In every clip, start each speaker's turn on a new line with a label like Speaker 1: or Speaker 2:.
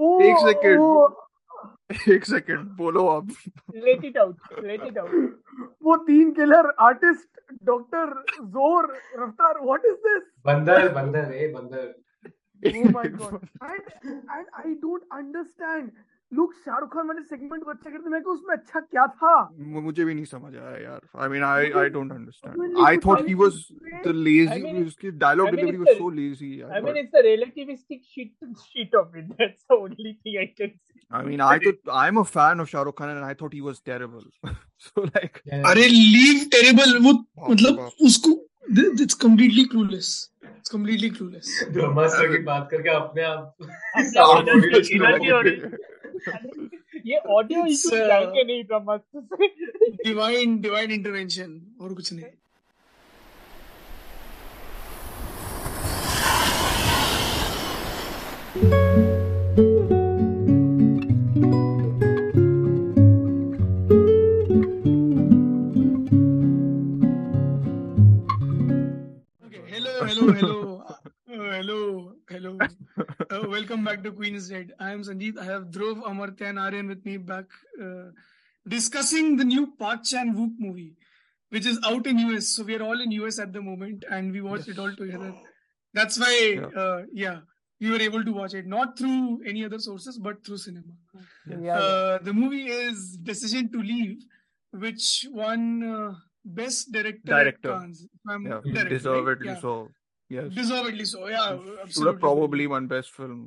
Speaker 1: एक सेकेंड एक सेकेंड बोलो आप
Speaker 2: let it out let it out
Speaker 3: वो तीन किलर आर्टिस्ट डॉक्टर जोर रफ्तार व्हाट इज दिस
Speaker 4: बंदर बंदर ए बंदर
Speaker 3: oh my god and and i don't understand look Shahrukh Khan मैंने सेगमेंट अच्छा करते मेरे को उसमें अच्छा क्या था
Speaker 1: मु- मुझे भी नहीं समझ आया यार I mean I I don't understand
Speaker 3: मुझे
Speaker 1: आई थॉट ही
Speaker 3: कुछ
Speaker 1: was
Speaker 2: I
Speaker 1: the lazy
Speaker 2: mean-
Speaker 1: उसकी dialogue
Speaker 2: I mean,
Speaker 1: delivery
Speaker 2: it's
Speaker 1: was
Speaker 2: a-
Speaker 1: so lazy
Speaker 2: I mean, it's the relativistic shit, shit of it. That's the only thing I can say.
Speaker 1: I mean, I could, I'm a fan of Shah Rukh Khan, and I thought he was terrible. so like,
Speaker 5: अरे leave terrible वो
Speaker 1: बाप
Speaker 5: मतलब
Speaker 1: बाप।
Speaker 5: उसको it's completely clueless it's completely clueless
Speaker 4: Brahmastra की बात करके अपने आप
Speaker 2: Sound
Speaker 4: Sound
Speaker 2: audio
Speaker 4: pollution
Speaker 2: energy
Speaker 4: हो
Speaker 2: और- ये ऑडियो
Speaker 5: It's,
Speaker 2: इशू
Speaker 5: uh,
Speaker 2: जाएंगे नहीं ब्रह्मा से
Speaker 5: डिवाइन डिवाइन इंटरवेंशन और कुछ नहीं hello hello hello hello hello welcome back to queen's dead I am Sanjeet I have Dhruv Amartya and Aryan with me back uh, discussing the new Park Chan Wook movie, which is out in US. So we are all in US at the moment, and we watched it all together. That's why,
Speaker 1: Yeah.
Speaker 5: uh, yeah, we were able to watch it not through any other sources, but through cinema. Uh, the movie is Decision to Leave, which won uh, Best Director. at
Speaker 1: Director.
Speaker 5: Cannes. If I'm
Speaker 1: yeah,
Speaker 5: correct, right?
Speaker 1: deservedly
Speaker 5: Yeah.
Speaker 1: so. Yes,
Speaker 5: Deservedly so. oh, Yeah,
Speaker 1: should
Speaker 5: absolutely.
Speaker 1: have probably won best film,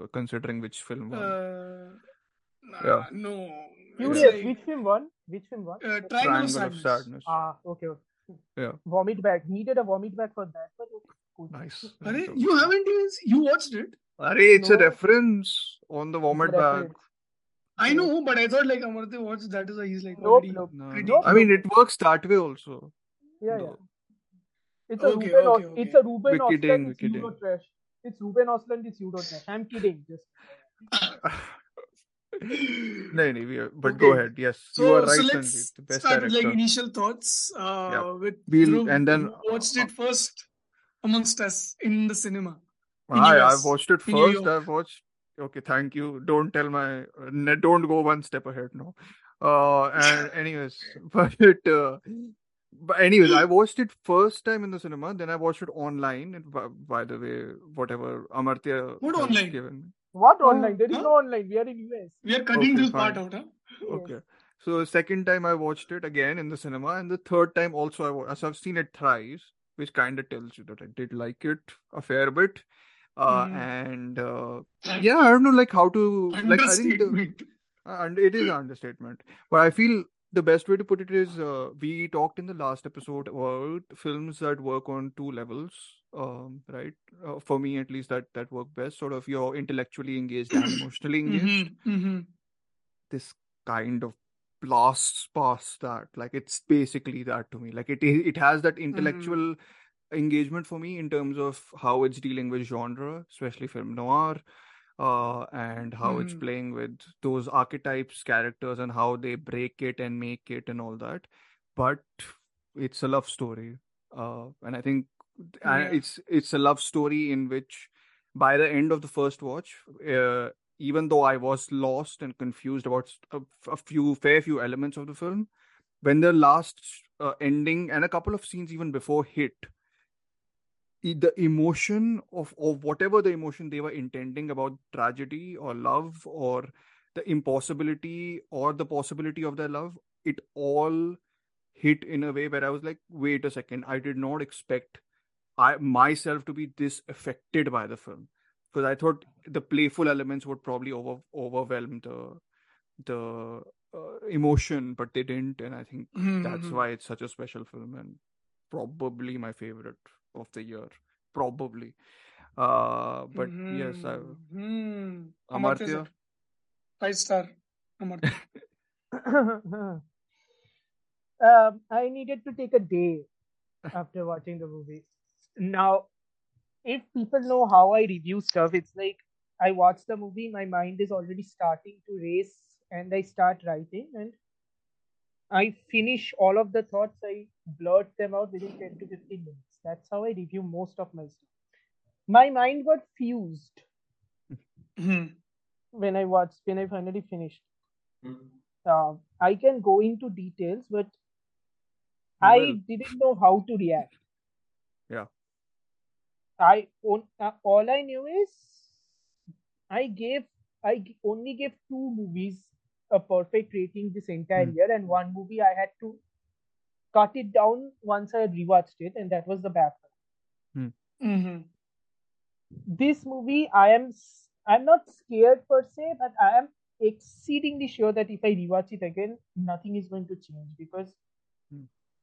Speaker 1: uh, considering which film won.
Speaker 5: Uh, nah,
Speaker 1: Yeah.
Speaker 5: No. It's
Speaker 2: Curious,
Speaker 5: like,
Speaker 2: which film won? Which film won?
Speaker 5: uh, Triangle,
Speaker 1: Triangle
Speaker 5: of
Speaker 1: of
Speaker 5: Sadness.
Speaker 1: Sadness.
Speaker 2: Ah, okay. okay.
Speaker 1: Yeah.
Speaker 2: Vomit bag. Needed a vomit bag for that, but okay, cool.
Speaker 1: Nice.
Speaker 5: Are you haven't even you watched it?
Speaker 1: Arey, it's a
Speaker 2: No.
Speaker 1: reference on the vomit bag.
Speaker 2: Reference.
Speaker 5: I know, but I thought like Amartya watched that is why he's like
Speaker 2: Nope,
Speaker 5: already-
Speaker 2: nope.
Speaker 1: No,
Speaker 5: Pretty.
Speaker 1: no. I mean, it works that way also.
Speaker 2: Yeah, yeah.
Speaker 1: No.
Speaker 2: It's a
Speaker 5: Okay,
Speaker 2: Ruben.
Speaker 5: okay,
Speaker 2: Os-
Speaker 5: okay.
Speaker 2: It's a Ruben
Speaker 1: We're kidding,
Speaker 2: Ostlund.
Speaker 1: we're
Speaker 2: It's
Speaker 1: kidding.
Speaker 2: pseudo trash. It's Ruben Ostlund. It's pseudo trash. I'm kidding. Just
Speaker 1: no, no, we are, but go
Speaker 5: Okay.
Speaker 1: ahead. Yes,
Speaker 5: So,
Speaker 1: you are right,
Speaker 5: so let's
Speaker 1: Sanjeev. The best
Speaker 5: start with
Speaker 1: director.
Speaker 5: like initial thoughts. Uh,
Speaker 1: Yeah.
Speaker 5: with
Speaker 1: We'll-
Speaker 5: Dhruv,
Speaker 1: and then-
Speaker 5: who watched it first amongst us in the cinema.
Speaker 1: Hi,
Speaker 5: US,
Speaker 1: I've watched it
Speaker 5: in New
Speaker 1: first. I've watched. Okay, thank you. Don't tell my. ne- Don't go one step ahead. No. Uh, and anyways, but it. Uh, but anyways,
Speaker 5: Hmm.
Speaker 1: I watched it first time in the cinema. Then I watched it online. And by, by the way, whatever Amartya
Speaker 5: What
Speaker 1: has
Speaker 5: online?
Speaker 1: given me.
Speaker 2: what online? There is
Speaker 5: Oh, huh?
Speaker 2: no online. We are in US.
Speaker 5: We are cutting
Speaker 1: Okay,
Speaker 5: this
Speaker 1: fine.
Speaker 5: part out, huh?
Speaker 1: Okay. So second time I watched it again in the cinema, and the third time also I watched. So I've seen it thrice, which kind of tells you that I did like it a fair bit. Uh,
Speaker 5: Mhm.
Speaker 1: and uh, yeah, I don't know like how to like I think the,
Speaker 5: Understatement.
Speaker 1: Uh, And it is an understatement. But I feel the best way to put it is uh, we talked in the last episode about films that work on two levels, um, right? Uh, for me, at least, that that work best. Sort of you're intellectually engaged and emotionally engaged.
Speaker 5: Mhm, mhm.
Speaker 1: This kind of blasts past that. Like it's basically that to me. Like it it has that intellectual engagement for me in terms of how it's dealing with genre, especially film noir, uh, and how it's
Speaker 5: Mhm.
Speaker 1: playing with those archetypes, characters, and how they break it and make it and all that. But it's a love story, uh, and I think and
Speaker 5: Yeah.
Speaker 1: it's it's a love story in which by the end of the first watch. Uh, even though I was lost and confused about s- a, f- a few fair few elements of the film, when the last uh, ending and a couple of scenes even before hit, e- the emotion of or whatever the emotion they were intending about tragedy or love or the impossibility or the possibility of their love, it all hit in a way where I was like, wait a second, I did not expect I myself to be this affected by the film because I thought the playful elements would probably over overwhelm the the uh, emotion, but they didn't, and I think
Speaker 5: Mhm,
Speaker 1: that's
Speaker 2: Mm-hmm.
Speaker 5: mhm.
Speaker 1: why it's such a special film and probably my favorite of the year, probably. Uh, but yes, I,
Speaker 5: Mhm.
Speaker 2: Mm-hmm.
Speaker 1: Amartya?
Speaker 5: Amartya, sir. Five star. Amartya.
Speaker 2: um, I needed to take a day after watching the movie. Now, if people know how I review stuff, it's like I watch the movie, my mind is already starting to race, and I start writing, and I finish all of the thoughts, I blurt them out within 10 to 15 minutes. That's how I review most of my stuff. My mind got fused
Speaker 5: Mhm.
Speaker 2: when I watched when I finally finished.
Speaker 4: Hmm.
Speaker 2: Um, I can go into details, but
Speaker 1: will.
Speaker 2: I didn't know how to react.
Speaker 1: Yeah.
Speaker 2: I on, uh, all I knew is I gave I g- only gave two movies a perfect rating this entire
Speaker 1: Hmm.
Speaker 2: year, and one movie I had to cut it down once I had rewatched it, and that was The Batman.
Speaker 5: Mm-hmm.
Speaker 2: This movie, I am s- I'm not scared per se, but I am exceedingly sure that if I rewatch it again, nothing is going to change because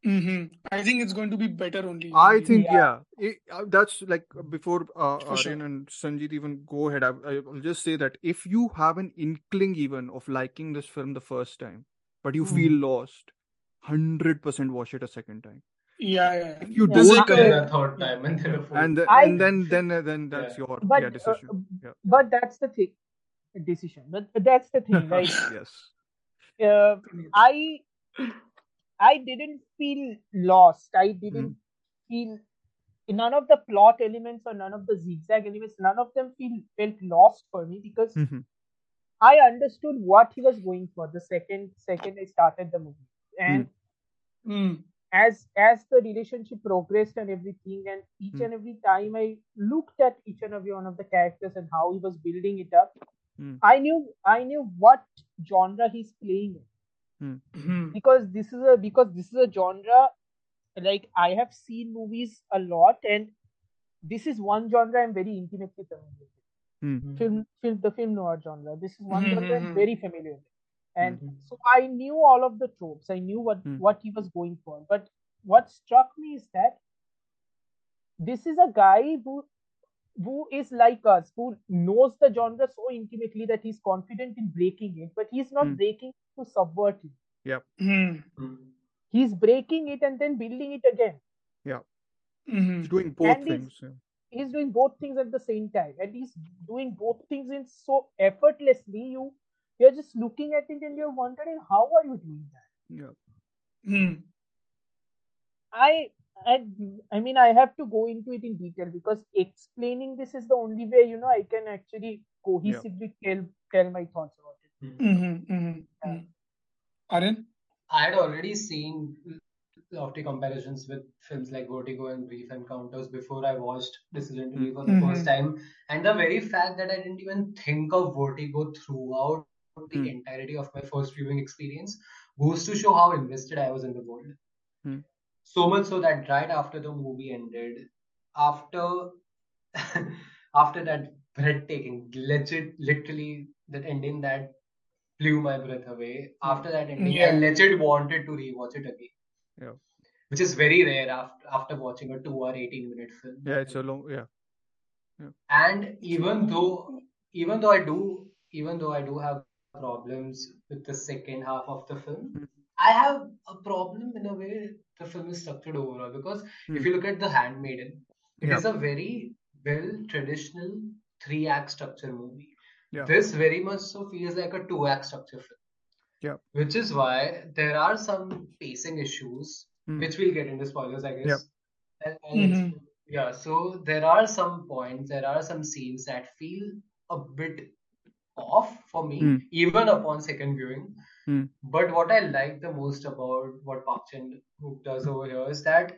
Speaker 5: Mm-hmm. I think it's going to be better only.
Speaker 1: I
Speaker 5: only.
Speaker 1: think
Speaker 2: Yeah.
Speaker 1: yeah, It- uh, that's like before uh,
Speaker 5: For sure.
Speaker 1: Aryan and Sanjeev even go ahead. I, I'll just say that if you have an inkling even of liking this film the first time, but you
Speaker 2: Hmm.
Speaker 1: feel lost, hundred percent watch it a second time.
Speaker 5: Yeah, yeah.
Speaker 1: If you
Speaker 2: Yeah,
Speaker 1: do
Speaker 5: There's
Speaker 2: I-
Speaker 1: it,
Speaker 4: Second
Speaker 1: and
Speaker 4: and a third time, and then a fourth.
Speaker 1: and, the,
Speaker 2: I-
Speaker 1: and then then then that's
Speaker 4: Yeah.
Speaker 1: your
Speaker 2: but
Speaker 1: yeah
Speaker 2: uh,
Speaker 1: decision. Yeah.
Speaker 2: but that's the thing decision but that's the thing like
Speaker 1: yes.
Speaker 2: uh,
Speaker 5: Correct.
Speaker 2: i i didn't feel lost i didn't
Speaker 1: Mm-hmm.
Speaker 2: feel none of the plot elements or none of the zigzag elements none of them feel felt lost for me because
Speaker 1: Mhm.
Speaker 2: i understood what he was going for the second second i started the movie and
Speaker 5: Mm.
Speaker 2: as as the relationship progressed and everything and each
Speaker 1: Hmm.
Speaker 2: and every time i looked at each and every one of the characters and how he was building it up
Speaker 1: Hmm.
Speaker 2: i knew i knew what genre he's playing in.
Speaker 5: Mm-hmm.
Speaker 2: because this is a because this is a genre like i have seen movies a lot and this is one genre i'm very intimately familiar with film, film the film noir genre. This is one
Speaker 1: Hmm,
Speaker 5: Mhm,
Speaker 2: genre I'm
Speaker 5: mhm.
Speaker 2: very familiar with, and
Speaker 4: Mhm.
Speaker 2: so I knew all of the tropes. I knew what
Speaker 1: Hmm.
Speaker 2: what he was going for. But what struck me is that this is a guy who who is like us, who knows the genre so intimately that he's confident in breaking it, but he's not
Speaker 1: Hmm.
Speaker 2: breaking it to subvert it.
Speaker 5: Mm.
Speaker 2: He's breaking it and then building it again.
Speaker 1: He's
Speaker 5: Mhm.
Speaker 1: doing both
Speaker 2: And it's-
Speaker 1: things. yeah.
Speaker 2: He's doing both things at the same time, and he's doing both things in so effortlessly. You you're just looking at it and you're wondering how are you doing that.
Speaker 1: Yeah.
Speaker 5: Mm.
Speaker 2: I I I mean I have to go into it in detail because explaining this is the only way you know I can actually cohesively tell tell my thoughts about it.
Speaker 5: Mhm, mhm, mhm. Aryan?
Speaker 4: I had already seen lofty comparisons with films like Vertigo and Brief Encounters before I watched Decision to Leave for the
Speaker 5: Mhm.
Speaker 4: first time. And the very fact that I didn't even think of Vertigo throughout the
Speaker 1: Hmm.
Speaker 4: entirety of my first viewing experience goes to show how invested I was in the world.
Speaker 1: Hmm.
Speaker 4: So much so that right after the movie ended, after after that breathtaking, legit, literally that ending that blew my breath away. After that ending, I
Speaker 5: Yeah.
Speaker 4: legit wanted to rewatch it again
Speaker 1: Yeah.
Speaker 4: which is very rare after after watching a two hour eighteen minute film.
Speaker 1: Yeah. It's a long. Yeah.
Speaker 4: And even though even though I do even though I do have problems with the second half of the film,
Speaker 1: Mm.
Speaker 4: I have a problem in a way the film is structured overall because if
Speaker 1: Mm.
Speaker 4: you look at The Handmaiden, it
Speaker 1: Yeah.
Speaker 4: is a very well traditional three act structure movie.
Speaker 1: Yeah.
Speaker 4: This very much so feels like a two act structure film.
Speaker 1: Yeah.
Speaker 4: Which is why there are some pacing issues,
Speaker 1: Mm.
Speaker 4: which we'll get into spoilers, I
Speaker 1: Yep.
Speaker 4: guess. I'll, I'll explain. Yeah, so there are some points, there are some scenes that feel a bit off for me,
Speaker 1: Mm.
Speaker 4: even upon second viewing.
Speaker 1: Mm.
Speaker 4: But what I like the most about what Park Chan Wook does over here is that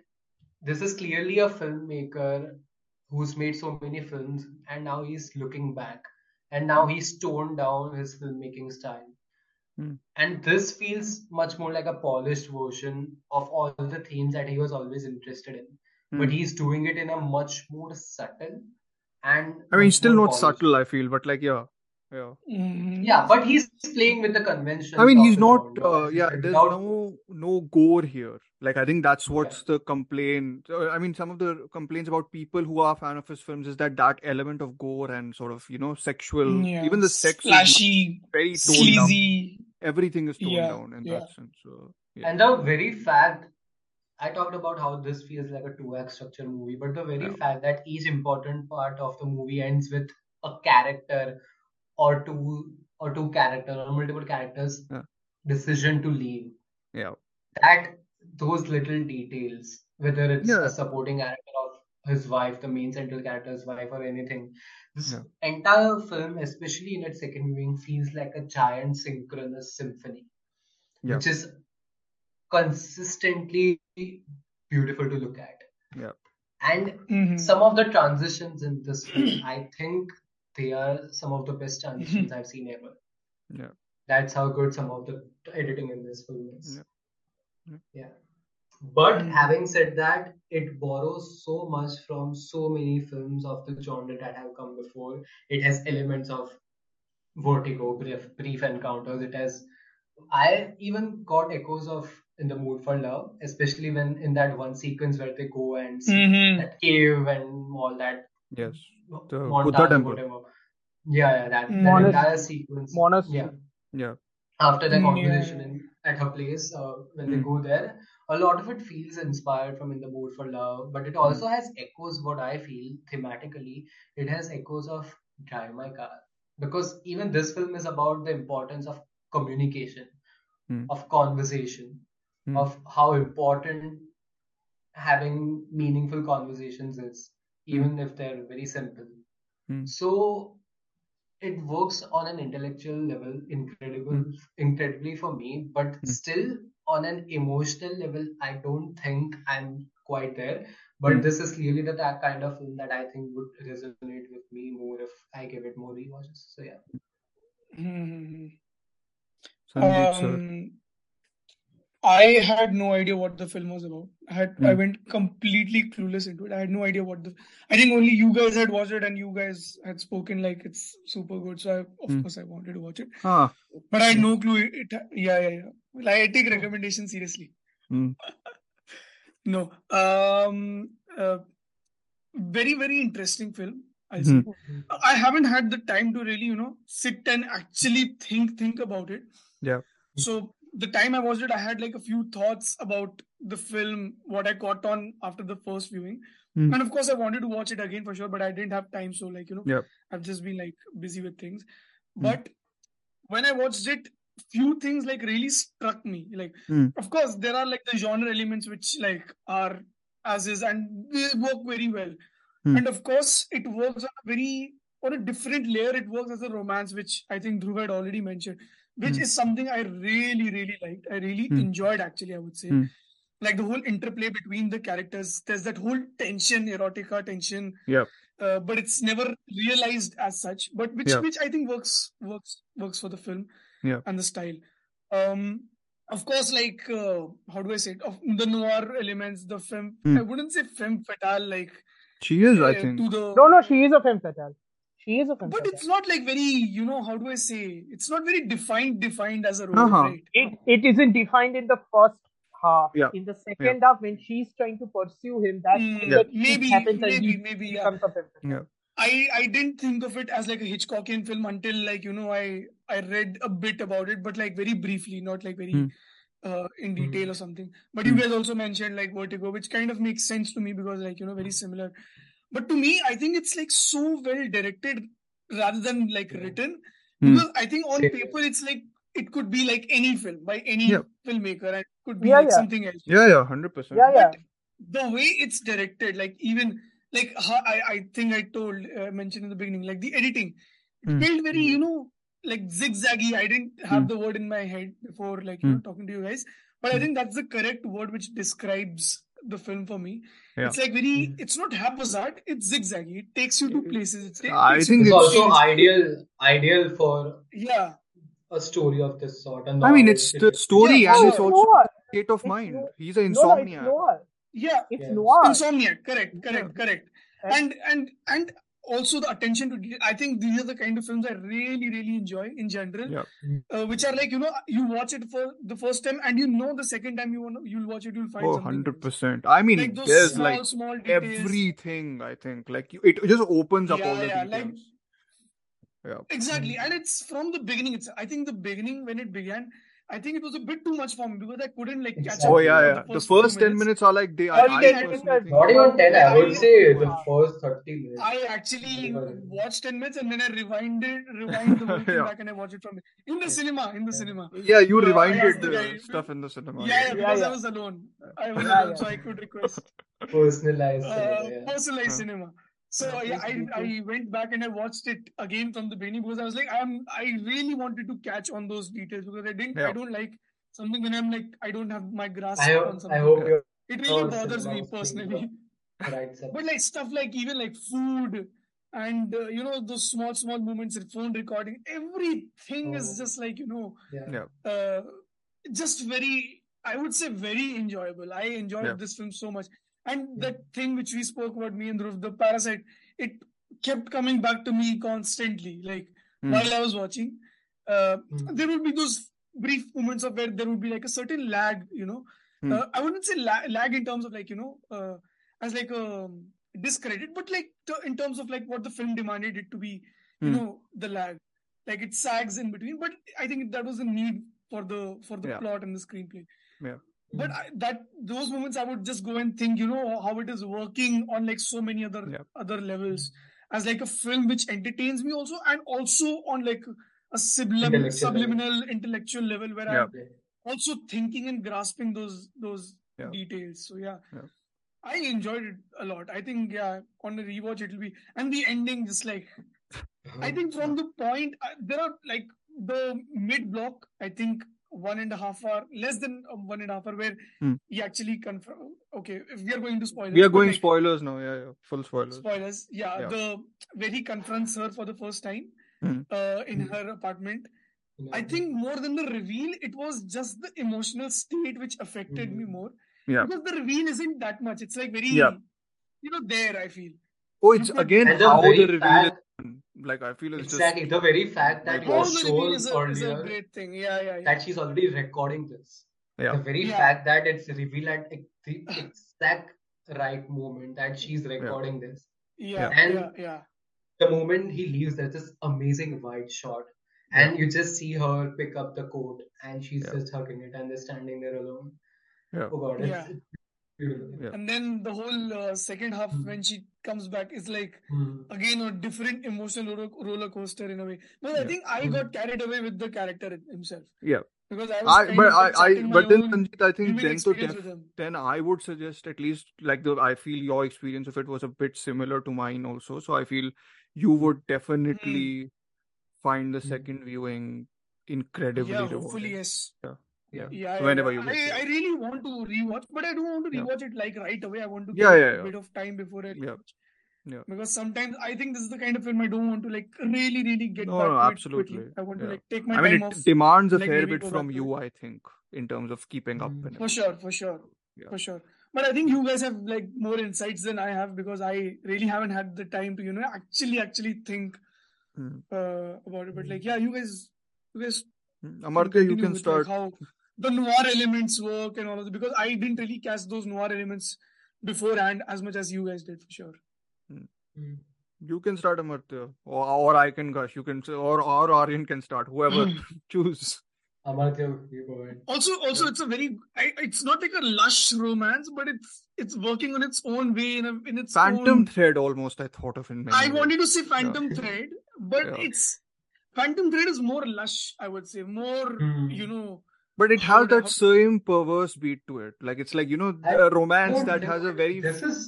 Speaker 4: this is clearly a filmmaker who's made so many films, and now he's looking back, and now he's toned down his filmmaking style
Speaker 1: Mm.
Speaker 4: and this feels much more like a polished version of all the themes that he was always interested in but
Speaker 1: Mm.
Speaker 4: he's doing it in a much more subtle and
Speaker 1: I mean,
Speaker 4: much
Speaker 1: still
Speaker 4: more
Speaker 1: not
Speaker 4: polished
Speaker 1: subtle. I feel, but like, yeah, yeah.
Speaker 5: Mhm.
Speaker 4: yeah but he's playing with the
Speaker 1: I
Speaker 4: conventions
Speaker 1: mean,
Speaker 4: of
Speaker 1: he's
Speaker 4: the
Speaker 1: not.
Speaker 4: genre
Speaker 1: Uh,
Speaker 4: as you
Speaker 1: yeah,
Speaker 4: said
Speaker 1: there's
Speaker 4: without
Speaker 1: no no gore here. Like, I think that's
Speaker 4: yeah
Speaker 1: what's the complaint. uh, I mean, some of the complaints about people who are fan of his films is that that element of gore and sort of you know sexual,
Speaker 5: Yeah.
Speaker 1: even the sex is not
Speaker 5: Splashy,
Speaker 1: very toned down.
Speaker 5: Mm-hmm. sleazy.
Speaker 1: Everything is toned
Speaker 5: Yeah,
Speaker 1: down in
Speaker 5: yeah.
Speaker 1: that sense. So yeah,
Speaker 4: and the very fact I talked about how this feels like a two act structure movie, but the very
Speaker 1: yeah,
Speaker 4: fact that each important part of the movie ends with a character or two or two character or multiple characters
Speaker 1: yeah,
Speaker 4: decision to leave.
Speaker 1: yeah.
Speaker 4: That those little details, whether it's a
Speaker 1: yeah.
Speaker 4: supporting character of his wife, the main central character's wife, or anything. This entire film, especially in its second viewing, feels like a giant synchronous symphony,
Speaker 1: Yeah.
Speaker 4: which is consistently beautiful to look at.
Speaker 1: Yeah.
Speaker 4: And
Speaker 1: Mm-hmm.
Speaker 5: Mhm.
Speaker 4: some of the transitions in this film, I think they are some of the best transitions I've seen ever.
Speaker 1: Mm-hmm. Yeah.
Speaker 4: That's how good some of the editing in this film is.
Speaker 1: Yeah. Mm-hmm.
Speaker 4: But
Speaker 5: Mhm.
Speaker 4: having said that, it borrows so much from so many films of the genre that have come before. It has elements of vertigo, brief, brief encounters. It has. I even got echoes of In the Mood for Love, especially when in that one sequence where they go and see
Speaker 5: Mhm.
Speaker 4: that cave and all that
Speaker 1: Yes. The
Speaker 4: montage
Speaker 1: Buddha
Speaker 4: or
Speaker 1: temple.
Speaker 4: whatever. Yeah, yeah, that, that
Speaker 5: Monastery.
Speaker 4: entire sequence.
Speaker 2: Monastery.
Speaker 4: Yeah.
Speaker 1: Yeah.
Speaker 4: After the
Speaker 5: Yeah.
Speaker 4: conversation in, at her place, uh, when they
Speaker 1: Mm.
Speaker 4: go there, a lot of it feels inspired from In the Mood for Love, but it also has echoes, what I feel thematically, it has echoes of Drive My Car. Because even this film is about the importance of communication,
Speaker 1: Mm.
Speaker 4: of conversation,
Speaker 1: Mm.
Speaker 4: of how important having meaningful conversations is, even if they're very simple.
Speaker 1: Mm.
Speaker 4: So it works on an intellectual level incredible
Speaker 5: Hmm.
Speaker 4: incredibly for me, but still on an emotional level, I don't think I'm quite there. But
Speaker 1: Mm.
Speaker 5: Hmm.
Speaker 4: this is clearly the ta- kind of film that I think would resonate with me more if I give it more rewatches. So yeah.
Speaker 5: Mhm.
Speaker 1: Sanjeet sir.
Speaker 5: Um, I had no idea what the film was about. I had I
Speaker 1: Hmm.
Speaker 5: went completely clueless into it. I had no idea what the. I think only you guys had watched it and you guys had spoken like it's super good. So I, of
Speaker 1: Hmm.
Speaker 5: course I wanted to watch it,
Speaker 1: Ah.
Speaker 5: but I had no clue. It, it- yeah, yeah, yeah. Like, I
Speaker 1: Hmm.
Speaker 5: take recommendations seriously.
Speaker 1: Mm.
Speaker 5: No. Um. Uh, very very interesting film. I'll say.
Speaker 1: Hmm.
Speaker 5: I haven't had the time to really, you know, sit and actually think think about it.
Speaker 1: Yeah.
Speaker 5: So the time I watched it, I had like a few thoughts about the film, what I caught on after the first viewing,
Speaker 1: Hmm.
Speaker 5: and of course I wanted to watch it again for sure, but I didn't have time. So like you know,
Speaker 1: Yeah.
Speaker 5: I've just been like busy with things.
Speaker 1: Hmm.
Speaker 5: But when I watched it, few things like really struck me. Like,
Speaker 1: Hmm.
Speaker 5: of course, there are like the genre elements which like are as is and they work very well.
Speaker 1: Hmm.
Speaker 5: And of course, it works on a very on a different layer. It works as a romance, which I think Dhruv had already mentioned, which
Speaker 1: Hmm.
Speaker 5: is something I really, really liked. I really
Speaker 1: Hmm.
Speaker 5: enjoyed actually, I would say.
Speaker 1: Hmm.
Speaker 5: Like the whole interplay between the characters. There's that whole tension, erotica tension
Speaker 1: Yeah.
Speaker 5: uh, but it's never realized as such. But which
Speaker 1: Yeah.
Speaker 5: which I think works works works for the film
Speaker 1: Yeah.
Speaker 5: and the style. Um, of course, like uh, how do I say it? Of the noir elements, the film.
Speaker 1: Hmm.
Speaker 5: I wouldn't say femme fatale like
Speaker 1: She is, I
Speaker 5: uh,
Speaker 1: think.
Speaker 5: to the.
Speaker 2: No, no, she is a femme fatale. She is a femme
Speaker 5: But
Speaker 2: fatale.
Speaker 5: it's not like very you know how do I say? It's not very defined defined as a role,
Speaker 1: Uh-huh.
Speaker 5: right?
Speaker 2: It it isn't defined in the first half.
Speaker 1: Yeah.
Speaker 2: In the second half, when she's trying to pursue him, that's when
Speaker 5: Mm,
Speaker 2: the
Speaker 5: Maybe,
Speaker 2: shift happens and
Speaker 5: maybe,
Speaker 2: he
Speaker 5: maybe. Yeah.
Speaker 2: becomes a femme fatale.
Speaker 1: Yeah.
Speaker 5: I I didn't think of it as like a Hitchcockian film until like you know I I read a bit about it, but like very briefly, not like very
Speaker 1: Hmm.
Speaker 5: uh, in detail or something. But
Speaker 1: Hmm.
Speaker 5: you guys also mentioned like Vertigo, which kind of makes sense to me because like you know very similar. But to me, I think it's like so well directed rather than like
Speaker 4: Yeah.
Speaker 5: written
Speaker 1: Hmm.
Speaker 5: because I think on
Speaker 4: Same here.
Speaker 5: paper it's like it could be like any film by any
Speaker 1: Yeah.
Speaker 5: filmmaker and it could be
Speaker 2: Yeah,
Speaker 5: like
Speaker 2: yeah.
Speaker 5: something else
Speaker 1: Yeah, Oh, yeah, 100%.
Speaker 2: Yeah, yeah.
Speaker 5: the way it's directed, like even like how I, I think I told uh, mentioned in the beginning, like the editing, it's
Speaker 1: Mm.
Speaker 5: felt very
Speaker 4: Mm.
Speaker 5: you know like zigzaggy. I didn't have
Speaker 1: Mm.
Speaker 5: the word in my head before, like you know
Speaker 1: Mm.
Speaker 5: talking to you guys, but I
Speaker 1: Mm.
Speaker 5: think that's the correct word which describes the film for me.
Speaker 1: Yeah. Hmm.
Speaker 5: It's like very,
Speaker 4: Mm.
Speaker 5: it's not haphazard, it's zigzaggy. It takes you to places. It ta-
Speaker 1: I
Speaker 5: takes
Speaker 1: think
Speaker 5: you
Speaker 4: It's
Speaker 1: it's-
Speaker 5: to
Speaker 4: also
Speaker 5: scenes.
Speaker 4: ideal ideal for
Speaker 5: Yeah,
Speaker 4: a story of this sort, a
Speaker 1: I mean,
Speaker 4: novel.
Speaker 1: it's the
Speaker 4: It,
Speaker 1: story
Speaker 5: Yeah,
Speaker 1: and
Speaker 5: for
Speaker 1: it's
Speaker 5: sure.
Speaker 1: also
Speaker 2: Noir.
Speaker 1: state of
Speaker 2: It's
Speaker 1: mind.
Speaker 2: no-
Speaker 1: He's an
Speaker 2: no, no, it's
Speaker 1: insomniac.
Speaker 2: noir.
Speaker 5: yeah.
Speaker 2: It's
Speaker 4: Yes.
Speaker 2: noir.
Speaker 5: Insomniac, correct,
Speaker 1: Yeah.
Speaker 5: correct, correct.
Speaker 2: Uh,
Speaker 5: And and and also the attention to detail. I think these are the kind of films I really really enjoy in general,
Speaker 1: Yeah.
Speaker 5: uh, which are like you know you watch it for the first time and you know the second time you wanna, you'll watch it you'll find
Speaker 1: Oh,
Speaker 5: something else.
Speaker 1: 100%. I
Speaker 5: Like
Speaker 1: mean,
Speaker 5: those
Speaker 1: there's
Speaker 5: small
Speaker 1: like
Speaker 5: small details.
Speaker 1: everything, I think. Like, you, it just opens up all
Speaker 5: Yeah,
Speaker 1: the
Speaker 5: yeah. Like
Speaker 1: details. Yeah. Mm.
Speaker 5: Exactly, and it's from the beginning. It's I think the beginning when it began. I think it was a bit too much for me because I couldn't like catch
Speaker 4: Exactly.
Speaker 1: Oh
Speaker 5: up
Speaker 1: yeah,
Speaker 5: on
Speaker 1: yeah. The first,
Speaker 5: few
Speaker 1: ten minutes are like they. I,
Speaker 2: Early
Speaker 1: I
Speaker 2: 10
Speaker 1: personally
Speaker 2: minutes.
Speaker 1: think-
Speaker 4: Not even 10, I would
Speaker 5: Yeah.
Speaker 4: say the first 30 minutes.
Speaker 5: I actually watched 10 minutes and then I rewinded, rewind the whole thing
Speaker 1: Yeah.
Speaker 5: back and I watched it from in the cinema. In the cinema.
Speaker 1: Yeah, Oh, you
Speaker 5: Uh, I
Speaker 1: rewinded
Speaker 5: asked the
Speaker 1: the
Speaker 5: guy-
Speaker 1: stuff in the cinema.
Speaker 5: Yeah, yeah,
Speaker 2: Yeah,
Speaker 5: because I
Speaker 2: yeah.
Speaker 5: was alone. I was
Speaker 2: Yeah,
Speaker 5: alone,
Speaker 2: yeah.
Speaker 5: so I could request
Speaker 4: Personalized.
Speaker 5: uh,
Speaker 4: cinema, yeah.
Speaker 5: personalized
Speaker 1: Huh.
Speaker 5: cinema. So
Speaker 4: Yeah,
Speaker 5: yeah, I
Speaker 4: basically,
Speaker 5: I went back and I watched it again from the beginning because I was like, I'm I really wanted to catch on those details because I didn't I
Speaker 1: Yeah.
Speaker 5: don't like something when I'm like I don't have my grasp
Speaker 4: I
Speaker 5: on
Speaker 4: hope, I
Speaker 5: something.
Speaker 4: hope
Speaker 1: Yeah.
Speaker 4: your
Speaker 5: It really
Speaker 4: your
Speaker 5: bothers
Speaker 4: cinema
Speaker 5: me
Speaker 4: was
Speaker 5: personally.
Speaker 4: the right cinema.
Speaker 5: But like stuff like even like food and uh, you know those small small moments, phone recording, everything is
Speaker 4: Oh.
Speaker 5: just like you know
Speaker 4: Yeah.
Speaker 1: Yeah.
Speaker 5: uh, just very I would say very enjoyable. I enjoyed
Speaker 1: Yeah.
Speaker 5: this film so much, and
Speaker 4: Yeah.
Speaker 5: that thing which we spoke about me and Dhruv, the parasite, it kept coming back to me constantly. Like
Speaker 1: Hmm.
Speaker 5: while I was watching, uh,
Speaker 4: Hmm.
Speaker 5: there would be those brief moments of where there would be like a certain lag. You know,
Speaker 1: Hmm.
Speaker 5: uh, I wouldn't say la- lag in terms of like you know uh, as like um discredit, but like t- in terms of like what the film demanded it to be. You
Speaker 1: Hmm.
Speaker 5: know, the lag like it sags in between but i think that was the need for the for the
Speaker 1: Yeah.
Speaker 5: plot and the screenplay
Speaker 1: Yeah. Hmm.
Speaker 5: but I, that those moments i would just go and think you know how it is working on like so many other
Speaker 1: Yeah.
Speaker 5: other levels as like a film which entertains me also and also on like a sublim-
Speaker 4: Intellectual level.
Speaker 5: subliminal intellectual level where
Speaker 1: Yeah.
Speaker 5: i'm also thinking and grasping those those
Speaker 1: Yeah.
Speaker 5: details so yeah
Speaker 1: Yeah.
Speaker 5: i enjoyed it a lot i think yeah on a rewatch it'll be and the ending just like I think from the point uh, there are like the mid block. I think one and a half hour, less than um, one and a half hour, where
Speaker 1: Hmm.
Speaker 5: he actually confirm. Okay, if we are going to spoilers.
Speaker 1: We are
Speaker 5: but,
Speaker 1: going
Speaker 5: like,
Speaker 1: spoilers now. Yeah. Yeah. Full spoilers.
Speaker 5: spoilers. Yeah,
Speaker 1: Yeah.
Speaker 5: the where he confronts her for the first time
Speaker 1: Hmm.
Speaker 5: uh, in
Speaker 4: Hmm.
Speaker 5: her apartment.
Speaker 4: Yeah.
Speaker 5: I think more than the reveal, it was just the emotional state which affected me
Speaker 4: Mhm.
Speaker 5: more
Speaker 1: Hmm. Yeah.
Speaker 5: because the reveal isn't that much. It's like very,
Speaker 1: Yeah.
Speaker 5: you know, there. I feel
Speaker 1: Oh,
Speaker 5: you
Speaker 1: it's
Speaker 5: could
Speaker 1: again
Speaker 4: And the
Speaker 1: how
Speaker 4: very
Speaker 1: the reveal is
Speaker 4: fact,
Speaker 1: done. Like I feel it's just
Speaker 4: exactly, the very fact that
Speaker 1: like
Speaker 4: it was
Speaker 5: how
Speaker 1: wow.
Speaker 5: the
Speaker 4: shown
Speaker 5: reveal is a is a
Speaker 4: earlier
Speaker 5: great thing. Yeah, yeah, yeah.
Speaker 4: that she's already recording this. The
Speaker 1: Yeah.
Speaker 4: very
Speaker 5: Yeah.
Speaker 4: fact that it's revealed at ex- the exact right moment that she's recording this.
Speaker 5: Yeah,
Speaker 4: And
Speaker 5: yeah, yeah.
Speaker 4: the moment he leaves, there's this amazing wide shot. And you just see her pick up the coat and she's
Speaker 1: Yeah.
Speaker 4: just hugging it and they're standing there alone.
Speaker 1: Yeah.
Speaker 4: Oh god, it's
Speaker 5: Yeah.
Speaker 4: beautiful.
Speaker 1: Yeah.
Speaker 5: And then the whole uh, second half
Speaker 1: Hmm.
Speaker 5: when she comes back is like
Speaker 4: Hmm.
Speaker 5: again a different emotional roller, roller coaster in a way. But I
Speaker 1: Yeah.
Speaker 5: think I
Speaker 4: Hmm.
Speaker 5: got carried away with the character himself
Speaker 1: Yeah.
Speaker 5: because I was
Speaker 1: I
Speaker 5: kind
Speaker 1: but
Speaker 5: of
Speaker 1: I, I
Speaker 5: extracting my
Speaker 1: but then
Speaker 5: own
Speaker 1: Sanjit, I think
Speaker 5: vivid
Speaker 1: then to
Speaker 5: experience
Speaker 1: def
Speaker 5: with him.
Speaker 1: then I would suggest at least like the I feel your experience of it was a bit similar to mine also. So I feel you would
Speaker 5: Hmm.
Speaker 1: definitely find the
Speaker 4: Hmm.
Speaker 1: second viewing
Speaker 5: Yeah,
Speaker 1: incredibly
Speaker 5: hopefully
Speaker 1: rewarding.
Speaker 5: yes.
Speaker 1: Yeah.
Speaker 4: Yeah.
Speaker 1: Yeah.
Speaker 5: Yeah, yeah,
Speaker 1: Whenever
Speaker 5: yeah.
Speaker 1: you get to
Speaker 5: I, I
Speaker 1: it.
Speaker 5: really want to rewatch, but I don't want to
Speaker 1: Yeah.
Speaker 5: rewatch it like right away. I want to give
Speaker 1: Yeah.
Speaker 5: it
Speaker 1: Yeah.
Speaker 5: a
Speaker 1: Yeah.
Speaker 5: bit of time before I
Speaker 1: Yeah.
Speaker 5: rewatch.
Speaker 1: Yeah.
Speaker 5: Because sometimes I think this is the kind of film I don't want to like really, really get
Speaker 1: No, no,
Speaker 5: back to it quickly.
Speaker 1: absolutely.
Speaker 5: I want to
Speaker 1: Yeah.
Speaker 5: like take my
Speaker 1: I mean,
Speaker 5: time off
Speaker 1: it demands a
Speaker 5: and like
Speaker 1: fair
Speaker 5: maybe
Speaker 1: bit
Speaker 5: go
Speaker 1: from
Speaker 5: back to it.
Speaker 1: you, I think, in terms of keeping up and
Speaker 4: Hmm.
Speaker 5: For
Speaker 1: everything.
Speaker 5: sure, for sure,
Speaker 1: Yeah.
Speaker 5: for sure. But I think you guys have like more insights than I have because I really haven't had the time to, you know, actually, actually think
Speaker 1: Mm.
Speaker 5: uh, about it. But like, yeah, you guys, you guys
Speaker 1: Mm.
Speaker 5: can
Speaker 1: Amartya, you
Speaker 5: continue
Speaker 1: can
Speaker 5: with like
Speaker 1: start.
Speaker 5: how the noir elements work and all of that because I didn't really catch those noir elements beforehand as much as you guys did for sure.
Speaker 1: Mm.
Speaker 4: Hmm.
Speaker 1: You can start, Amartya, or, or I can gush. You can say, or or Aryan can start. Whoever
Speaker 5: Hmm.
Speaker 1: choose.
Speaker 4: Amartya, you go ahead.
Speaker 5: also also
Speaker 1: Yeah.
Speaker 5: it's a very I, it's not like a lush romance but it's it's working on its own way in, a, in its
Speaker 1: Phantom
Speaker 5: own
Speaker 1: Thread, almost I thought of in
Speaker 5: i
Speaker 1: many ways.
Speaker 5: wanted to say
Speaker 1: Yeah.
Speaker 5: phantom thread but
Speaker 1: Yeah.
Speaker 5: it's phantom thread is more lush i would say more
Speaker 4: Hmm.
Speaker 5: you know
Speaker 1: But it
Speaker 5: how
Speaker 1: has
Speaker 5: would I,
Speaker 1: that
Speaker 5: how,
Speaker 1: same perverse beat to it. Like it's like you know
Speaker 4: I
Speaker 1: the romance
Speaker 4: don't
Speaker 1: that
Speaker 4: know.
Speaker 1: has a very
Speaker 4: This is,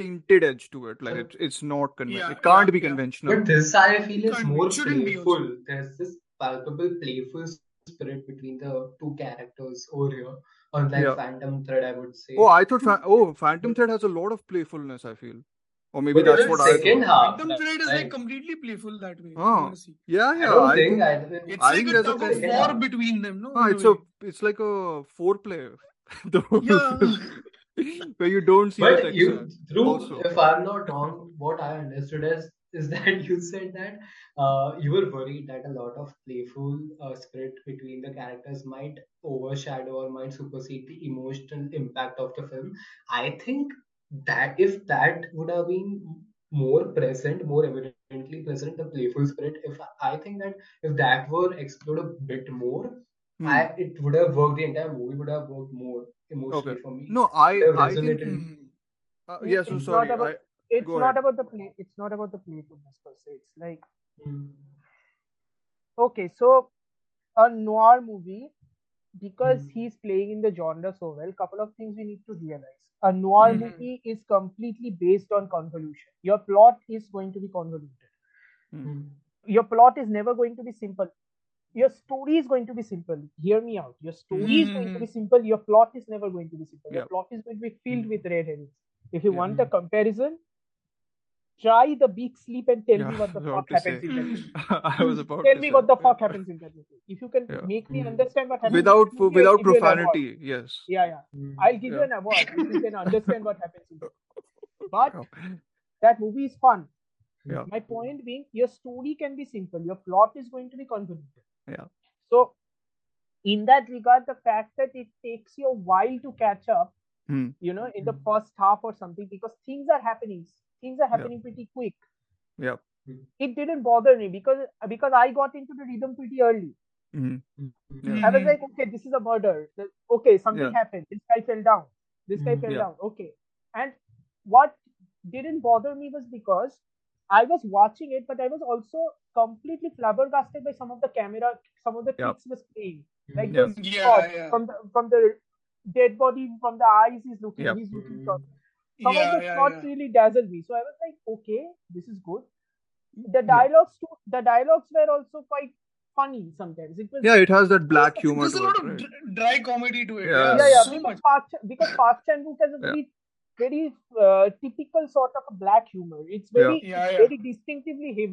Speaker 1: tinted edge to it. Like
Speaker 4: uh,
Speaker 1: it's it's not conven.
Speaker 5: yeah
Speaker 1: It
Speaker 5: yeah
Speaker 1: can't be
Speaker 5: yeah
Speaker 1: conventional.
Speaker 4: but this I feel
Speaker 5: it
Speaker 4: is
Speaker 5: can't be it
Speaker 4: more
Speaker 5: shouldn't be also
Speaker 4: playful. There's this palpable playful spirit between the two characters over here, unlike
Speaker 1: Yeah.
Speaker 4: Phantom Thread, I would
Speaker 1: Oh,
Speaker 4: say.
Speaker 1: I thought Phan- oh Phantom
Speaker 4: But,
Speaker 1: Thread has a lot of playfulness. I feel, or maybe
Speaker 4: but
Speaker 1: that's
Speaker 4: even
Speaker 1: what I
Speaker 4: second
Speaker 1: thought.
Speaker 2: Ah,
Speaker 4: half,
Speaker 5: phantom
Speaker 4: like,
Speaker 5: thread is like
Speaker 4: I,
Speaker 5: completely playful that way if you
Speaker 1: Oh,
Speaker 5: want to see
Speaker 1: yeah,
Speaker 4: I
Speaker 1: yeah.
Speaker 4: don't
Speaker 1: I
Speaker 4: think
Speaker 1: think
Speaker 4: I don't,
Speaker 5: it's
Speaker 1: I
Speaker 5: like
Speaker 1: think
Speaker 5: a
Speaker 1: there's a
Speaker 5: tug of
Speaker 1: fair.
Speaker 4: second
Speaker 5: war
Speaker 4: half.
Speaker 5: between them no
Speaker 1: Ah,
Speaker 5: in a
Speaker 1: it's a
Speaker 5: way
Speaker 1: it's like a foreplay, the whole
Speaker 5: yeah
Speaker 1: film, where you don't see the
Speaker 4: But
Speaker 1: sex
Speaker 4: you,
Speaker 1: act.
Speaker 4: through,
Speaker 1: Also,
Speaker 4: if I'm not wrong, what I understood is is that you said that uh, you were worried that a lot of playful uh, spirit between the characters might overshadow or might supersede the emotional impact of the film. I think that if that would have been more present, more evidently present, the playful spirit, if I think that if that were explored a bit more,
Speaker 1: Hmm.
Speaker 4: I, it would have worked. The entire movie would have worked more emotionally
Speaker 1: Okay.
Speaker 4: for me.
Speaker 1: No, I,
Speaker 4: It would have
Speaker 1: I think,
Speaker 5: Hmm.
Speaker 4: resonated.
Speaker 2: Hmm.
Speaker 1: uh,
Speaker 2: It-
Speaker 1: yeah, so
Speaker 2: it's
Speaker 1: sorry.
Speaker 2: not about-
Speaker 1: I,
Speaker 2: It's
Speaker 1: Go
Speaker 2: not
Speaker 1: ahead.
Speaker 2: about the play. It's not about the playfulness per se. It's like
Speaker 4: Hmm.
Speaker 2: okay, so a noir movie because
Speaker 4: Hmm.
Speaker 2: he's playing in the genre so well. Couple of things we need to realize: a noir
Speaker 1: Hmm.
Speaker 5: Mhm.
Speaker 2: movie is completely based on convolution. Your plot is going to be convoluted.
Speaker 4: Hmm.
Speaker 2: Your plot is never going to be simple. Your story is going to be simple. Hear me out. Your story is going to be simple. Your plot is never going to be simple. Your
Speaker 1: Hmm. Yeah. Hmm.
Speaker 2: plot is going to be filled
Speaker 4: Mhm.
Speaker 2: with red herrings. If you
Speaker 1: Yeah. hmm.
Speaker 2: want a comparison, try the big sleep and tell me
Speaker 1: Yeah,
Speaker 2: what the
Speaker 1: I was
Speaker 2: fuck
Speaker 1: about to
Speaker 2: happens
Speaker 1: say.
Speaker 2: in that movie.
Speaker 1: I was about
Speaker 2: Tell
Speaker 1: to
Speaker 2: me
Speaker 1: say,
Speaker 2: what the
Speaker 1: yeah.
Speaker 2: fuck happens in that movie. If you can
Speaker 1: Yeah.
Speaker 2: make me
Speaker 4: Hmm.
Speaker 2: understand what happens
Speaker 1: Without
Speaker 2: in that movie, I'll
Speaker 1: without
Speaker 2: give you an award.
Speaker 1: profanity, yes.
Speaker 2: Yeah, yeah.
Speaker 4: Hmm.
Speaker 2: I'll give you
Speaker 1: Yeah.
Speaker 2: an award if you can understand what happens in that. movie. But
Speaker 1: Yeah.
Speaker 2: that movie is fun.
Speaker 1: Yeah.
Speaker 2: My point being, your story can be simple. Your plot is going to be convoluted.
Speaker 1: Yeah.
Speaker 2: So, in that regard, the fact that it takes you a while to catch up,
Speaker 1: Hmm.
Speaker 2: you know, in the
Speaker 4: Mhm.
Speaker 2: first half or something, because things are happening. Things are
Speaker 1: Yeah.
Speaker 2: happening pretty quick.
Speaker 1: Yeah.
Speaker 2: It didn't bother me because because I got into the rhythm pretty early.
Speaker 1: Hmm. Yeah.
Speaker 2: I was like, okay, this is a murder. The- Okay, something
Speaker 1: Mm-hmm. Yeah. Mm-hmm.
Speaker 2: happened. This guy fell down. This guy
Speaker 4: Mhm.
Speaker 2: fell
Speaker 1: Yeah.
Speaker 2: down. Okay. And what didn't bother me was because I was watching it, but I was also completely flabbergasted by some of the camera, some of the
Speaker 1: Yeah.
Speaker 2: tricks was playing. Like
Speaker 1: Yeah.
Speaker 2: those
Speaker 5: Yeah,
Speaker 2: shots
Speaker 5: yeah.
Speaker 2: from the from the dead body from the eyes he's looking
Speaker 1: Yeah.
Speaker 2: he's looking
Speaker 4: Mhm.
Speaker 2: shots. Some of
Speaker 5: Mm-hmm. Yeah,
Speaker 2: the
Speaker 5: yeah,
Speaker 2: shots
Speaker 5: yeah.
Speaker 2: really dazzled me. So I was like, okay, this is good. The
Speaker 1: Yeah.
Speaker 2: dialogues too, the dialogues were also quite funny sometimes. It was
Speaker 1: Yeah, it has that black
Speaker 5: It-
Speaker 1: humor
Speaker 5: There's a
Speaker 1: to it,
Speaker 5: lot of
Speaker 1: right?
Speaker 5: dr- dry comedy to it.
Speaker 1: Yeah.
Speaker 5: Yeah,
Speaker 2: yeah, yeah,
Speaker 5: so
Speaker 2: because
Speaker 5: much.
Speaker 2: Park Chan- because Park Chan Wook has a
Speaker 1: Yeah.
Speaker 2: very very uh, typical sort of a black humor. It's
Speaker 1: Yeah.
Speaker 2: very
Speaker 5: Yeah,
Speaker 2: it's
Speaker 5: yeah.
Speaker 2: very distinctively him.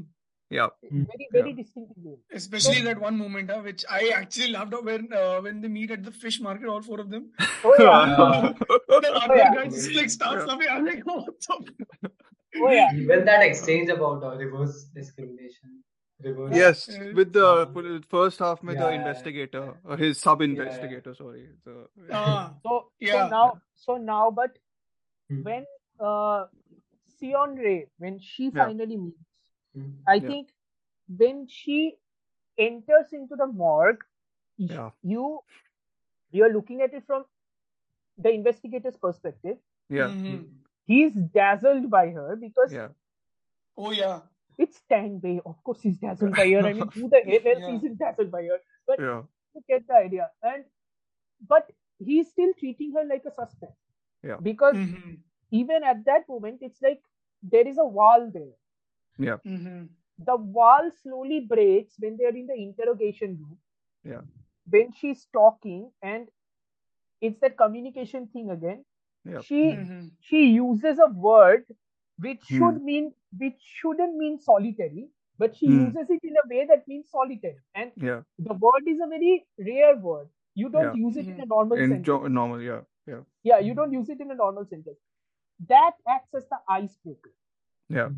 Speaker 1: Yeah.
Speaker 4: Hmm.
Speaker 2: Very
Speaker 1: Yeah.
Speaker 2: very distinctively him.
Speaker 5: Especially that one moment, huh, which I actually laughed at when uh, when they meet at the fish market, all four of them.
Speaker 2: Oh yeah,
Speaker 5: And uh, the
Speaker 2: oh
Speaker 5: other
Speaker 2: yeah,
Speaker 5: guy just like starts
Speaker 1: Yeah.
Speaker 5: laughing. I'm like, what the?
Speaker 2: oh yeah.
Speaker 4: Even that exchange about uh, reverse discrimination, reverse.
Speaker 1: Yes,
Speaker 5: Uh,
Speaker 1: with the
Speaker 4: Uh,
Speaker 1: full- first half with the
Speaker 4: yeah,
Speaker 1: investigator, or his
Speaker 4: yeah,
Speaker 1: sub-investigator, sorry. So,
Speaker 2: Um,
Speaker 1: yeah.
Speaker 5: Ah,
Speaker 2: So so
Speaker 5: yeah.
Speaker 2: now so now but
Speaker 4: Hmm.
Speaker 2: when uh Sion Ray when she
Speaker 1: Yeah.
Speaker 2: finally meets,
Speaker 4: Hmm.
Speaker 2: I
Speaker 1: Yeah.
Speaker 2: think when she enters into the morgue, y-
Speaker 1: Yeah.
Speaker 2: you you're looking at it from the investigator's perspective. Mm.
Speaker 1: Yeah.
Speaker 5: hmm
Speaker 2: He's dazzled by her because
Speaker 1: Yeah.
Speaker 5: Oh, yeah.
Speaker 2: it's Tang Bei. Of course, he's dazzled by her. I mean, who the hell else
Speaker 5: Yeah.
Speaker 2: isn't dazzled by her? But
Speaker 1: Yeah.
Speaker 2: you get the idea. And but he's still treating her like a suspect
Speaker 1: Yeah.
Speaker 2: because
Speaker 5: hmm
Speaker 2: even at that moment, it's like there is a wall there.
Speaker 1: Yeah.
Speaker 5: hmm
Speaker 2: The wall slowly breaks when they are in the interrogation room.
Speaker 1: Yeah.
Speaker 2: When she's talking, and it's that communication thing again.
Speaker 1: Yeah.
Speaker 2: She
Speaker 5: hmm
Speaker 2: she uses a word which
Speaker 1: Hmm.
Speaker 2: should mean which shouldn't mean solitary but she
Speaker 1: Hmm.
Speaker 2: uses it in a way that means solitary and
Speaker 1: Yeah.
Speaker 2: the word is a very rare word you don't
Speaker 1: Yeah.
Speaker 2: use it in
Speaker 1: Hmm.
Speaker 5: Mhm.
Speaker 2: a normal
Speaker 1: In
Speaker 2: sentence
Speaker 1: jo- normal, yeah. Yeah.
Speaker 2: yeah you don't use it in a normal sentence that acts as the icebreaker
Speaker 1: Yeah.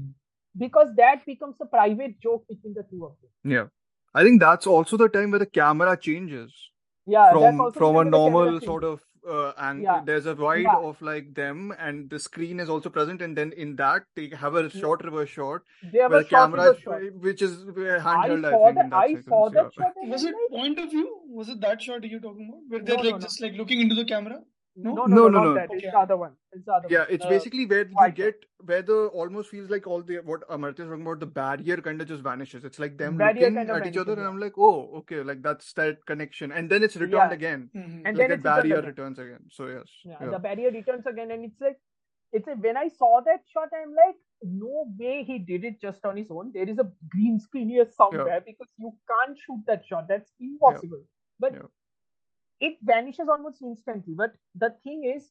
Speaker 2: because that becomes a private joke between the two of them
Speaker 1: Yeah. I think that's also the time where the camera changes.
Speaker 2: yeah that's
Speaker 1: from
Speaker 2: also the
Speaker 1: from a
Speaker 2: time when the camera
Speaker 1: normal
Speaker 2: changes
Speaker 1: sort of uh, ang-
Speaker 2: yeah
Speaker 1: there's a wide
Speaker 2: yeah
Speaker 1: of like them and the screen is also present and then in that they have a
Speaker 2: yeah.
Speaker 1: short reverse shot
Speaker 2: they have
Speaker 1: where
Speaker 2: a
Speaker 1: the
Speaker 2: short
Speaker 1: camera
Speaker 2: reverse
Speaker 1: is,
Speaker 2: shot
Speaker 1: which is
Speaker 2: i
Speaker 1: handheld i
Speaker 2: saw
Speaker 1: think
Speaker 2: that
Speaker 1: in that
Speaker 2: i saw
Speaker 1: sequence yeah
Speaker 2: that shot and i
Speaker 5: Was
Speaker 2: was
Speaker 5: it
Speaker 2: like
Speaker 5: point of view? Was it that shot you're talking about? Where they're
Speaker 2: no no
Speaker 5: like
Speaker 2: no
Speaker 5: just like looking into the camera? No?
Speaker 2: No, no,
Speaker 1: no
Speaker 2: no,
Speaker 1: no
Speaker 2: not
Speaker 1: no
Speaker 2: that. It's
Speaker 5: Okay.
Speaker 2: the other one. It's the other
Speaker 1: yeah
Speaker 2: one. Uh,
Speaker 1: it's
Speaker 2: The
Speaker 1: basically where you
Speaker 2: white one.
Speaker 1: get where the almost feels like all the what amartya is talking about the barrier kind of just vanishes it's like them
Speaker 2: Barrier
Speaker 1: looking
Speaker 2: kind of
Speaker 1: at each other
Speaker 2: vanishes,
Speaker 1: and
Speaker 2: yeah.
Speaker 1: i'm like oh okay like that's that connection and then it's
Speaker 2: Yeah.
Speaker 1: returned again
Speaker 5: hmm
Speaker 2: And
Speaker 1: like
Speaker 2: then
Speaker 1: that
Speaker 2: it's returned
Speaker 1: barrier
Speaker 2: again.
Speaker 1: returns again so yes
Speaker 2: Yeah.
Speaker 1: yeah
Speaker 2: The barrier returns again. And it's like, it's a, when I saw that shot, I'm like, no way he did it just on his own. There is a green screen here
Speaker 1: yeah
Speaker 2: somewhere because you can't shoot that shot. That's
Speaker 1: yeah
Speaker 2: impossible. But
Speaker 1: yeah
Speaker 2: it vanishes almost instantly. But the thing is,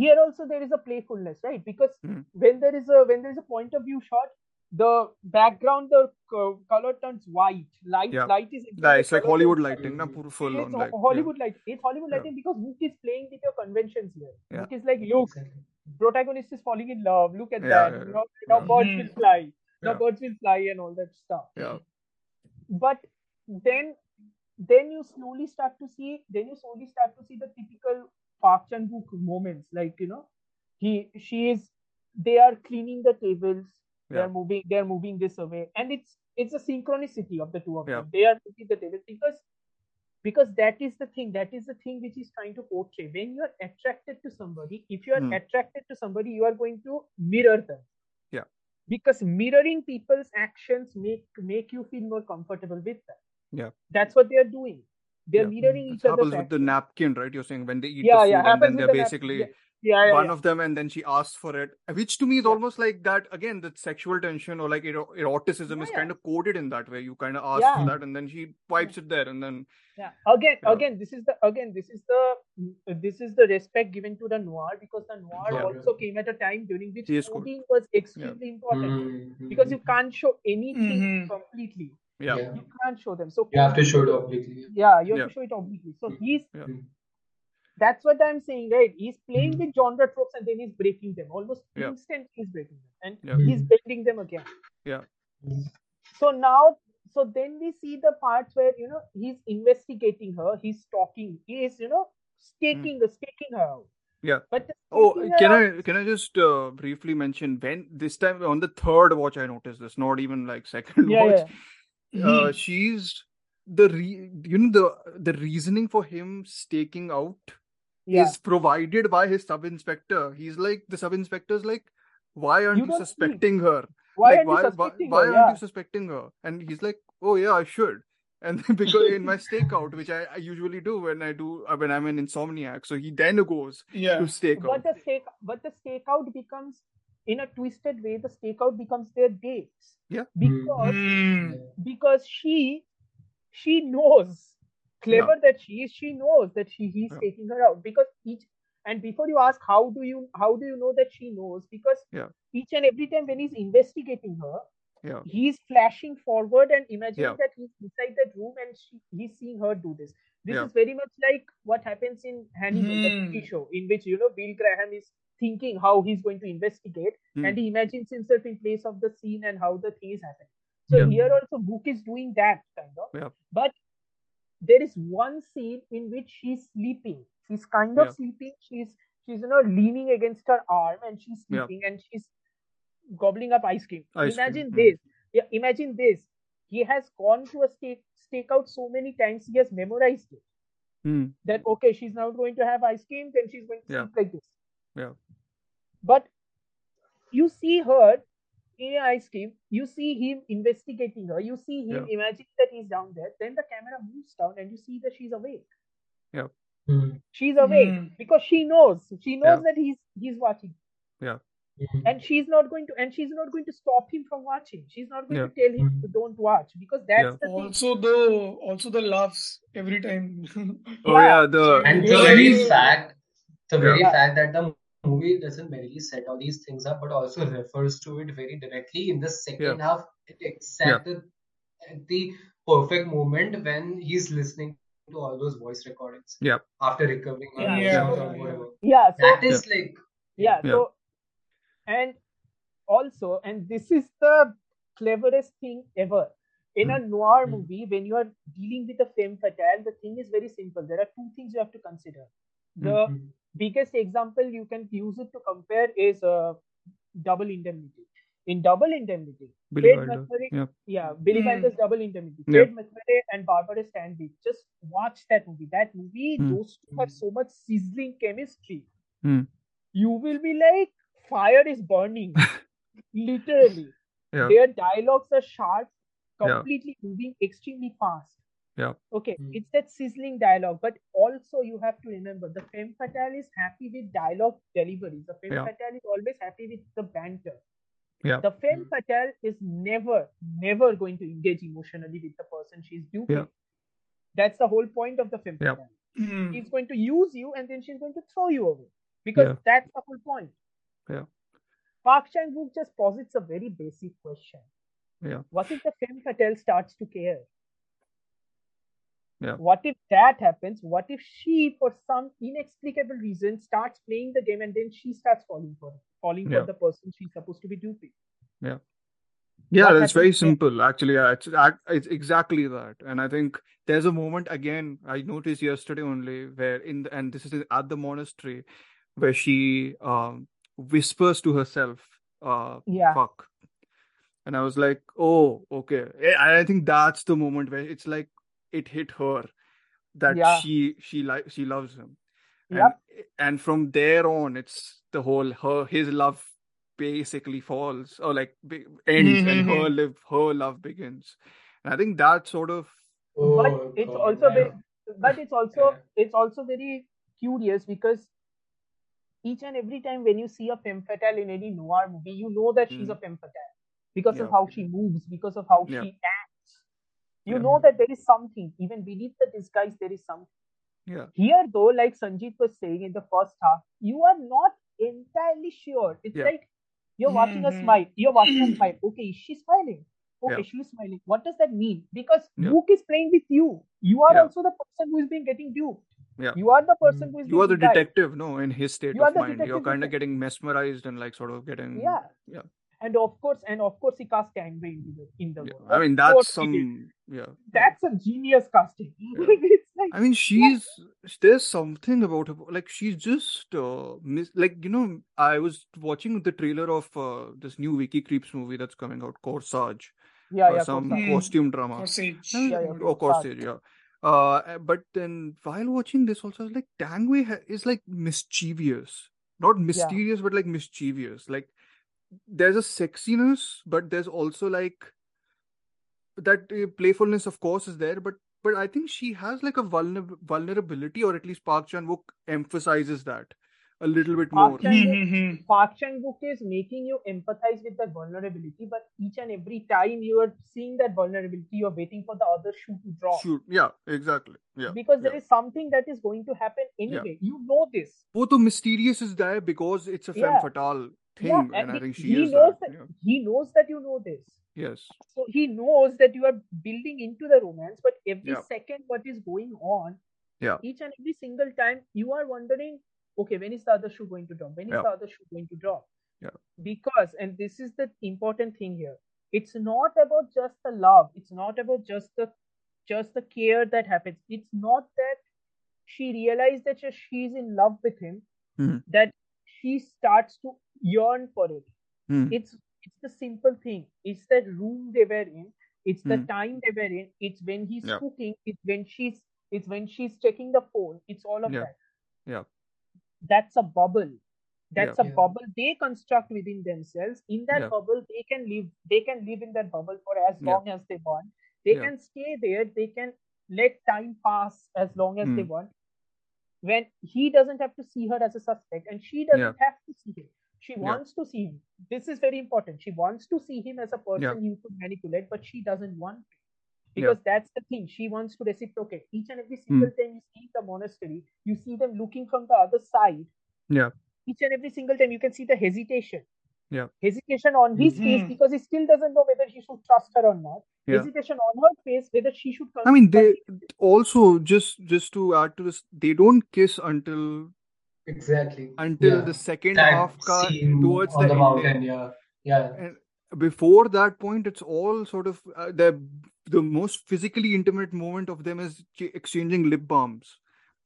Speaker 2: here also there is a playfulness right because
Speaker 1: Mhm.
Speaker 2: when there is a when there is a point of view shot the background the co- color turns white light
Speaker 1: yeah
Speaker 2: light is entering
Speaker 1: Yeah,
Speaker 2: the
Speaker 1: it's like
Speaker 2: color turns
Speaker 1: Hollywood
Speaker 2: white
Speaker 1: lighting, na,
Speaker 4: Mhm.
Speaker 1: pure full
Speaker 2: it's
Speaker 1: on
Speaker 2: Ho-
Speaker 1: like, yeah,
Speaker 2: hollywood light it's hollywood
Speaker 1: yeah,
Speaker 2: lighting because Luke is playing with your conventions here
Speaker 1: yeah,
Speaker 2: Luke is like look
Speaker 4: Exactly.
Speaker 2: protagonist is falling in love look at
Speaker 1: yeah,
Speaker 2: that
Speaker 1: yeah,
Speaker 2: now, now
Speaker 1: yeah,
Speaker 2: birds will
Speaker 5: hmm
Speaker 2: fly now
Speaker 1: yeah,
Speaker 2: birds will fly and all that stuff
Speaker 1: yeah,
Speaker 2: but then then you slowly start to see then you slowly start to see the typical Park Chan Wook moments like you know he she is they are cleaning the tables they
Speaker 1: yeah,
Speaker 2: are moving they are moving this away and it's it's a synchronicity of the two of
Speaker 1: yeah,
Speaker 2: them they are moving the tables because because that is the thing that is the thing which is trying to portray when you are attracted to somebody if you are
Speaker 1: Hmm.
Speaker 2: attracted to somebody you are going to mirror them
Speaker 1: Yeah.
Speaker 2: because mirroring people's actions make make you feel more comfortable with them
Speaker 1: Yeah.
Speaker 2: that's what they are doing they're
Speaker 1: Yeah.
Speaker 2: mirroring
Speaker 1: It
Speaker 2: each other's
Speaker 1: happens with the
Speaker 2: actions.
Speaker 1: napkin, right? You're saying when they eat
Speaker 2: yeah
Speaker 1: the food
Speaker 2: yeah
Speaker 1: and then
Speaker 2: happens
Speaker 1: they're
Speaker 2: with the nap-
Speaker 1: basically
Speaker 2: yeah yeah, Oh, yeah,
Speaker 1: one
Speaker 2: yeah.
Speaker 1: of them and then she asks for it, which to me is
Speaker 2: Yeah.
Speaker 1: almost like that again, that sexual tension or like ero- eroticism
Speaker 2: Yeah,
Speaker 1: is
Speaker 2: yeah.
Speaker 1: kind of coded in that way. You kind of ask
Speaker 2: Yeah.
Speaker 1: for that and then she wipes it there and then
Speaker 2: Yeah. Again,
Speaker 1: Yeah.
Speaker 2: again, this is the again this is the this is the respect given to the noir because the noir
Speaker 4: Yeah.
Speaker 2: also came at a time during which
Speaker 1: Yes, good.
Speaker 2: coding was extremely important
Speaker 4: Hmm,
Speaker 2: because
Speaker 4: hmm.
Speaker 2: you can't show anything
Speaker 5: Mhm.
Speaker 2: completely.
Speaker 1: yeah,
Speaker 4: Yeah.
Speaker 2: You can't show them. So
Speaker 4: You have to show it obliquely.
Speaker 2: yeah, you have
Speaker 1: Yeah. Hmm.
Speaker 2: to show it obliquely. So
Speaker 4: Mhm.
Speaker 2: he's
Speaker 1: Yeah.
Speaker 2: that's what I'm saying, right? He's playing
Speaker 4: Mhm.
Speaker 2: with genre tropes and then he's breaking them almost
Speaker 1: Yeah.
Speaker 2: instant. He's breaking them and
Speaker 1: Yeah.
Speaker 4: Hmm.
Speaker 2: he's bending them again.
Speaker 4: Mhm.
Speaker 2: So now, so then we see the parts where you know he's investigating her, he's talking, he is you know staking, staking her out.
Speaker 1: Hmm. Yeah.
Speaker 2: But the
Speaker 1: Oh,
Speaker 2: staking her
Speaker 1: can
Speaker 2: out-
Speaker 1: I can I just uh, briefly mention when this time on the third watch I noticed this, not even like second
Speaker 2: Yeah,
Speaker 1: watch.
Speaker 2: yeah.
Speaker 1: Uh, she's the re- you know the the reasoning for him staking out
Speaker 2: yeah.
Speaker 1: is provided by his sub inspector. He's like the sub inspector's like, why aren't
Speaker 2: You
Speaker 1: you,
Speaker 2: don't
Speaker 1: suspecting her?
Speaker 2: Why
Speaker 1: like
Speaker 2: are you
Speaker 1: why why,
Speaker 2: suspecting
Speaker 1: why
Speaker 2: her?
Speaker 1: aren't
Speaker 2: Yeah.
Speaker 1: you suspecting her? And he's like, oh yeah, I should. And then because in my stakeout, which I, I usually do when I do uh, when I'm an insomniac, so he then goes
Speaker 5: Yeah.
Speaker 1: to stake out.
Speaker 2: But the stake, but the stakeout becomes in a twisted way. The stakeout becomes their dates.
Speaker 1: Yeah.
Speaker 2: Because
Speaker 5: Mm.
Speaker 2: because she she knows clever that she is she knows that she he's
Speaker 1: Yeah.
Speaker 2: taking her out because each and before you ask how do you how do you know that she knows because
Speaker 1: Yeah.
Speaker 2: each and every time when he's investigating her
Speaker 1: Yeah.
Speaker 2: he's flashing forward and imagining
Speaker 1: Yeah.
Speaker 2: that he's inside that room and she, he's seeing her do this this
Speaker 1: Yeah.
Speaker 2: is very much like what happens in hannibal the
Speaker 5: Hmm.
Speaker 2: tv show in which you know bill graham is thinking how he's going to investigate
Speaker 1: Hmm.
Speaker 2: and he imagines himself in place of the scene and how the thing is happening so
Speaker 1: Yeah.
Speaker 2: here also book is doing that kind of.
Speaker 1: Yeah.
Speaker 2: But there is one scene in which she's sleeping. She's kind of
Speaker 1: Yeah.
Speaker 2: sleeping. She's she's you know leaning against her arm and she's
Speaker 1: Yeah.
Speaker 2: sleeping and she's gobbling up ice cream.
Speaker 1: Ice cream,
Speaker 2: imagine
Speaker 1: mm.
Speaker 2: this. Yeah, imagine this. He has gone to a stake stakeout so many times he has memorized it.
Speaker 1: Hmm.
Speaker 2: That okay, she's now going to have ice cream, then she's going to
Speaker 1: Yeah.
Speaker 2: sleep like this.
Speaker 1: Yeah.
Speaker 2: But you see her in an ice cream, you see him investigating her, you see him imagining that he's down there, then the camera moves down and you see that she's awake.
Speaker 4: Mhm.
Speaker 2: She's awake
Speaker 5: Hmm.
Speaker 2: because she knows. She knows
Speaker 1: Yeah.
Speaker 2: that he's he's watching.
Speaker 4: Mhm.
Speaker 2: And she's not going to and she's not going to stop him from watching. She's not going to tell him
Speaker 4: Mhm.
Speaker 2: don't watch because that's
Speaker 1: Yeah.
Speaker 2: the thing.
Speaker 5: Also, though, also the laughs every time.
Speaker 1: Oh
Speaker 2: Yeah.
Speaker 1: yeah, the
Speaker 4: And the very
Speaker 5: Yeah.
Speaker 4: fact, the very
Speaker 2: Yeah.
Speaker 4: fact that the movie doesn't merely set all these things up, but also refers to it very directly in the second half, at exact at the perfect moment when he's listening to all those voice recordings
Speaker 1: Yeah.
Speaker 4: after recovering her
Speaker 2: Yeah,
Speaker 4: voice
Speaker 5: Yeah.
Speaker 4: or
Speaker 2: so-
Speaker 4: whatever.
Speaker 2: Yeah. So
Speaker 4: That is like
Speaker 2: yeah,
Speaker 1: Yeah.
Speaker 2: so and also and this is the cleverest thing ever in a noir
Speaker 4: Mm.
Speaker 2: movie when you are dealing with a femme fatale the thing is very simple there are two things you have to consider the
Speaker 4: Mm.
Speaker 2: biggest example you can use it to compare is uh, double indemnity in double indemnity
Speaker 1: Billy
Speaker 2: Fred
Speaker 1: Wilder.
Speaker 2: McMurray,
Speaker 1: Yeah.
Speaker 2: yeah, Billy
Speaker 5: Mm.
Speaker 2: Wilder's Double Indemnity.
Speaker 1: Yeah.
Speaker 2: Fred McMurray and Barbara Stanwyck. Just watch that movie. That movie,
Speaker 1: Mm.
Speaker 2: those two have so much sizzling chemistry
Speaker 1: Mm.
Speaker 2: you will be like fire is burning literally
Speaker 1: Yeah.
Speaker 2: their dialogues are sharp
Speaker 1: Yeah.
Speaker 2: completely moving extremely fast
Speaker 1: Yeah.
Speaker 2: okay
Speaker 4: Hmm.
Speaker 2: it's that sizzling dialogue but also you have to remember the femme fatale is happy with dialogue delivery the femme
Speaker 1: Yeah.
Speaker 2: fatale is always happy with the banter
Speaker 1: Yeah.
Speaker 2: the femme fatale is never never going to engage emotionally with the person she's duping
Speaker 1: Yeah.
Speaker 2: that's the whole point of the femme
Speaker 1: Yeah.
Speaker 2: fatale
Speaker 5: Hmm.
Speaker 2: she's going to use you and then she's going to throw you away because
Speaker 1: Yeah.
Speaker 2: that's the whole point.
Speaker 1: Yeah.
Speaker 2: Park Chan Wook just posits a very basic question:
Speaker 1: Yeah.
Speaker 2: What if the femme fatale starts to care?
Speaker 1: Yeah.
Speaker 2: What if that happens? What if she, for some inexplicable reason, starts playing the game and then she starts falling for falling
Speaker 1: Yeah.
Speaker 2: for the person she's supposed to be duping?
Speaker 1: Yeah,
Speaker 2: What
Speaker 1: that's very
Speaker 2: happens next?
Speaker 1: simple. Actually, yeah, it's ac- it's exactly that, and I think there's a moment again I noticed yesterday only where in the, and this is at the monastery where she um, whispers to herself, uh,
Speaker 2: Yeah,
Speaker 1: "Fuck," and I was like, "Oh, okay." Eh, I I think that's the moment where it's like it hit her that
Speaker 2: Yeah.
Speaker 1: she she like she loves him and
Speaker 2: Yep.
Speaker 1: and from there on it's the whole her his love basically falls or like be- ends
Speaker 2: Mm-hmm,
Speaker 1: and her live her love begins and i think that sort of
Speaker 4: Oh,
Speaker 2: but it's
Speaker 4: God,
Speaker 2: also
Speaker 4: I-
Speaker 2: very, but it's also
Speaker 4: Yeah.
Speaker 2: it's also very curious because each and every time when you see a femme fatale in any noir movie, you know that she's
Speaker 1: Mm.
Speaker 2: a femme fatale because of
Speaker 1: Yeah.
Speaker 2: how she moves, because of how
Speaker 1: Yeah.
Speaker 2: she acts. You
Speaker 1: Yeah.
Speaker 2: know that there is something, even beneath the disguise, there is something.
Speaker 1: yeah
Speaker 2: Here, though, like Sanjeev was saying in the first half, you are not entirely sure. It's
Speaker 1: Yeah. Mm-hmm.
Speaker 2: like you're watching a
Speaker 5: Mhm.
Speaker 2: smile. You're watching a smile. Okay, is she smiling? Okay,
Speaker 1: Yeah.
Speaker 2: she's smiling. What does that mean? Because
Speaker 1: Yeah.
Speaker 2: Duke is playing with you. You are
Speaker 1: Yeah.
Speaker 2: also the person who is being getting duped.
Speaker 1: Yeah. Mm.
Speaker 2: You are the person who is
Speaker 1: you are
Speaker 2: being
Speaker 1: the
Speaker 2: beguiled.
Speaker 1: detective no in his state
Speaker 2: You are
Speaker 1: of
Speaker 2: the
Speaker 1: mind you're
Speaker 2: detective
Speaker 1: kind of
Speaker 2: detective.
Speaker 1: getting mesmerized and like sort of getting
Speaker 2: Yeah.
Speaker 1: yeah,
Speaker 2: And of course, and of course, he cast Tangway in the in the
Speaker 1: yeah.
Speaker 2: role.
Speaker 1: i mean
Speaker 2: Of
Speaker 1: that's
Speaker 2: course he did.
Speaker 1: some yeah yeah.
Speaker 2: That's a genius casting.
Speaker 1: Yeah.
Speaker 2: it's like
Speaker 1: I mean, she's there's something about her. Like she's just uh, miss. Like you know, I was watching the trailer of uh, this new Wiki Creeps movie that's coming out, Corsage,
Speaker 2: yeah,
Speaker 1: or
Speaker 2: yeah,
Speaker 1: some
Speaker 2: Kosa.
Speaker 5: Corsage.
Speaker 1: costume drama.
Speaker 5: Corsage.
Speaker 1: And I was
Speaker 2: Yeah,
Speaker 1: like,
Speaker 2: yeah,
Speaker 1: oh,
Speaker 2: Corsage.
Speaker 1: Corsage, yeah. Uh, uh, but then while watching this, also I was like Tangway ha- is like mischievous, not mysterious, but like mischievous. Like there's a sexiness, but there's also like that uh, playfulness of course is there but but i think she has like a vulner- vulnerability or at least park chan wook emphasizes that a little bit more
Speaker 2: Park Chan Wook
Speaker 5: Mhm.
Speaker 2: Park Chan Wook is making you empathize with that vulnerability, but each and every time you are seeing that vulnerability, you're waiting for the other shoe to drop
Speaker 1: shoot yeah exactly yeah
Speaker 2: because there
Speaker 1: yeah.
Speaker 2: is something that is going to happen anyway. You know this.
Speaker 1: both the mysterious is there because it's a femme
Speaker 2: Yeah.
Speaker 1: fatale thing
Speaker 2: Yeah,
Speaker 1: and i
Speaker 2: and
Speaker 1: think she
Speaker 2: he
Speaker 1: is
Speaker 2: knows
Speaker 1: that,
Speaker 2: that
Speaker 1: yeah.
Speaker 2: he knows that you know this.
Speaker 1: yes
Speaker 2: So he knows that you are building into the romance, but every
Speaker 1: Yeah.
Speaker 2: second what is going on,
Speaker 1: Yeah.
Speaker 2: each and every single time you are wondering, okay, when is the other shoe going to drop? When is
Speaker 1: Yeah.
Speaker 2: the other shoe going to drop?
Speaker 1: Yeah.
Speaker 2: Because, and this is the important thing here, it's not about just the love, it's not about just the just the care that happens. It's not that she realized that she- she's in love with him,
Speaker 1: Mhm.
Speaker 2: that she starts to yearn for it
Speaker 1: Hmm.
Speaker 2: it's it's the simple thing it's the room they were in it's the
Speaker 1: Hmm.
Speaker 2: time they were in it's when he's
Speaker 1: Yeah.
Speaker 2: cooking it's when she's it's when she's checking the phone it's all of
Speaker 1: Yeah.
Speaker 2: that
Speaker 1: Yeah.
Speaker 2: that's a bubble that's
Speaker 4: Yeah.
Speaker 2: a bubble they construct within themselves in that
Speaker 1: Yeah.
Speaker 2: bubble they can live they can live in that bubble for as
Speaker 1: Yeah.
Speaker 2: long as they want they
Speaker 1: Yeah.
Speaker 2: can stay there they can let time pass as long as they
Speaker 1: Hmm.
Speaker 2: want when he doesn't have to see her as a suspect and she doesn't have to see him she
Speaker 1: Yeah.
Speaker 2: wants to see him this is very important she wants to see him as a person you could manipulate but she doesn't want to because that's the thing she wants to reciprocate each and
Speaker 1: Hmm.
Speaker 2: every single time you see the monastery you see them looking from the other side
Speaker 1: Yeah.
Speaker 2: each and every single time you can see the hesitation
Speaker 1: Yeah. Mm-hmm.
Speaker 2: hesitation on his face
Speaker 5: Mhm.
Speaker 2: because he still doesn't know whether he should trust her or not
Speaker 1: Yeah.
Speaker 2: hesitation on her face whether she should
Speaker 1: I mean,
Speaker 2: continue-
Speaker 1: they also just just to add to this, they don't kiss until
Speaker 4: exactly.
Speaker 1: until
Speaker 4: Yeah.
Speaker 1: the second
Speaker 4: That
Speaker 1: half car
Speaker 4: scene
Speaker 1: towards
Speaker 4: on
Speaker 1: the,
Speaker 4: the
Speaker 1: ending.
Speaker 4: mountain, yeah. Yeah.
Speaker 1: And before that point, it's all sort of uh, the the most physically intimate moment of them is ch- exchanging lip balms,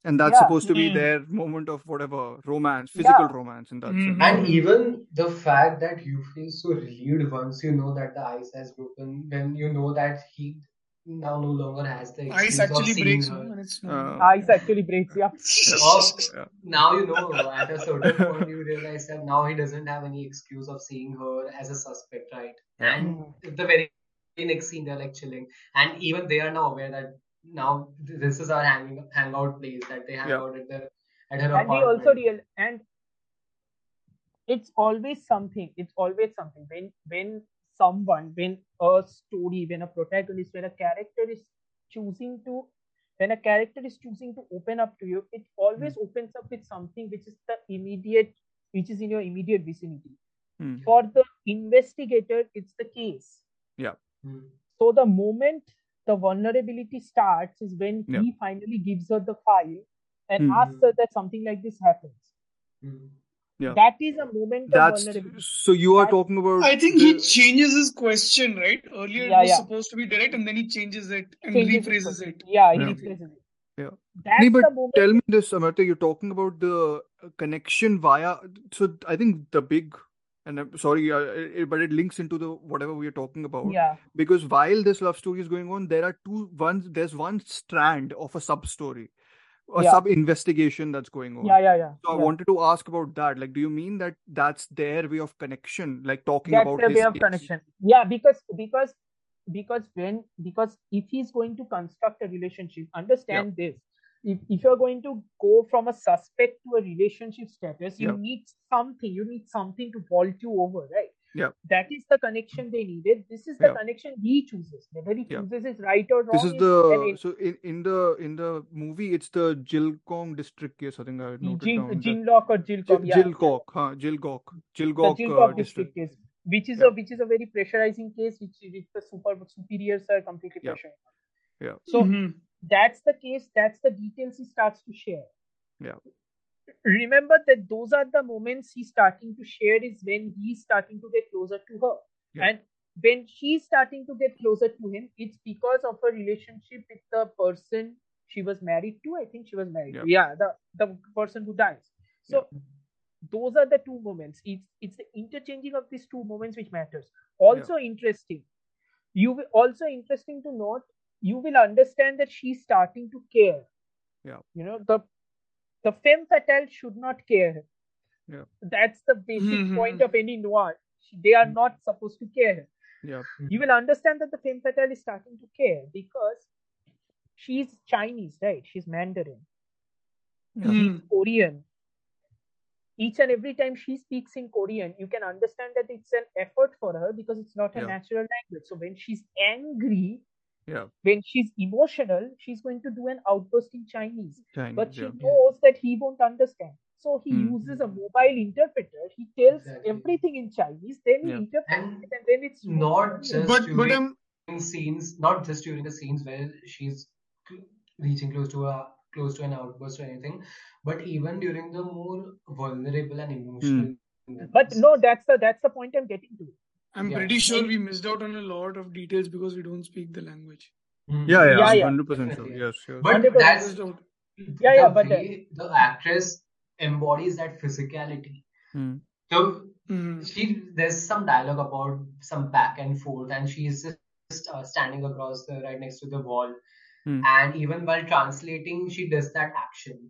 Speaker 1: and that's
Speaker 2: Yeah.
Speaker 1: supposed to be
Speaker 5: Mm.
Speaker 1: their moment of whatever romance, physical
Speaker 2: Yeah.
Speaker 1: romance in that
Speaker 5: Mhm.
Speaker 1: sense.
Speaker 4: Mm-hmm. And even the fact that you feel so relieved once you know that the ice has broken, when you know that he now no longer has the
Speaker 5: Ice
Speaker 4: excuse of
Speaker 5: actually
Speaker 4: seeing
Speaker 5: breaks no,
Speaker 4: her.
Speaker 5: when it's
Speaker 1: Uh,
Speaker 2: ice actually breaks yeah
Speaker 1: yeah,
Speaker 4: Or
Speaker 1: yeah,
Speaker 4: now you know, at a certain point, you realize that now he doesn't have any excuse of seeing her as a suspect, right?
Speaker 1: Yeah.
Speaker 4: And the very next scene, they're like chilling. And even they are now aware that now th- this is our hang- hangout place that they hang
Speaker 1: Yeah.
Speaker 4: out at, their, at her
Speaker 2: and they also
Speaker 4: apartment.
Speaker 2: real and it's always something it's always something when when someone when a story when a protagonist when a character is choosing to when a character is choosing to open up to you it always
Speaker 1: Hmm.
Speaker 2: opens up with something which is the immediate which is in your immediate vicinity
Speaker 1: Hmm.
Speaker 2: for the investigator it's the case
Speaker 4: Hmm.
Speaker 2: so the moment the vulnerability starts is when
Speaker 1: Yeah.
Speaker 2: he finally gives her the file and
Speaker 1: Hmm.
Speaker 2: asks her that something like this happens
Speaker 4: Hmm.
Speaker 1: Yeah.
Speaker 2: that is a moment of
Speaker 1: That's
Speaker 2: vulnerability
Speaker 1: so you are
Speaker 2: That-
Speaker 1: talking about.
Speaker 5: I think
Speaker 1: the-
Speaker 5: he changes his question, right? Earlier it
Speaker 2: Yeah,
Speaker 5: was
Speaker 2: yeah.
Speaker 5: supposed to be direct and then he changes it and
Speaker 2: changes his
Speaker 5: rephrases
Speaker 2: question.
Speaker 5: it.
Speaker 2: Yeah, he
Speaker 1: Yeah.
Speaker 2: replaces it.
Speaker 1: Yeah. Nee,
Speaker 2: That's
Speaker 1: but
Speaker 2: the moment.
Speaker 1: tell me this, Amartya, you're talking about the uh, connection via. So I think the big and I'm sorry, uh, it, it- but it links into the whatever we are talking about.
Speaker 2: Yeah.
Speaker 1: Because while this love story is going on, there are two one. There's one strand of a sub story, a
Speaker 2: Yeah.
Speaker 1: sub investigation that's going on.
Speaker 2: Yeah. Yeah. Yeah.
Speaker 1: So I
Speaker 2: yeah.
Speaker 1: wanted to ask about that. Like, do you mean that that's their way of connection? Like talking
Speaker 2: That's
Speaker 1: about
Speaker 2: their
Speaker 1: this
Speaker 2: way of
Speaker 1: case?
Speaker 2: connection. Yeah, because because because when because if he's going to construct a relationship, understand this. If if you're going to go from a suspect to a relationship status, you
Speaker 1: Yeah.
Speaker 2: need something. You need something to vault you over, right?
Speaker 1: Yeah.
Speaker 2: That is the connection they needed. This is the
Speaker 1: Yeah.
Speaker 2: connection he chooses. Whether he
Speaker 1: Yeah.
Speaker 2: chooses is right or wrong.
Speaker 1: This
Speaker 2: is
Speaker 1: is the
Speaker 2: irrelevant.
Speaker 1: so in, in the in the movie it's the Jilgong district case. I think I noted down.
Speaker 2: Jin,
Speaker 1: that.
Speaker 2: Jinlock or Jilcom,
Speaker 1: Jil-
Speaker 2: yeah.
Speaker 1: Jilgok, huh? Jilgok,
Speaker 2: the
Speaker 1: Jilgok uh,
Speaker 2: Jilgok
Speaker 1: district.
Speaker 2: district case, which is
Speaker 1: Yeah.
Speaker 2: a which is a very pressurizing case, which, which the super superiors are completely
Speaker 1: Yeah.
Speaker 2: pressuring.
Speaker 1: Yeah.
Speaker 2: So
Speaker 5: Mhm.
Speaker 2: that's the case. That's the details he starts to share.
Speaker 1: Yeah.
Speaker 2: Remember that those are the moments he's starting to share is when he's starting to get closer to her,
Speaker 1: Yeah.
Speaker 2: and when she's starting to get closer to him, it's because of her relationship with the person she was married to. I think she was married.
Speaker 1: Yeah.
Speaker 2: To. Yeah. The the person who dies. So those are the two moments it's it's the interchanging of these two moments which matters also interesting you will also interesting to note you will understand that she's starting to care
Speaker 1: Yeah.
Speaker 2: you know the the femme fatale should not care
Speaker 1: Yeah.
Speaker 2: that's the basic
Speaker 5: Mhm.
Speaker 2: point of any noir they are not supposed to care
Speaker 1: Mm. Yeah.
Speaker 2: you will understand that the femme fatale is starting to care because she's chinese right she's mandarin Mm-hmm.
Speaker 5: Mhm.
Speaker 2: Korean. Each and every time she speaks in Korean, you can understand that it's an effort for her because it's not a
Speaker 1: Yeah.
Speaker 2: natural language. So when she's angry,
Speaker 1: Yeah.
Speaker 2: when she's emotional, she's going to do an outburst in Chinese.
Speaker 1: Chinese,
Speaker 2: But she
Speaker 1: Mm, yeah.
Speaker 2: knows that he won't understand. So he
Speaker 1: Hmm.
Speaker 2: uses a mobile interpreter. He tells
Speaker 4: Exactly.
Speaker 2: everything in Chinese, then he
Speaker 1: Yeah.
Speaker 2: interprets
Speaker 4: And
Speaker 2: it, and then it's
Speaker 4: not just
Speaker 5: But but
Speaker 4: during
Speaker 5: I'm
Speaker 4: scenes, not just during the scenes where she's cl- reaching close to a close to an outburst or anything, but even during the more vulnerable and
Speaker 1: Hmm.
Speaker 4: emotional. moments.
Speaker 2: But no, that's the that's the point I'm getting to.
Speaker 5: I'm
Speaker 4: Yeah.
Speaker 5: pretty sure we missed out on a lot of details because we don't speak the language.
Speaker 4: Mhm.
Speaker 1: Yeah, yeah,
Speaker 2: Yeah,
Speaker 1: I'm
Speaker 2: yeah.
Speaker 1: hundred percent sure.
Speaker 4: Definitely.
Speaker 1: Yes, yes.
Speaker 4: But
Speaker 2: 100%.
Speaker 5: We
Speaker 4: that's
Speaker 5: missed out.
Speaker 2: Yeah, yeah,
Speaker 4: the
Speaker 2: but, uh,
Speaker 4: way the actress embodies that physicality.
Speaker 1: Hmm.
Speaker 4: So
Speaker 1: Mm-hmm.
Speaker 5: Mhm.
Speaker 4: she there's some dialogue about some back and forth, and she's just uh, standing across the right next to the wall,
Speaker 1: Hmm.
Speaker 4: and even while translating, she does that action,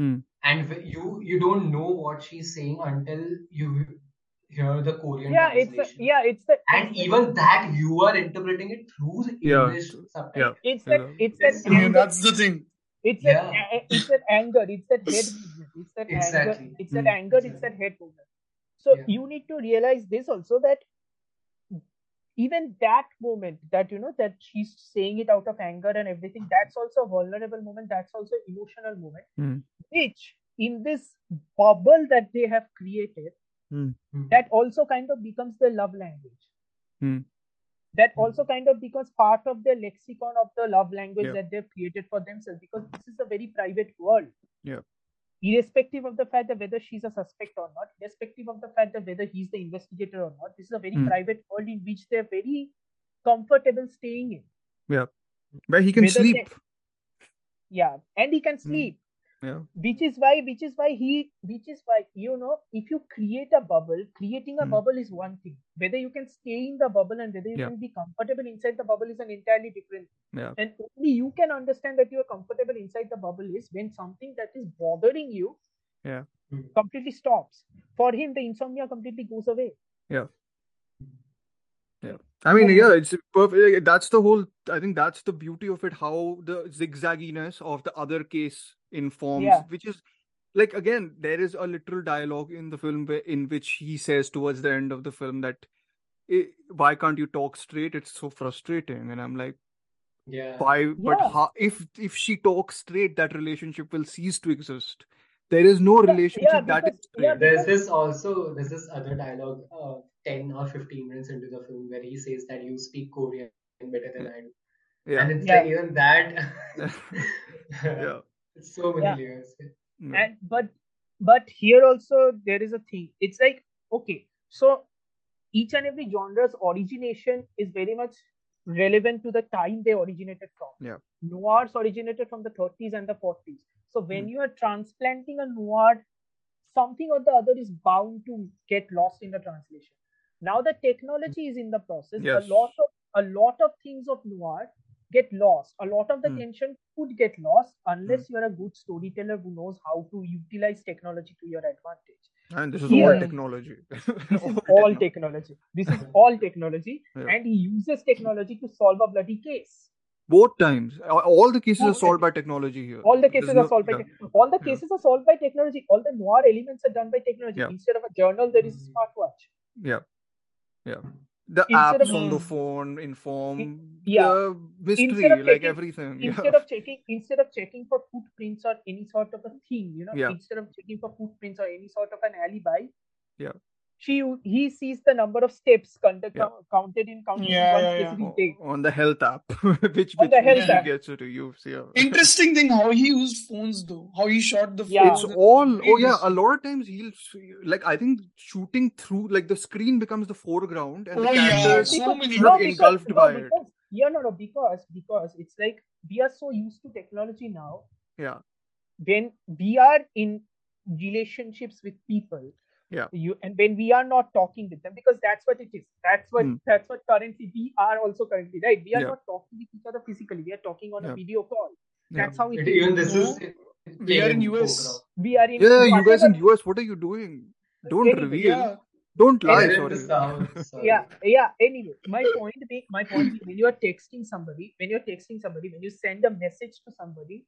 Speaker 1: Hmm.
Speaker 4: and wh- you you don't know what she's saying until you hear the Korean
Speaker 2: yeah, it's a,
Speaker 4: translation,
Speaker 2: yeah, it's the
Speaker 4: and
Speaker 2: it's the-
Speaker 4: even that you are interpreting it through
Speaker 1: Yeah.
Speaker 4: English
Speaker 1: t- Yeah.
Speaker 4: subtitles.
Speaker 2: it's that
Speaker 1: Exactly.
Speaker 2: it's that
Speaker 4: It's
Speaker 5: Yeah,
Speaker 4: something-
Speaker 2: anger
Speaker 5: that's the thing.
Speaker 2: it's that
Speaker 4: Yeah,
Speaker 2: a- it's that anger it's that head movement it's that anger
Speaker 4: exactly.
Speaker 2: it's that
Speaker 1: Hmm.
Speaker 2: anger it's that head movement so
Speaker 4: Yeah.
Speaker 2: you need to realize this also that even that moment that you know that she's saying it out of anger and everything that's also a vulnerable moment that's also an emotional moment
Speaker 1: Hmm.
Speaker 2: which in this bubble that they have created
Speaker 1: Hmm.
Speaker 2: that also kind of becomes their love language
Speaker 1: Hmm.
Speaker 2: that also kind of becomes part of their lexicon of the love language
Speaker 1: Yeah.
Speaker 2: that they've created for themselves because this is a very private world
Speaker 1: Yeah.
Speaker 2: irrespective of the fact that whether she's a suspect or not irrespective of the fact that whether he's the investigator or not this is a very
Speaker 1: Hmm.
Speaker 2: private world in which they're very comfortable staying in
Speaker 1: Yeah. Where he can
Speaker 2: Whether they-
Speaker 1: sleep.
Speaker 2: yeah and he can
Speaker 1: Hmm.
Speaker 2: sleep
Speaker 1: Yeah.
Speaker 2: which is why which is why he which is why you know if you create a bubble creating a
Speaker 1: Hmm.
Speaker 2: bubble is one thing whether you can stay in the bubble and whether you
Speaker 1: Yeah.
Speaker 2: can be comfortable inside the bubble is an entirely different
Speaker 1: Yeah.
Speaker 2: and only you can understand that you are comfortable inside the bubble is when something that is bothering you
Speaker 1: Yeah.
Speaker 4: Hmm.
Speaker 2: completely stops for him the insomnia completely goes away
Speaker 1: Yeah. Yeah. I mean, yeah, it's perfect. like, That's the whole. I think that's the beauty of it. How the zigzagginess of the other case informs,
Speaker 2: Yeah.
Speaker 1: which is like again, there is a literal dialogue in the film where, in which he says towards the end of the film that, "Eh, "Why can't you talk straight? It's so frustrating." And I'm like,
Speaker 4: Yeah.
Speaker 1: why? But
Speaker 2: Yeah.
Speaker 1: how, if if she talks straight, that relationship will cease to exist. There is no
Speaker 2: yeah,
Speaker 1: relationship that is
Speaker 2: because- yeah,
Speaker 1: straight.
Speaker 4: There's this also there's this other dialogue uh, 10 or 15 minutes into the film where he says that you speak Korean better than I do. And
Speaker 1: Yeah.
Speaker 4: it's
Speaker 2: Yeah.
Speaker 4: like even that
Speaker 1: Yeah.
Speaker 4: it's so many
Speaker 2: Yeah.
Speaker 4: layers.
Speaker 1: Yeah.
Speaker 2: and but but here also there is a thing it's like okay so each and every genre's origination is very much relevant to the time they originated from
Speaker 1: Yeah.
Speaker 2: noirs originated from the 30s and the 40s so when
Speaker 1: Hmm.
Speaker 2: you are transplanting a noir something or the other is bound to get lost in the translation. Now the technology is in the process.
Speaker 1: Yes.
Speaker 2: A lot of a lot of things of noir get lost. A lot of the
Speaker 1: Hmm.
Speaker 2: tension could get lost unless you're a good storyteller who knows how to utilize technology to your advantage.
Speaker 1: Mm. And this is
Speaker 2: Here-
Speaker 1: all technology.
Speaker 2: This is all
Speaker 1: techno-
Speaker 2: technology. This is all technology,
Speaker 1: Yeah.
Speaker 2: and he uses technology to solve a bloody case.
Speaker 1: Both times. All- All the cases are
Speaker 2: Both
Speaker 1: solved by technology here.
Speaker 2: All the
Speaker 1: There's
Speaker 2: cases
Speaker 1: no-
Speaker 2: are solved by
Speaker 1: yeah.
Speaker 2: tech- all the
Speaker 1: Yeah.
Speaker 2: cases are solved by technology. All the noir elements are done by technology.
Speaker 1: Yeah.
Speaker 2: Instead of a journal, there is a
Speaker 5: Mm-hmm.
Speaker 4: Mhm.
Speaker 2: smartwatch.
Speaker 1: Yeah. Yeah. The
Speaker 2: Instead of
Speaker 1: apps on the
Speaker 5: Mm.
Speaker 1: phone inform
Speaker 2: Yeah.
Speaker 1: the mystery,
Speaker 2: Instead of
Speaker 1: like
Speaker 2: taking-
Speaker 1: everything.
Speaker 2: instead
Speaker 1: yeah.
Speaker 2: of checking instead of checking for footprints or any sort of a thing you know
Speaker 1: Yeah.
Speaker 2: instead of checking for footprints or any sort of an alibi
Speaker 1: Yeah.
Speaker 2: she he sees the number of steps conduct,
Speaker 1: Yeah.
Speaker 2: counted in counted
Speaker 5: Yeah,
Speaker 2: in one
Speaker 5: yeah, yeah.
Speaker 2: specific
Speaker 1: O-
Speaker 2: day
Speaker 1: on the health app, which
Speaker 2: On
Speaker 1: which
Speaker 2: the health
Speaker 1: usually
Speaker 5: app.
Speaker 1: gets you to you. Yeah.
Speaker 5: Interesting thing how he used phones though, how he shot the
Speaker 2: Yeah.
Speaker 5: phones.
Speaker 1: It's all.
Speaker 5: Very
Speaker 1: Oh yeah, a
Speaker 5: interesting.
Speaker 1: lot of times he'll s- like. I think shooting through like the screen becomes the foreground and the
Speaker 5: Oh, yeah,
Speaker 1: character
Speaker 5: so many
Speaker 1: sort of
Speaker 5: times.
Speaker 1: engulfed
Speaker 2: no,
Speaker 1: by it.
Speaker 2: because yeah no no because because it's like we are so used to technology now
Speaker 1: Yeah.
Speaker 2: when we are in relationships with people
Speaker 1: Yeah.
Speaker 2: you and when we are not talking with them because that's what it is that's what
Speaker 1: Hmm.
Speaker 2: that's what currently we are also currently right we are
Speaker 1: Yeah.
Speaker 2: not talking with each other physically we are talking on
Speaker 1: Yeah.
Speaker 2: a video call
Speaker 1: Yeah.
Speaker 2: that's how it
Speaker 4: It,
Speaker 2: is
Speaker 4: even this is
Speaker 5: We are
Speaker 4: played
Speaker 5: in US.
Speaker 4: foreground.
Speaker 2: we are in
Speaker 1: Yeah, you guys
Speaker 2: whatever
Speaker 1: in US, what are you doing? Don't
Speaker 2: Anyway,
Speaker 1: reveal.
Speaker 5: Yeah.
Speaker 1: Don't
Speaker 4: We
Speaker 1: lie.
Speaker 4: are in the
Speaker 1: Sorry.
Speaker 2: uh,
Speaker 4: south. Sorry.
Speaker 2: yeah yeah anyway my point being my point being, when you are texting somebody when you're texting somebody when you send a message to somebody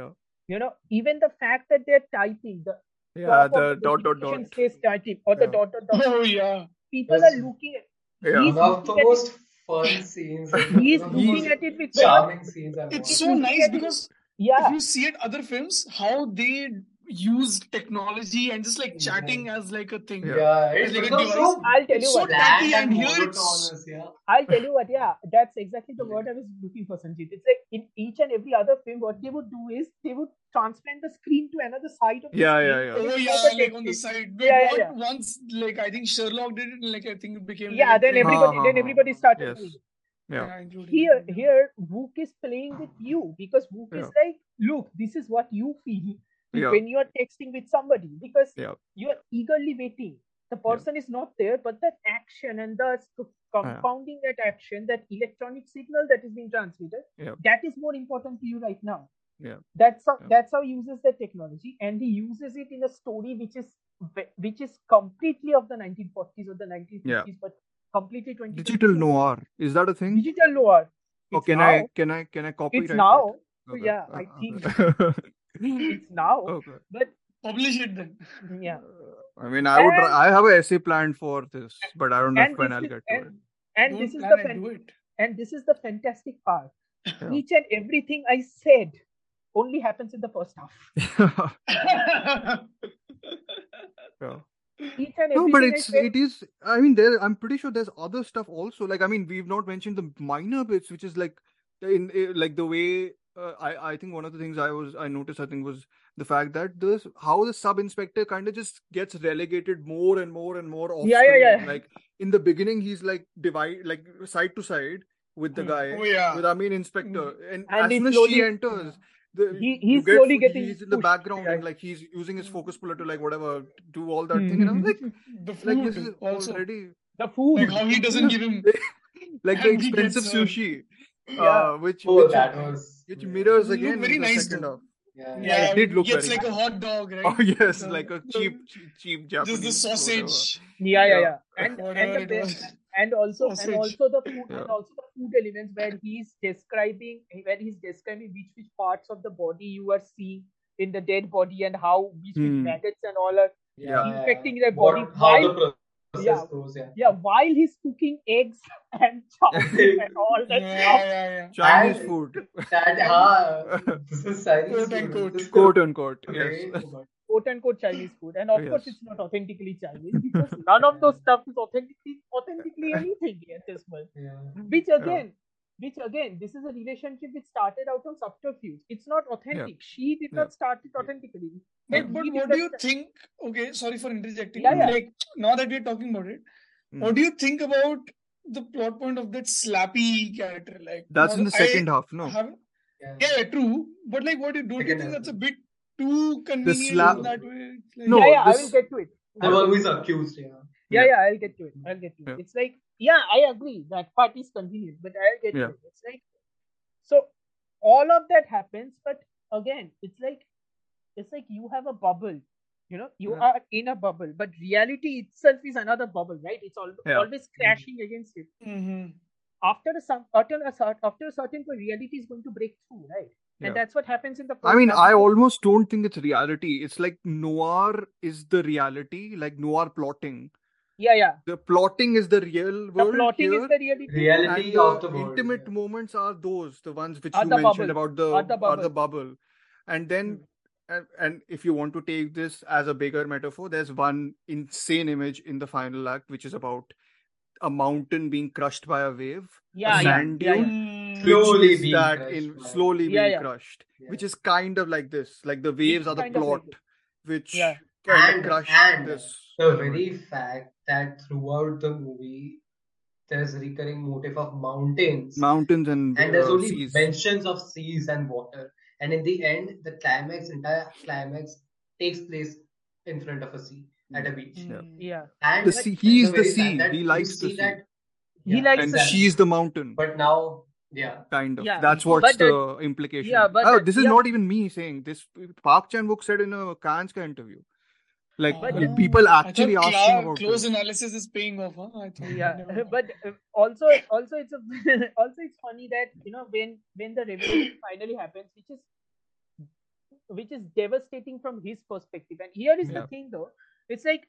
Speaker 1: Yeah.
Speaker 2: you know even the fact that they're typing the
Speaker 1: Yeah.
Speaker 2: top of
Speaker 1: The dot dot
Speaker 2: notification
Speaker 1: dot.
Speaker 2: says typing or the
Speaker 1: Yeah.
Speaker 2: dot dot dot
Speaker 5: Oh yeah.
Speaker 2: people
Speaker 4: Yes.
Speaker 2: are looking at
Speaker 1: Yeah.
Speaker 2: He's
Speaker 4: One of
Speaker 2: looking
Speaker 4: the
Speaker 2: at it-
Speaker 4: most fun scenes and one
Speaker 2: he's
Speaker 4: of the
Speaker 2: looking
Speaker 4: most
Speaker 2: at it with so much
Speaker 4: charming scenes I've
Speaker 5: It's
Speaker 4: watched.
Speaker 5: so
Speaker 2: looking
Speaker 5: nice
Speaker 2: at it-
Speaker 5: because if
Speaker 2: yeah
Speaker 5: you see it other films, how they use technology and just like chatting as like a thing.
Speaker 1: Mm-hmm. Yeah.
Speaker 4: Yeah,
Speaker 5: As
Speaker 4: it
Speaker 5: like a
Speaker 4: becomes
Speaker 5: device. Oh,
Speaker 4: so
Speaker 2: i'll tell
Speaker 5: It's
Speaker 2: you
Speaker 5: so
Speaker 2: what
Speaker 4: bland
Speaker 5: tacky
Speaker 4: and
Speaker 5: and here it's
Speaker 4: monotonous. Yeah.
Speaker 2: i'll tell you what yeah that's exactly the word i was looking for sanjit it's like in each and every other film what they would do is they would transplant the screen to another side of the
Speaker 1: Yeah,
Speaker 2: screen
Speaker 1: yeah, yeah.
Speaker 2: and
Speaker 5: Oh
Speaker 2: it's
Speaker 5: yeah,
Speaker 2: the
Speaker 5: like on the
Speaker 2: text
Speaker 5: side. But
Speaker 2: yeah yeah
Speaker 5: what
Speaker 2: yeah
Speaker 5: once like I think Sherlock did it and like I think it became like
Speaker 2: yeah
Speaker 5: a
Speaker 2: then
Speaker 5: trend.
Speaker 1: Ha,
Speaker 2: everybody
Speaker 1: ha,
Speaker 2: then
Speaker 1: ha.
Speaker 2: everybody started
Speaker 1: Uh-huh. Yes.
Speaker 2: doing it
Speaker 1: Ah, Yeah.
Speaker 5: Yeah, including
Speaker 2: here
Speaker 5: yeah.
Speaker 2: here Wook is playing with you because Wook is like, look, this is what you feel
Speaker 1: Yeah.
Speaker 2: when you are texting with somebody because
Speaker 1: Yeah.
Speaker 2: you are eagerly waiting. The person is not there, but that action and the s- compounding that action, that electronic signal that is being transmitted,
Speaker 1: Yeah.
Speaker 2: that is more important to you right now.
Speaker 1: Yeah.
Speaker 2: That's how
Speaker 1: Yeah.
Speaker 2: that's how he uses that technology, and he uses it in a story which is ve- which is completely of the 1940s or the 1950s, but completely 20th
Speaker 1: Digital noir. Is that a thing?
Speaker 2: digital noir.
Speaker 1: Or
Speaker 2: It's
Speaker 1: can
Speaker 2: now.
Speaker 1: I can I can I copyright?
Speaker 2: It's
Speaker 1: that?
Speaker 2: now.
Speaker 1: Okay.
Speaker 2: Yeah, I
Speaker 1: Uh,
Speaker 2: think
Speaker 1: okay.
Speaker 2: it's now.
Speaker 1: Okay.
Speaker 2: But
Speaker 5: Publish it then.
Speaker 2: yeah,
Speaker 1: Uh, I mean, I would.
Speaker 2: And-
Speaker 1: I have an essay planned for this, but I don't know
Speaker 2: and
Speaker 1: if when
Speaker 2: this
Speaker 1: I'll
Speaker 2: is
Speaker 1: get to it.
Speaker 2: and, and this is
Speaker 5: Don't
Speaker 2: the
Speaker 5: plan and
Speaker 2: fan-
Speaker 5: do it.
Speaker 2: and this is the fantastic part.
Speaker 1: Yeah.
Speaker 2: Each and everything I said only happens in the first half.
Speaker 1: Yeah.
Speaker 2: Each and
Speaker 1: No,
Speaker 2: everything I
Speaker 1: but it's
Speaker 2: said.
Speaker 1: it is. I mean, there. I'm pretty sure there's other stuff also. Like, I mean, we've not mentioned the minor bits, which is like in eh, like the way. Uh, I I think one of the things I was I noticed I think was the fact that this how the sub inspector kind of just gets relegated more and more and more off
Speaker 2: Yeah, yeah,
Speaker 1: screen.
Speaker 2: yeah.
Speaker 1: Like in the beginning, he's like divide like side to side with
Speaker 2: Hmm.
Speaker 1: the guy
Speaker 5: Oh yeah.
Speaker 1: with our main inspector, and,
Speaker 2: And
Speaker 1: as
Speaker 2: he
Speaker 1: soon as she
Speaker 2: slowly- Hmm.
Speaker 1: enters, the,
Speaker 2: He-
Speaker 1: you
Speaker 2: he's
Speaker 1: get
Speaker 2: slowly
Speaker 1: fu-
Speaker 2: getting
Speaker 1: he's in the
Speaker 2: pushed,
Speaker 1: background and
Speaker 2: yeah. Hmm.
Speaker 1: like he's using his focus puller to like whatever do all that thing, and I was like,
Speaker 5: The
Speaker 1: like this
Speaker 5: food
Speaker 1: is
Speaker 5: also.
Speaker 1: already
Speaker 2: The food.
Speaker 5: Like how he doesn't give him
Speaker 1: like the
Speaker 5: and he gets
Speaker 1: expensive
Speaker 5: her.
Speaker 1: sushi,
Speaker 2: Yeah.
Speaker 1: uh, which
Speaker 4: Oh,
Speaker 1: which
Speaker 4: that was.
Speaker 1: which
Speaker 4: yeah.
Speaker 1: mirrors
Speaker 5: Look
Speaker 1: again
Speaker 5: very
Speaker 1: the
Speaker 5: nice
Speaker 1: second
Speaker 5: though.
Speaker 1: half.
Speaker 4: Yeah.
Speaker 1: Yeah, it did
Speaker 5: he
Speaker 1: look
Speaker 5: gets
Speaker 1: very
Speaker 5: like a
Speaker 1: nice.
Speaker 5: hot dog, right?
Speaker 1: Oh yes,
Speaker 5: The-
Speaker 1: like a cheap che- cheap
Speaker 5: just
Speaker 1: Japanese
Speaker 5: the
Speaker 1: whatever.
Speaker 5: sausage,
Speaker 2: yeah yeah
Speaker 1: Yeah.
Speaker 2: yeah and and
Speaker 5: whatever
Speaker 2: the
Speaker 5: it
Speaker 2: be-
Speaker 5: was.
Speaker 2: and also and
Speaker 5: Sausage.
Speaker 2: also the food
Speaker 1: Yeah.
Speaker 2: and also the food elements where he's describing where he's describing which which parts of the body you are seeing in the dead body and how which which
Speaker 1: Hmm.
Speaker 2: maggots and all are
Speaker 1: Yeah.
Speaker 2: infecting their
Speaker 4: What,
Speaker 2: body
Speaker 4: how
Speaker 2: while
Speaker 4: the process
Speaker 2: Yeah.
Speaker 4: goes, yeah.
Speaker 2: yeah while he's cooking eggs and chow and all
Speaker 5: Yeah,
Speaker 2: that stuff
Speaker 5: yeah,
Speaker 1: Chinese
Speaker 4: And-
Speaker 1: food,
Speaker 4: That, ha, this is
Speaker 5: yeah.
Speaker 4: Chinese
Speaker 5: Quote
Speaker 4: food.
Speaker 5: unquote.
Speaker 4: This is
Speaker 1: quote unquote. Yes.
Speaker 4: way too much.
Speaker 2: quote unquote Chinese food and of course
Speaker 1: Yes.
Speaker 2: it's not authentically Chinese because none of those stuff is authentically authentically anything at this point.
Speaker 4: Yeah.
Speaker 2: which
Speaker 1: Yeah.
Speaker 2: again which again this is a relationship which started out on subterfuge it's not authentic she did
Speaker 1: Yeah.
Speaker 2: not start it authentically
Speaker 5: But but
Speaker 2: he did
Speaker 5: what do
Speaker 2: not
Speaker 5: you
Speaker 2: sta-
Speaker 5: think? Okay, sorry for interjecting.
Speaker 2: Yeah,
Speaker 5: but
Speaker 2: yeah.
Speaker 5: Like now that we're talking about it,
Speaker 1: Hmm.
Speaker 5: what do you think about the plot point of that slappy character? Like
Speaker 1: That's
Speaker 5: now
Speaker 1: in the
Speaker 5: I
Speaker 1: second half. No.
Speaker 5: have
Speaker 4: Yeah.
Speaker 5: yeah, true. But like, what do you don't you
Speaker 4: Second
Speaker 5: think
Speaker 4: half.
Speaker 5: that's a bit too convenient
Speaker 1: slap-
Speaker 5: in that way. It's like-
Speaker 1: No,
Speaker 2: yeah, yeah, I
Speaker 1: this-
Speaker 2: will get to it.
Speaker 4: I'm always accused, yeah.
Speaker 2: Yeah,
Speaker 1: Yeah.
Speaker 2: yeah, I'll get to it. I'll get to it.
Speaker 1: Yeah.
Speaker 2: It's like, yeah, I agree that part is convenient, but I'll get to
Speaker 1: Yeah.
Speaker 2: it. It's like, so all of that happens, but again, it's like, it's like you have a bubble, you know, you
Speaker 1: Yeah.
Speaker 2: are in a bubble, but reality itself is another bubble, right? It's al-
Speaker 1: Yeah. Mm-hmm.
Speaker 2: always crashing against it.
Speaker 5: Mhm.
Speaker 2: After a some, after a certain, after a certain point, reality is going to break through, right?
Speaker 1: Yeah.
Speaker 2: And that's what happens in the.
Speaker 1: I mean,
Speaker 2: first
Speaker 1: I
Speaker 2: episode.
Speaker 1: almost don't think it's reality. It's like noir is the reality, like noir plotting.
Speaker 2: Yeah, yeah.
Speaker 1: The plotting is the real
Speaker 2: The
Speaker 1: world.
Speaker 2: plotting
Speaker 1: here,
Speaker 2: is the reality.
Speaker 4: Reality
Speaker 1: and the
Speaker 4: of the world.
Speaker 1: intimate
Speaker 4: yeah.
Speaker 1: moments are those, the ones which
Speaker 2: Are
Speaker 1: you
Speaker 2: the
Speaker 1: mentioned
Speaker 2: bubble.
Speaker 1: about the
Speaker 2: Are the Hmm. bubble.
Speaker 1: bubble. And then, and, and if you want to take this as a bigger metaphor, there's one insane image in the final act, which is about a mountain being crushed by a wave,
Speaker 2: Yeah, yeah,
Speaker 1: a sand
Speaker 2: yeah, yeah.
Speaker 1: dune,
Speaker 5: Mm.
Speaker 1: which
Speaker 4: Slowly
Speaker 1: is
Speaker 4: being
Speaker 1: that
Speaker 4: crushed
Speaker 1: in
Speaker 4: by-
Speaker 1: slowly
Speaker 2: Yeah,
Speaker 1: being
Speaker 2: yeah.
Speaker 1: crushed,
Speaker 4: Yeah.
Speaker 1: which is kind of like this, like the waves
Speaker 2: It's
Speaker 1: are the
Speaker 2: kind of like
Speaker 1: plot,
Speaker 2: this.
Speaker 1: which
Speaker 2: Yeah.
Speaker 1: kind
Speaker 4: And-
Speaker 1: of crushed
Speaker 4: and
Speaker 1: this.
Speaker 4: The
Speaker 1: element.
Speaker 4: very fact that throughout the movie there's a recurring motif of mountains
Speaker 1: mountains and,
Speaker 4: and there's
Speaker 1: uh,
Speaker 4: only
Speaker 1: seas.
Speaker 4: mentions of seas and water. And in the end, the climax, entire climax takes place in front of a sea at a beach.
Speaker 1: Yeah.
Speaker 2: Yeah.
Speaker 4: And
Speaker 1: The
Speaker 4: but
Speaker 1: sea- he is the
Speaker 4: very fact
Speaker 1: sea.
Speaker 4: that
Speaker 1: He
Speaker 4: you
Speaker 1: likes the
Speaker 4: see
Speaker 1: sea.
Speaker 4: that-
Speaker 2: He
Speaker 4: yeah,
Speaker 2: likes
Speaker 1: and
Speaker 2: the
Speaker 4: exactly.
Speaker 1: she's the mountain
Speaker 4: But now, yeah,
Speaker 1: kind of
Speaker 2: Yeah,
Speaker 1: that's
Speaker 4: but
Speaker 1: what's
Speaker 2: that-
Speaker 1: the implication
Speaker 2: yeah, but
Speaker 1: oh
Speaker 2: that-
Speaker 1: this is
Speaker 2: yeah.
Speaker 1: not even me saying this park chan wook said in a kanska interview like
Speaker 5: But-
Speaker 1: l- people
Speaker 5: I thought
Speaker 1: actually
Speaker 5: cla-
Speaker 1: asking about
Speaker 5: close
Speaker 1: this.
Speaker 5: analysis is paying off. Huh? I thought.
Speaker 2: Yeah,
Speaker 5: Never mind.
Speaker 2: but uh, also, also it's a, also it's funny that you know when when the revelation finally happens, which is which is devastating from his perspective. And here is the
Speaker 1: Yeah.
Speaker 2: thing, though, it's like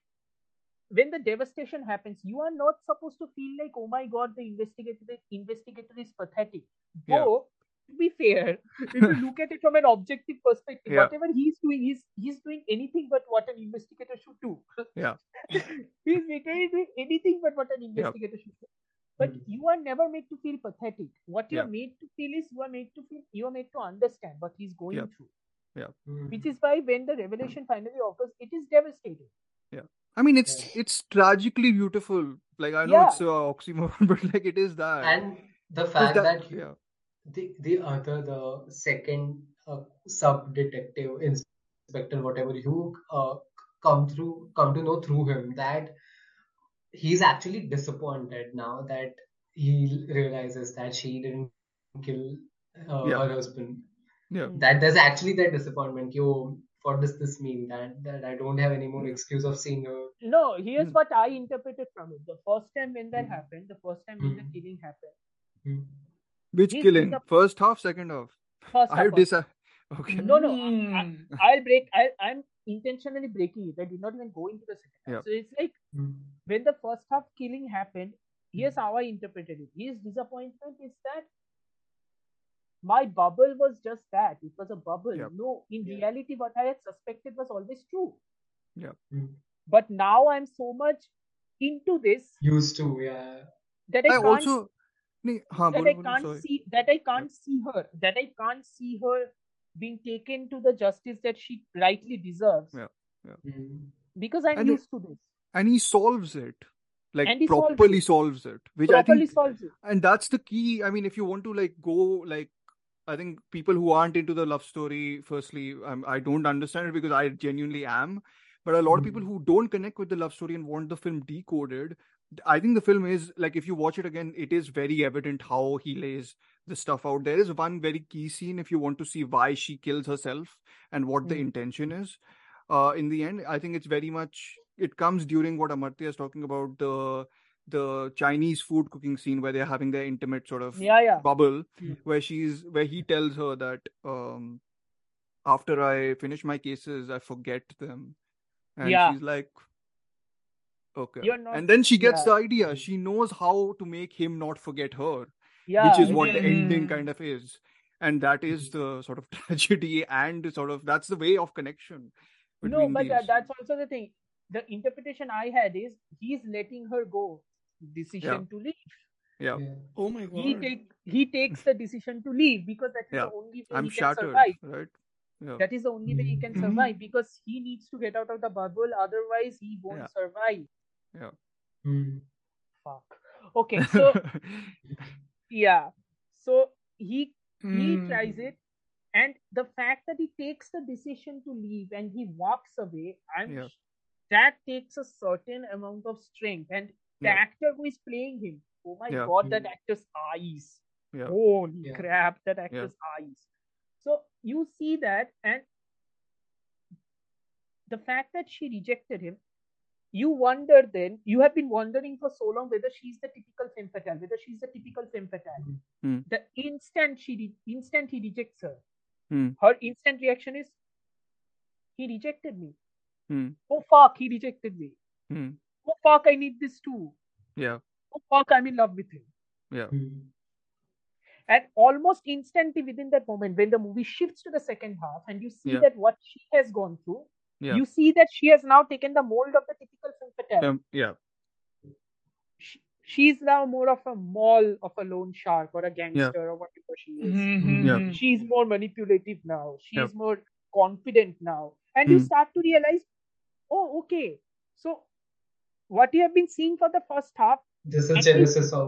Speaker 2: when the devastation happens, you are not supposed to feel like, oh my god, the investigator the investigator is pathetic.
Speaker 1: Yeah.
Speaker 2: Though, to be fair, if you look at it from an objective perspective,
Speaker 1: Yeah.
Speaker 2: whatever he's doing, he's he's doing anything but what an investigator should do.
Speaker 1: Yeah.
Speaker 2: he's literally doing anything but what an investigator should do. But
Speaker 4: Mhm.
Speaker 2: you are never made to feel pathetic. What you're
Speaker 1: Mm. Yeah.
Speaker 2: made to feel is you are made to feel you are made to understand what he's going
Speaker 1: Yeah.
Speaker 2: through.
Speaker 4: Mhm.
Speaker 2: Which is why when the revelation finally occurs, it is devastating.
Speaker 1: i mean it's
Speaker 4: Yeah.
Speaker 1: it's tragically beautiful like i know
Speaker 2: Yeah.
Speaker 1: it's a oxymoron but like it is that
Speaker 4: and the
Speaker 1: 'Cause
Speaker 4: fact that, you-
Speaker 1: yeah
Speaker 4: the the other the second uh, sub detective inspector whatever you uh, come through come to know through him that he's actually disappointed now that he realizes that she didn't kill uh,
Speaker 1: Yeah.
Speaker 4: her husband
Speaker 1: Yeah.
Speaker 4: that there's actually that disappointment yo what does this mean that that i don't have any more excuse of seeing her
Speaker 2: No, here's
Speaker 1: Mm.
Speaker 2: what I interpreted from it. The first time when that
Speaker 4: Mm.
Speaker 2: happened, the first time when the
Speaker 4: Mm.
Speaker 2: killing happened,
Speaker 4: Hmm.
Speaker 1: which
Speaker 2: He's- he's
Speaker 1: killing
Speaker 2: a-
Speaker 1: first half second half
Speaker 2: first
Speaker 1: i have
Speaker 2: half Mm-hmm.
Speaker 1: dis okay
Speaker 2: No, no, I-
Speaker 5: Mm.
Speaker 2: I'll break. I, I'm intentionally breaking it. I did not even go into the second half.
Speaker 1: Yeah.
Speaker 2: So it's like
Speaker 4: Hmm.
Speaker 2: when the first half killing happened, here's
Speaker 1: Hmm.
Speaker 2: how I interpreted it. His disappointment is that my bubble was just that. It was a bubble.
Speaker 1: Yeah.
Speaker 2: No, in
Speaker 4: Yeah.
Speaker 2: reality, what I had suspected was always true.
Speaker 4: Hmm.
Speaker 2: But now I'm so much into this
Speaker 4: used to yeah
Speaker 2: that
Speaker 1: i
Speaker 2: I, can't
Speaker 1: also Nee, हाँ,
Speaker 2: that
Speaker 1: बोलो,
Speaker 2: I
Speaker 1: बोलो,
Speaker 2: can't
Speaker 1: sorry.
Speaker 2: see that I can't see her that I can't see her being taken to the justice that she rightly deserves
Speaker 1: Yeah.
Speaker 4: Hmm.
Speaker 2: because I'm
Speaker 1: And it-
Speaker 2: used to this.
Speaker 1: and he solves it like
Speaker 2: And he solves
Speaker 1: properly solves it, which i
Speaker 2: Properly
Speaker 1: think
Speaker 2: solves it.
Speaker 1: and that's the key i mean if you want to like go like i think people who aren't into the love story firstly I'm, i don't understand it because i genuinely am but a lot of people
Speaker 4: Hmm.
Speaker 1: who don't connect with the love story and want the film decoded i think the film is like if you watch it again it is very evident how he lays the stuff out there is one very key scene if you want to see why she kills herself and what the
Speaker 2: Mm.
Speaker 1: intention is uh, in the end, I think it's very much it comes during what Amartya is talking about the the Chinese food cooking scene where they're having their intimate sort of
Speaker 2: Yeah, yeah.
Speaker 1: bubble
Speaker 4: Hmm.
Speaker 1: where she's where he tells her that um after I finish my cases I forget them and
Speaker 2: Yeah.
Speaker 1: she's like okay
Speaker 2: You're not
Speaker 1: and then she gets
Speaker 2: yeah. Hmm.
Speaker 1: the idea she knows how to make him not forget her
Speaker 2: yeah.
Speaker 1: which is
Speaker 2: it Mm-hmm.
Speaker 1: what the ending
Speaker 5: Mm.
Speaker 1: kind of is and that is the sort of tragedy and sort of that's the way of connection
Speaker 2: No,
Speaker 1: between
Speaker 2: but
Speaker 1: these
Speaker 2: that, that's also the thing. The interpretation I had is he's letting her go. Decision to leave.
Speaker 1: yeah
Speaker 4: Yeah.
Speaker 5: Oh my god.
Speaker 2: He take he takes the decision to leave because that is
Speaker 1: Yeah.
Speaker 2: the only way
Speaker 1: I'm
Speaker 2: he can
Speaker 1: shattered,
Speaker 2: survive.
Speaker 1: right? Yeah.
Speaker 2: That is the only way he can
Speaker 5: Mhm.
Speaker 2: survive because he needs to get out of the bubble. Otherwise, he won't
Speaker 1: Yeah.
Speaker 2: survive.
Speaker 4: Hmm.
Speaker 2: Fuck. Okay,
Speaker 1: Hmm,
Speaker 2: so yeah, so he he
Speaker 5: Mm.
Speaker 1: Hmm.
Speaker 2: tries it. and the fact that he takes the decision to leave and he walks away, I'm
Speaker 1: Yeah.
Speaker 2: that takes a certain amount of strength. And the
Speaker 1: Yeah.
Speaker 2: actor who is playing him, oh my
Speaker 1: Yeah. Hmm.
Speaker 2: god, that
Speaker 4: Mm.
Speaker 2: actor's eyes.
Speaker 1: Yeah.
Speaker 2: Holy
Speaker 4: Yeah.
Speaker 2: crap, that actor's eyes. So you see that, and the fact that she rejected him, you wonder then, you have been wondering for so long whether she's the typical femme fatale, whether she's the typical femme fatale.
Speaker 1: Hmm.
Speaker 2: The instant she re- instant he rejects her,
Speaker 1: Hmm.
Speaker 2: her instant reaction is, he rejected me.
Speaker 1: Hmm.
Speaker 2: Oh fuck, he rejected me.
Speaker 1: Hmm.
Speaker 2: Oh fuck, I need this too.
Speaker 1: Yeah.
Speaker 2: Oh fuck, I'm in love with him.
Speaker 4: Hmm.
Speaker 2: And almost instantly within that moment, when the movie shifts to the second half and you see
Speaker 1: Yeah.
Speaker 2: that what she has gone through,
Speaker 1: Yeah.
Speaker 2: you see that she has now taken the mold of the typical femme fatale.
Speaker 1: Um, yeah.
Speaker 2: She, she's now more of a mall of a lone shark or a gangster or whatever she is.
Speaker 5: Mhm.
Speaker 2: She's more manipulative now. She's
Speaker 1: Mm-hmm. Yeah.
Speaker 2: more confident now. And you
Speaker 1: Hmm.
Speaker 2: start to realize, oh, okay. So what you have been seeing for the first half
Speaker 4: This
Speaker 2: At
Speaker 4: is genesis of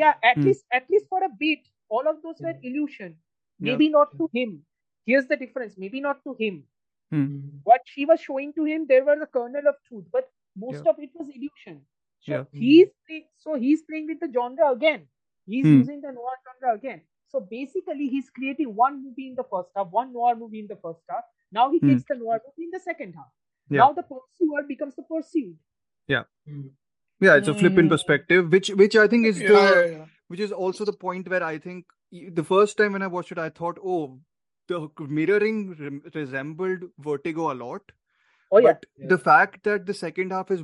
Speaker 2: yeah at
Speaker 1: Hmm.
Speaker 2: least at least for a bit all of those were
Speaker 4: Yeah.
Speaker 2: illusion
Speaker 1: Yeah.
Speaker 2: maybe not to him here's the difference maybe not to him
Speaker 4: Hmm.
Speaker 2: what she was showing to him there were the kernel of truth but most
Speaker 1: Yeah.
Speaker 2: of it was illusion so
Speaker 1: Yeah.
Speaker 2: he's play- so he's playing with the genre again he's
Speaker 1: Hmm.
Speaker 2: using the noir genre again so basically he's creating one movie in the first half one noir movie in the first half now he
Speaker 1: Hmm.
Speaker 2: creates the noir movie in the second half
Speaker 1: Yeah.
Speaker 2: now the pursuer becomes the pursued
Speaker 4: Hmm.
Speaker 1: Yeah, it's a flip in
Speaker 5: Mm.
Speaker 1: perspective, which which I think is
Speaker 5: Yeah,
Speaker 1: the
Speaker 5: yeah, yeah.
Speaker 1: which is also the point where I think y- the first time when I watched it, I thought, oh, the mirroring rem- resembled Vertigo a lot.
Speaker 2: oh yeah
Speaker 1: but the fact that the second half is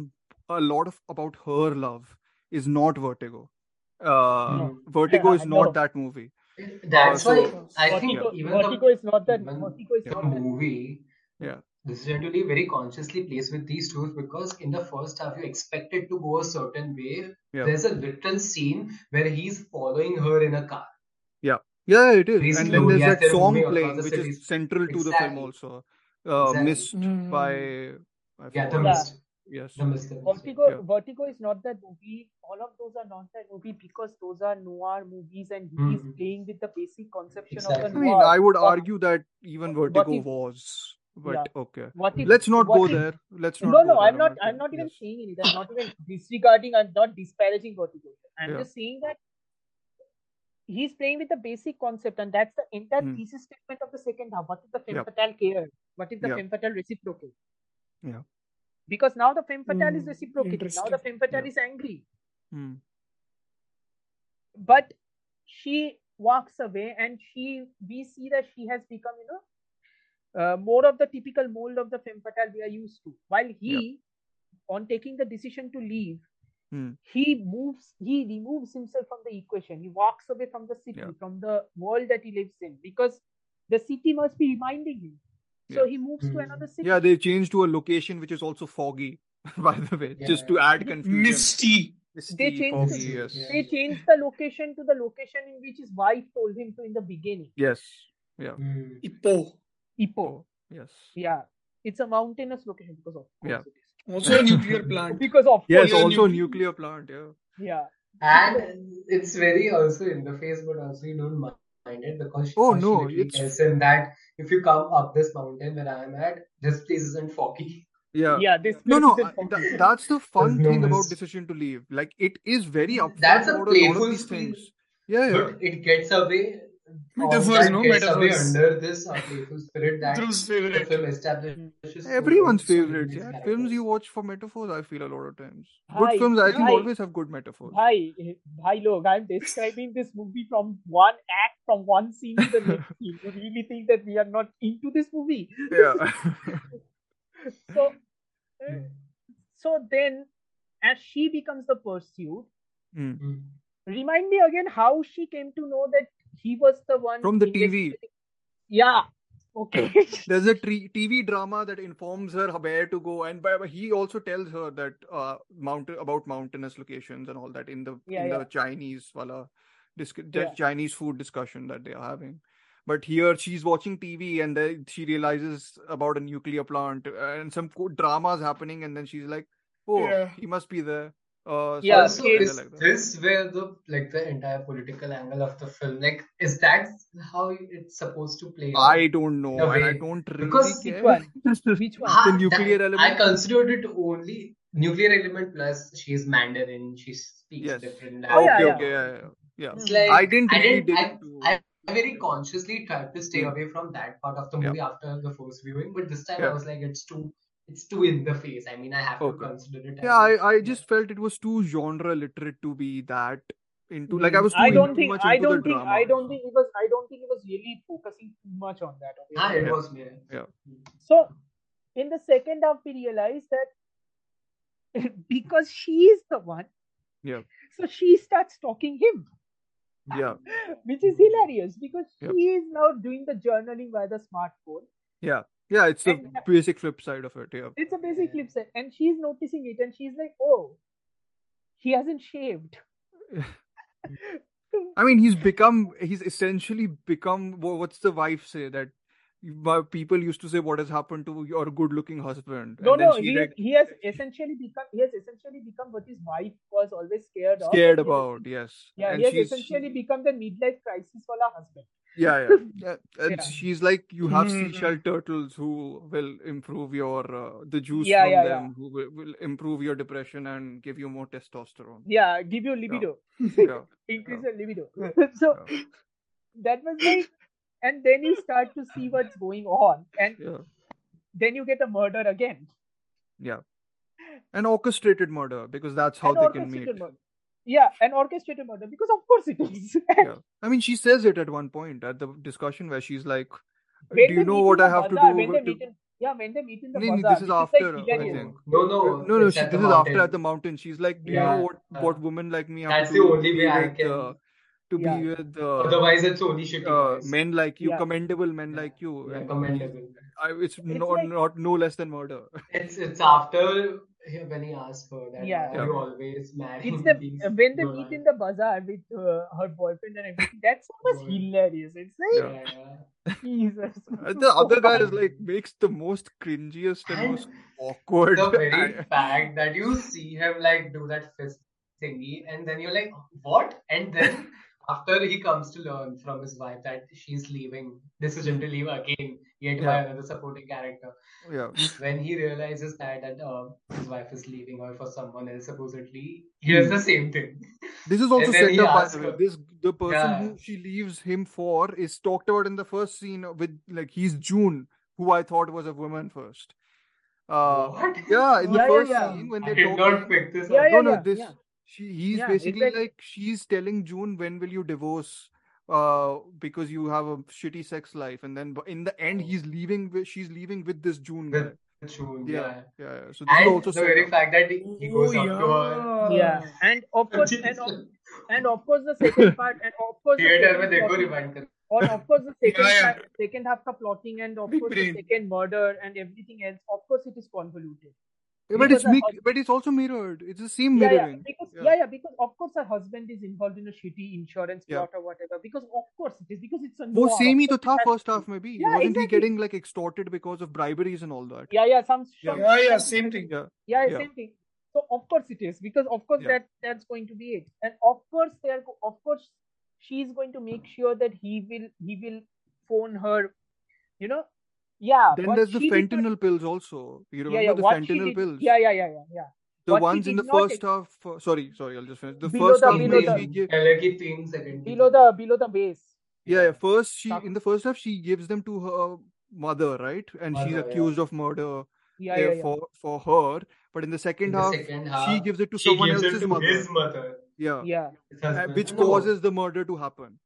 Speaker 1: a lot of about her love is not Vertigo. Uh,
Speaker 4: No.
Speaker 1: Vertigo is not
Speaker 2: No.
Speaker 1: that movie. Uh,
Speaker 4: That's
Speaker 1: so-
Speaker 4: why I think
Speaker 2: vertigo,
Speaker 4: even
Speaker 2: vertigo
Speaker 4: the
Speaker 2: is not that
Speaker 4: even
Speaker 2: vertigo is
Speaker 1: Yeah.
Speaker 2: not
Speaker 4: the
Speaker 2: that
Speaker 4: movie
Speaker 1: Yeah.
Speaker 4: residentially very consciously plays with these tools because in the first half you expect it to go a certain way.
Speaker 1: Yeah.
Speaker 4: There's a literal scene where he's following her in a car.
Speaker 1: Yeah, it is.
Speaker 4: He's
Speaker 1: And then
Speaker 4: slowly
Speaker 1: there's
Speaker 4: as
Speaker 1: that
Speaker 4: they're
Speaker 1: song
Speaker 4: moving across
Speaker 1: playing,
Speaker 4: the
Speaker 1: which is
Speaker 4: cities.
Speaker 1: central to the film
Speaker 4: Exactly.
Speaker 1: also. Uh,
Speaker 4: Exactly.
Speaker 1: Missed
Speaker 2: Hmm.
Speaker 1: by
Speaker 5: Mm.
Speaker 1: I
Speaker 4: Yeah, the
Speaker 1: forgot.
Speaker 2: Yeah.
Speaker 4: mist.
Speaker 1: Yes.
Speaker 4: The mist. The mist.
Speaker 2: Vertigo,
Speaker 1: Yeah.
Speaker 2: Vertigo is not that movie. All of those are not that movie because those are noir movies, and he is
Speaker 1: Mm-hmm.
Speaker 4: Mhm.
Speaker 2: playing with the basic conception of
Speaker 1: I
Speaker 2: the
Speaker 4: Exactly.
Speaker 2: noir.
Speaker 1: mean, I would
Speaker 2: What-
Speaker 1: argue that even
Speaker 2: what
Speaker 1: Vertigo
Speaker 2: if-
Speaker 1: was, but
Speaker 2: Yeah.
Speaker 1: okay.
Speaker 2: What if?
Speaker 1: Let's not
Speaker 2: what
Speaker 1: go
Speaker 2: if-
Speaker 1: there. Let's not.
Speaker 2: No,
Speaker 1: go
Speaker 2: no,
Speaker 1: there,
Speaker 2: I'm not.
Speaker 1: Amartya.
Speaker 2: I'm not even
Speaker 1: Yes.
Speaker 2: saying it. I'm not even disregarding. I'm not disparaging Vertigo. I'm
Speaker 1: Yeah.
Speaker 2: just saying that he's playing with the basic concept, and that's the entire
Speaker 1: Hmm.
Speaker 2: thesis statement of the second half. What if the femme
Speaker 1: Yeah.
Speaker 2: fatale cared? What if the
Speaker 1: Yeah.
Speaker 2: femme fatale reciprocated?
Speaker 1: Yeah.
Speaker 2: Because now the femme fatale is
Speaker 1: Hmm,
Speaker 5: Mm,
Speaker 2: reciprocating. Now the
Speaker 5: interesting.
Speaker 2: femme fatale
Speaker 1: Yeah.
Speaker 2: is angry.
Speaker 1: Hmm.
Speaker 2: but she walks away and she we see that she has become you know uh, more of the typical mold of the femme fatale we are used to while he on taking the decision to leave
Speaker 1: Hmm.
Speaker 2: he moves he removes himself from the equation he walks away from the city
Speaker 1: Yeah.
Speaker 2: from the world that he lives in because the city must be reminding him so
Speaker 1: Yeah.
Speaker 2: he moves to
Speaker 4: Mhm.
Speaker 2: another city
Speaker 1: Yeah, they changed to a location which is also foggy, by the way, just to add confusion.
Speaker 5: Misty.
Speaker 2: they
Speaker 1: Misty,
Speaker 2: changed
Speaker 1: foggy,
Speaker 2: the,
Speaker 4: Misty,
Speaker 1: yes.
Speaker 4: yeah.
Speaker 2: they changed the location to the location in which his wife told him to in the beginning
Speaker 1: Yes. Yeah.
Speaker 4: Mhm.
Speaker 5: Ipoh.
Speaker 2: ipo
Speaker 1: Oh, yes.
Speaker 2: Yeah, it's a mountainous location because of course
Speaker 1: Yeah.
Speaker 2: it is.
Speaker 5: Also a nuclear plant.
Speaker 2: Because of
Speaker 1: Yes,
Speaker 5: Nuclear
Speaker 1: also
Speaker 5: nucle-
Speaker 1: nuclear plant, yeah.
Speaker 2: yeah,
Speaker 4: And it's very also in the face, but also you don't mind it because she,
Speaker 1: Oh
Speaker 4: how she
Speaker 1: no,
Speaker 4: literally
Speaker 1: it's
Speaker 4: tells him that if you come up this mountain where I am at, this place isn't foggy.
Speaker 1: yeah.
Speaker 2: yeah. This
Speaker 1: No,
Speaker 2: place
Speaker 1: no,
Speaker 2: is
Speaker 1: I,
Speaker 2: a fun-
Speaker 1: tha- that's the fun
Speaker 4: no
Speaker 1: thing about
Speaker 4: mist.
Speaker 1: decision to leave. Like it is very upfront
Speaker 4: That's a
Speaker 1: about a lot of
Speaker 4: playful
Speaker 1: these
Speaker 4: spiel,
Speaker 1: things. Yeah, yeah.
Speaker 4: but it gets away. All
Speaker 5: Metaphors,
Speaker 4: that
Speaker 5: no
Speaker 4: gets away
Speaker 5: metaphors.
Speaker 4: under this uh, playful spirit that
Speaker 5: Drew's
Speaker 4: the
Speaker 5: favorite.
Speaker 4: film establishes so well
Speaker 1: Everyone's
Speaker 4: so within
Speaker 1: favorites,
Speaker 4: its
Speaker 1: yeah. Films
Speaker 4: characters.
Speaker 1: you watch for metaphors, I feel a lot of times. Good
Speaker 2: Bhai,
Speaker 1: films, I think,
Speaker 5: Yeah.
Speaker 1: always have good metaphors.
Speaker 2: bhai, eh, bhai, log. I'm describing this movie from one act, from one scene to the next scene. You really think that we are not into this movie?
Speaker 1: Yeah.
Speaker 2: So,
Speaker 1: Hmm.
Speaker 2: eh, so then, as she becomes the pursued,
Speaker 1: Hmm.
Speaker 4: Hmm.
Speaker 2: remind me again how she came to know that he was the one
Speaker 1: From the
Speaker 2: investigating-
Speaker 1: TV.
Speaker 2: Yeah. Okay.
Speaker 1: There's a tre- TV drama that informs her where to go, and by, he also tells her that uh, mountain about mountainous locations and all that in the
Speaker 2: Yeah,
Speaker 1: in
Speaker 2: yeah.
Speaker 1: the Chinese wala disc- the
Speaker 2: Yeah.
Speaker 1: Chinese food discussion that they are having. But here she's watching TV and then she realizes about a uh, nuclear plant and some co- dramas happening, and then she's like, "Oh,
Speaker 5: Yeah.
Speaker 1: he must be there." Uh,
Speaker 2: Yeah,
Speaker 1: so
Speaker 4: also,
Speaker 2: okay.
Speaker 4: is this where the like the entire political angle of the film, like, is that how it's supposed to play? out?
Speaker 1: I don't know,
Speaker 4: The
Speaker 1: and I
Speaker 4: way-
Speaker 1: don't really
Speaker 4: Because-
Speaker 1: care.
Speaker 2: Which one? Which one?
Speaker 4: Ah,
Speaker 1: the nuclear
Speaker 4: that- I
Speaker 1: element?
Speaker 4: considered it only nuclear element plus she's Mandarin, she speaks
Speaker 1: Yes.
Speaker 4: different
Speaker 2: Oh, yeah,
Speaker 1: okay,
Speaker 4: language.
Speaker 1: okay, yeah, yeah, yeah.
Speaker 4: It's
Speaker 2: Hmm.
Speaker 4: like,
Speaker 1: I didn't
Speaker 4: I
Speaker 1: really
Speaker 4: didn't-
Speaker 1: dig
Speaker 4: I-
Speaker 1: into.
Speaker 4: I very consciously tried to stay
Speaker 1: Hmm.
Speaker 4: away from that part of the
Speaker 1: Yeah.
Speaker 4: movie after the first viewing, but this time I
Speaker 1: Yeah.
Speaker 4: was like, it's too, it's too in the face. I mean, I have to
Speaker 1: Okay.
Speaker 4: consider it.
Speaker 1: yeah,
Speaker 4: as-
Speaker 1: I, I just felt it was too genre literate to be that into. Like I
Speaker 2: Mm,
Speaker 1: was too,
Speaker 2: I
Speaker 1: in-
Speaker 2: don't
Speaker 1: too
Speaker 2: think.
Speaker 1: much
Speaker 2: I
Speaker 1: into the
Speaker 2: don't think.
Speaker 1: drama.
Speaker 2: I don't think it was. I don't think it was really focusing too much on that.
Speaker 4: Ah,
Speaker 2: obviously.
Speaker 4: it
Speaker 1: Yeah.
Speaker 4: was me.
Speaker 1: Yeah.
Speaker 2: So in the second half, we realized that because she is the one,
Speaker 1: Yeah.
Speaker 2: so she starts stalking him,
Speaker 1: Yeah.
Speaker 2: which is hilarious because
Speaker 1: Yep.
Speaker 2: she is now doing the journaling by the smartphone.
Speaker 1: Yeah. It's the
Speaker 2: And-
Speaker 1: basic flip side of it. Yeah.
Speaker 2: It's a basic flip side, and she's noticing it, and she's like, "Oh, he hasn't shaved."
Speaker 1: I mean, he's become, he's essentially become, wha- what's the wife say that wha- people used to say, what has happened to your good looking husband?
Speaker 2: No,
Speaker 1: and then
Speaker 2: no,
Speaker 1: she
Speaker 2: he,
Speaker 1: like,
Speaker 2: he has essentially become he has essentially become what his wife was always scared of.
Speaker 1: scared
Speaker 2: and he has-
Speaker 1: about, yes.
Speaker 2: yeah,
Speaker 1: and
Speaker 2: he has
Speaker 1: she's,
Speaker 2: essentially become the midlife crisis for her husband.
Speaker 1: yeah, yeah, yeah. And
Speaker 2: Yeah. Mm-hmm.
Speaker 1: she's like, you have
Speaker 5: Hmm.
Speaker 1: seashell turtles who will improve your, uh, the juice
Speaker 2: Yeah,
Speaker 1: from
Speaker 2: yeah,
Speaker 1: them, who will, will improve your depression and give you more testosterone.
Speaker 2: Yeah, give you libido,
Speaker 1: Yeah.
Speaker 2: increase
Speaker 1: yeah.
Speaker 2: your libido. so that was like, and then you start to see what's going on, and
Speaker 1: Yeah.
Speaker 2: then you get a murder again.
Speaker 1: An orchestrated murder because that's
Speaker 2: an
Speaker 1: how they can
Speaker 2: orchestrated
Speaker 1: meet.
Speaker 2: murder. Yeah, an orchestrated murder because of course it is.
Speaker 1: Yeah. I mean, she says it at one point at the discussion where she's like,
Speaker 2: when
Speaker 1: "Do
Speaker 2: they
Speaker 1: you know
Speaker 2: meet
Speaker 1: what
Speaker 2: in
Speaker 1: I
Speaker 2: the
Speaker 1: have to
Speaker 2: bazaar,
Speaker 1: do?"
Speaker 2: when they
Speaker 1: to-
Speaker 2: meet in yeah, when they meet in the
Speaker 1: No, no,
Speaker 2: bazaar,
Speaker 1: this is
Speaker 2: which
Speaker 1: after,
Speaker 2: is like
Speaker 1: I
Speaker 2: hilarious.
Speaker 1: think.
Speaker 4: No, no,
Speaker 1: Uh, No, no,
Speaker 4: it's
Speaker 1: she.
Speaker 4: at the
Speaker 1: This is after
Speaker 4: Oh, mountain.
Speaker 1: at the mountain. She's like, "Do you know
Speaker 4: Yeah,
Speaker 1: what
Speaker 4: uh,
Speaker 1: what women like me have
Speaker 4: That's
Speaker 1: to
Speaker 4: the
Speaker 1: do to
Speaker 4: only
Speaker 1: be
Speaker 4: way I
Speaker 1: with
Speaker 4: can.
Speaker 1: uh, to be
Speaker 2: Yeah.
Speaker 1: with uh,
Speaker 4: Otherwise, it's only shitty
Speaker 1: uh,
Speaker 4: guys.
Speaker 1: men like you,
Speaker 2: Yeah.
Speaker 1: commendable men
Speaker 4: Yeah,
Speaker 1: like you?"
Speaker 4: yeah,
Speaker 1: And he's,
Speaker 4: commendable.
Speaker 1: I, it's
Speaker 2: It's
Speaker 1: no
Speaker 2: like-
Speaker 1: not no less than murder.
Speaker 4: It's it's
Speaker 2: Yeah.
Speaker 4: after he- when he asked her that
Speaker 2: Yeah.
Speaker 4: why are
Speaker 1: Yeah.
Speaker 4: you always
Speaker 2: It's
Speaker 4: marrying
Speaker 2: the
Speaker 4: these
Speaker 2: when they
Speaker 4: no
Speaker 2: meet
Speaker 4: I-
Speaker 2: in the bazaar with uh, her boyfriend and everything. That scene was
Speaker 4: Oh, yeah.
Speaker 2: hilarious. It's
Speaker 1: Yeah.
Speaker 2: like
Speaker 4: Yeah, yeah.
Speaker 2: Jesus.
Speaker 1: Uh, The other guy is
Speaker 4: Yeah.
Speaker 1: like makes the most cringiest and most
Speaker 4: And
Speaker 1: awkward.
Speaker 4: the very
Speaker 1: I-
Speaker 4: fact that you see him like do that fist thingy, and then you're like, what? And then after he comes to learn from his wife that she's leaving, decision to leave again, yet by
Speaker 1: Yeah.
Speaker 4: another supporting character.
Speaker 1: Yeah.
Speaker 4: When he realizes that that uh, his wife is leaving or for someone else, supposedly, he does the same thing.
Speaker 1: This is also
Speaker 4: And then
Speaker 1: set
Speaker 4: he
Speaker 1: up, by
Speaker 4: asks
Speaker 1: the way.
Speaker 4: her,
Speaker 1: This the person
Speaker 4: yeah,
Speaker 1: who she leaves him for is talked about in the first scene with like he's June, who I thought was a woman first. Uh,
Speaker 4: what?
Speaker 1: yeah, in the
Speaker 2: Yeah, yeah,
Speaker 1: first
Speaker 2: yeah.
Speaker 1: scene when
Speaker 4: I
Speaker 1: they're
Speaker 4: did not
Speaker 1: talking,
Speaker 4: pick this
Speaker 2: Yeah,
Speaker 4: up.
Speaker 1: no,
Speaker 2: yeah,
Speaker 1: no,
Speaker 2: yeah.
Speaker 1: this
Speaker 2: Yeah.
Speaker 1: she he's
Speaker 2: Yeah,
Speaker 1: basically
Speaker 2: exactly.
Speaker 1: like she's telling June, when will you divorce? Uh, because you have a shitty sex life, and then but in the
Speaker 2: Oh.
Speaker 1: end, he's leaving. With, she's leaving with this June guy.
Speaker 4: With June,
Speaker 1: Yeah,
Speaker 4: yeah.
Speaker 1: yeah. yeah. So this is
Speaker 4: And
Speaker 1: also
Speaker 4: the
Speaker 1: set
Speaker 4: very
Speaker 1: up.
Speaker 4: fact that he he
Speaker 5: Oh
Speaker 4: goes up to her
Speaker 2: Yeah.
Speaker 5: yeah.
Speaker 2: And of course and of, and of course the second part and of course the
Speaker 4: theatre में
Speaker 2: second
Speaker 4: देखो
Speaker 2: plotting
Speaker 4: rewind कर
Speaker 2: और of course the
Speaker 5: Yeah,
Speaker 2: second
Speaker 5: yeah.
Speaker 2: Second half का plotting and of
Speaker 5: Big
Speaker 2: course the
Speaker 5: brain.
Speaker 2: Second murder and everything else of course it is convoluted
Speaker 1: Yeah, but
Speaker 2: because
Speaker 1: it's
Speaker 2: her
Speaker 1: make,
Speaker 2: hus-
Speaker 1: but it's also mirrored. It's the same
Speaker 2: yeah yeah
Speaker 1: mirroring.
Speaker 2: because
Speaker 1: Yeah,
Speaker 2: yeah yeah because of course her husband is involved in a shitty insurance
Speaker 1: yeah.
Speaker 2: plot or whatever because of course it is because it's a
Speaker 1: वो
Speaker 2: noir of
Speaker 1: same ही तो
Speaker 2: course it
Speaker 1: था
Speaker 2: has
Speaker 1: first
Speaker 2: to
Speaker 1: half
Speaker 2: be
Speaker 1: में भी
Speaker 2: yeah
Speaker 1: wasn't he
Speaker 2: exactly
Speaker 1: getting like extorted because of briberies and all that
Speaker 2: yeah yeah some
Speaker 1: yeah
Speaker 2: some
Speaker 5: Yeah, yeah.
Speaker 2: some
Speaker 5: Same thing.
Speaker 1: yeah
Speaker 2: yeah yeah,
Speaker 1: yeah
Speaker 2: same thing so of course it is because of course
Speaker 1: yeah
Speaker 2: that that's going to be it and of course they are go- of course she's going to make sure that he will he will phone her you know yeah
Speaker 1: then
Speaker 2: what
Speaker 1: there's the
Speaker 2: she did not
Speaker 1: fentanyl pills also
Speaker 2: yeah
Speaker 1: you
Speaker 2: yeah
Speaker 1: remember the
Speaker 2: what she
Speaker 1: fentanyl
Speaker 2: did
Speaker 1: pills
Speaker 2: yeah yeah yeah yeah yeah
Speaker 1: the
Speaker 2: what she
Speaker 1: ones in
Speaker 2: did
Speaker 1: the
Speaker 2: not
Speaker 1: first half uh, sorry sorry I'll just finish the
Speaker 2: below
Speaker 1: first
Speaker 2: the
Speaker 1: half
Speaker 4: तीन
Speaker 2: below
Speaker 1: where
Speaker 2: the
Speaker 1: she
Speaker 4: दिन
Speaker 1: gave
Speaker 4: पहले की तीन second की
Speaker 2: below the below the base
Speaker 1: yeah, yeah first she
Speaker 2: Some-
Speaker 1: in the first half she gives them to her mother right and she's
Speaker 4: mother yeah
Speaker 1: accused of murder
Speaker 2: yeah
Speaker 1: uh,
Speaker 2: yeah yeah
Speaker 1: for for her but in the second
Speaker 4: in the
Speaker 1: half
Speaker 4: second
Speaker 1: she
Speaker 4: half
Speaker 1: gives it to
Speaker 4: she
Speaker 1: someone
Speaker 4: gives it
Speaker 1: else's
Speaker 4: to
Speaker 1: mother
Speaker 4: his mother
Speaker 1: yeah
Speaker 2: yeah
Speaker 4: his
Speaker 1: uh,
Speaker 4: husband
Speaker 1: which
Speaker 4: no
Speaker 1: causes the murder to happen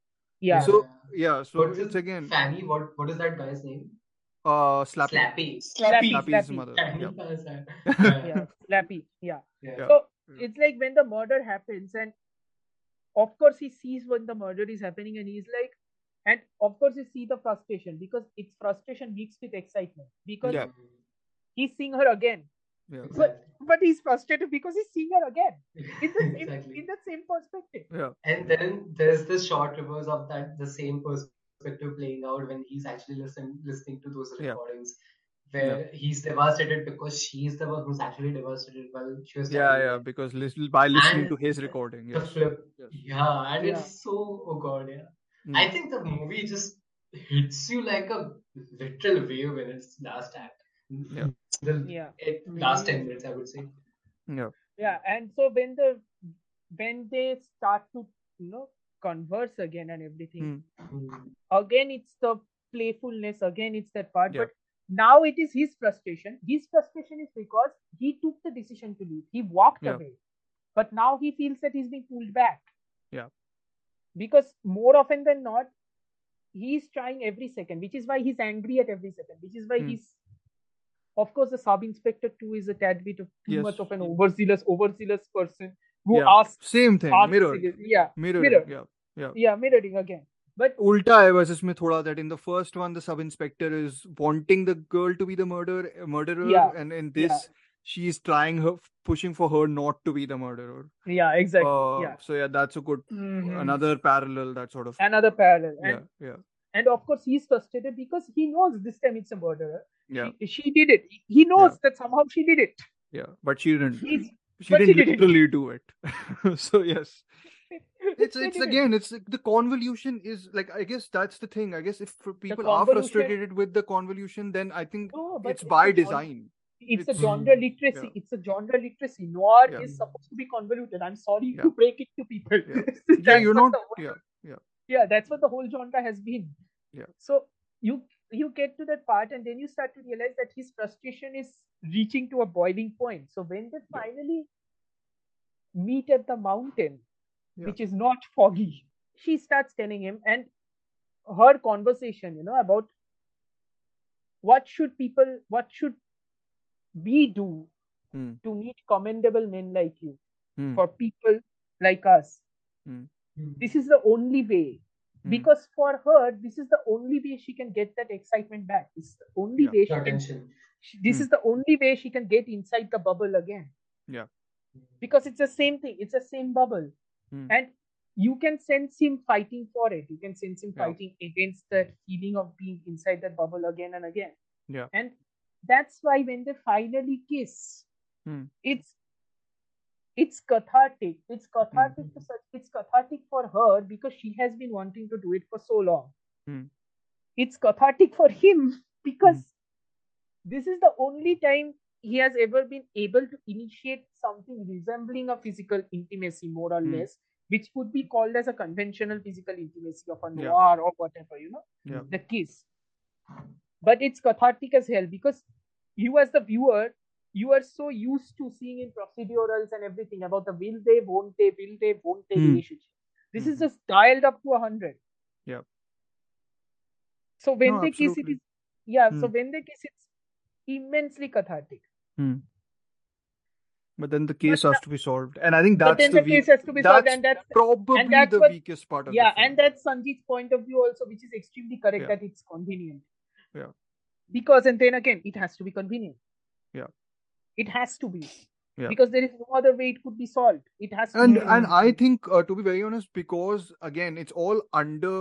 Speaker 2: yeah
Speaker 1: so
Speaker 4: yeah
Speaker 1: yeah so
Speaker 4: what's
Speaker 1: it's
Speaker 4: his
Speaker 1: again
Speaker 4: Fanny what what is that guy's name
Speaker 1: uh slappy
Speaker 4: Slappy
Speaker 5: Slappy.
Speaker 2: slappy
Speaker 1: slappy's
Speaker 2: slappy
Speaker 1: mother
Speaker 4: Fanny
Speaker 1: yeah
Speaker 4: was that
Speaker 2: yeah
Speaker 4: yeah
Speaker 2: slappy yeah
Speaker 4: yeah
Speaker 1: yeah
Speaker 2: so
Speaker 1: yeah
Speaker 2: it's like when the murder happens and of course he sees when the murder is happening and he's like and of course you see the frustration because it's frustration mixed with excitement because
Speaker 1: yeah
Speaker 4: Hmm.
Speaker 2: he's seeing her again
Speaker 1: yeah
Speaker 2: but
Speaker 4: exactly
Speaker 2: but he's frustrated because he's seeing her again in the same
Speaker 4: exactly
Speaker 2: in the same perspective
Speaker 1: yeah
Speaker 4: And then there's the short reverse of that, the same perspective playing out when he's actually listen, listening to those
Speaker 1: yeah
Speaker 4: recordings. where he's devastated because she's the one who's actually devastated while she was
Speaker 1: Yeah,
Speaker 4: dying.
Speaker 1: yeah, because lis- by listening
Speaker 4: And
Speaker 1: to
Speaker 4: uh,
Speaker 1: his recording,
Speaker 4: The
Speaker 1: yes.
Speaker 4: flip.
Speaker 1: Yes.
Speaker 4: Yeah, and
Speaker 2: Yeah.
Speaker 4: it's so oh god, yeah.
Speaker 1: Mm.
Speaker 4: I think the movie just hits you like a literal wave in its last act.
Speaker 1: Yeah.
Speaker 4: The
Speaker 2: Yeah.
Speaker 4: it, last ten minutes, I would say.
Speaker 1: Yeah,
Speaker 2: Yeah, and so when the when they start to you know converse again and everything,
Speaker 4: Mm.
Speaker 2: again it's the playfulness, again it's that part.
Speaker 1: Yeah.
Speaker 2: But now it is his frustration. His frustration is because he took the decision to leave. He walked
Speaker 1: Yeah.
Speaker 2: away, but now he feels that he's being pulled back.
Speaker 1: Yeah.
Speaker 2: Because more often than not, he's trying every second, which is why he's angry at every second, which is why
Speaker 1: Hmm.
Speaker 2: he's of course the sub inspector too is a tad bit of too
Speaker 1: Yes.
Speaker 2: much of an overzealous overzealous person who
Speaker 1: yeah.
Speaker 2: asks
Speaker 1: Same thing,
Speaker 2: asks
Speaker 1: mirror,
Speaker 2: serious- yeah
Speaker 1: mirroring,
Speaker 2: mirror.
Speaker 1: yeah.
Speaker 2: yeah mirroring again but
Speaker 1: Ulta hai was इसमें थोड़ा that in the first one the sub inspector is wanting the girl to be the murder murderer
Speaker 2: Yeah,
Speaker 1: and in
Speaker 2: yeah.
Speaker 1: this she is trying her pushing for her not to be the murderer.
Speaker 2: yeah exactly Mm-hmm.
Speaker 1: Uh,
Speaker 2: yeah
Speaker 1: So yeah, that's a good
Speaker 5: Mhm.
Speaker 1: another parallel that sort of
Speaker 2: another parallel and,
Speaker 1: yeah yeah
Speaker 2: and of course he's frustrated because he knows this time it's a murderer
Speaker 1: yeah
Speaker 2: she, she did it he knows that somehow she did it
Speaker 1: yeah but she didn't
Speaker 2: he's
Speaker 1: she
Speaker 2: but she
Speaker 1: didn't
Speaker 2: didn't.
Speaker 1: literally do it so yes it's
Speaker 2: She did
Speaker 1: it's
Speaker 2: it.
Speaker 1: again it's like the convolution is like i guess that's the thing i guess if for people are
Speaker 2: convolution-
Speaker 1: frustrated with the convolution then i think
Speaker 2: no, but
Speaker 1: it's by
Speaker 2: a genre-
Speaker 1: design
Speaker 2: it's,
Speaker 1: It's- Mm.
Speaker 2: a genre literacy.
Speaker 1: yeah.
Speaker 2: It's a genre literacy. Noir
Speaker 1: Yeah.
Speaker 2: is supposed to be convoluted. I'm sorry
Speaker 1: Yeah.
Speaker 2: to break it to people.
Speaker 1: Yeah. yeah
Speaker 2: That's
Speaker 1: you're
Speaker 2: what
Speaker 1: not
Speaker 2: the whole-
Speaker 1: yeah
Speaker 2: yeah, that's what the whole genre has been.
Speaker 1: Yeah.
Speaker 2: So you you get to that part and then you start to realize that his frustration is reaching to a boiling point. So when they
Speaker 1: Yeah.
Speaker 2: finally meet at the mountain,
Speaker 1: Yeah.
Speaker 2: which is not foggy, she starts telling him and her conversation, you know, about what should people what should we do
Speaker 1: Hmm.
Speaker 2: to meet commendable men like you
Speaker 1: Hmm.
Speaker 2: for people like us
Speaker 4: Mm.
Speaker 2: this is the only way
Speaker 1: Hmm.
Speaker 2: because for her this is the only way she can get that excitement back this is the only
Speaker 1: Yeah.
Speaker 2: way she
Speaker 4: The
Speaker 2: can
Speaker 4: attention.
Speaker 2: she, this
Speaker 1: Hmm.
Speaker 2: is the only way she can get inside the bubble again
Speaker 1: Yeah.
Speaker 2: because it's the same thing it's the same bubble
Speaker 1: Hmm.
Speaker 2: and you can sense him fighting for it you can sense him
Speaker 1: Yeah.
Speaker 2: fighting against that feeling of being inside that bubble again and again
Speaker 1: Yeah.
Speaker 2: and that's why when they finally kiss
Speaker 1: Hmm.
Speaker 2: it's it's cathartic it's cathartic
Speaker 1: Mm-hmm.
Speaker 2: to such, it's cathartic for her because she has been wanting to do it for so long
Speaker 1: Hmm.
Speaker 2: it's cathartic for him because this is the only time he has ever been able to initiate something resembling a physical intimacy more or
Speaker 1: Hmm.
Speaker 2: less which could be called as a conventional physical intimacy of a
Speaker 1: Yeah.
Speaker 2: noir or whatever you know
Speaker 1: Yeah.
Speaker 2: the kiss but it's cathartic as hell because you as the viewer you are so used to seeing in procedurals and everything about the will they won't they will they won't they
Speaker 1: Hmm.
Speaker 2: relationship this is
Speaker 1: Mhm.
Speaker 2: just dialed up to 100
Speaker 1: Yeah.
Speaker 2: so when
Speaker 1: No,
Speaker 2: they kiss it
Speaker 1: absolutely.
Speaker 2: is yeah so
Speaker 1: Hmm.
Speaker 2: when they kiss it's immensely cathartic
Speaker 1: but then the case
Speaker 2: But
Speaker 1: has to be solved and i think
Speaker 2: but
Speaker 1: that's
Speaker 2: then
Speaker 1: the,
Speaker 2: the
Speaker 1: weak,
Speaker 2: case has to be solved
Speaker 1: that's
Speaker 2: and that's
Speaker 1: probably
Speaker 2: that's
Speaker 1: the
Speaker 2: what-
Speaker 1: weakest part of
Speaker 2: yeah
Speaker 1: the film.
Speaker 2: and that's sanjeev's point of view also which is extremely correct
Speaker 1: Yeah.
Speaker 2: that it's convenient
Speaker 1: Yeah.
Speaker 2: because and then again it has to be convenient
Speaker 1: Yeah.
Speaker 2: it has to be
Speaker 1: Yeah.
Speaker 2: because there is no other way it could be solved it has to
Speaker 1: and
Speaker 2: be
Speaker 1: and i
Speaker 2: convenient.
Speaker 1: think uh, to be very honest because again it's all under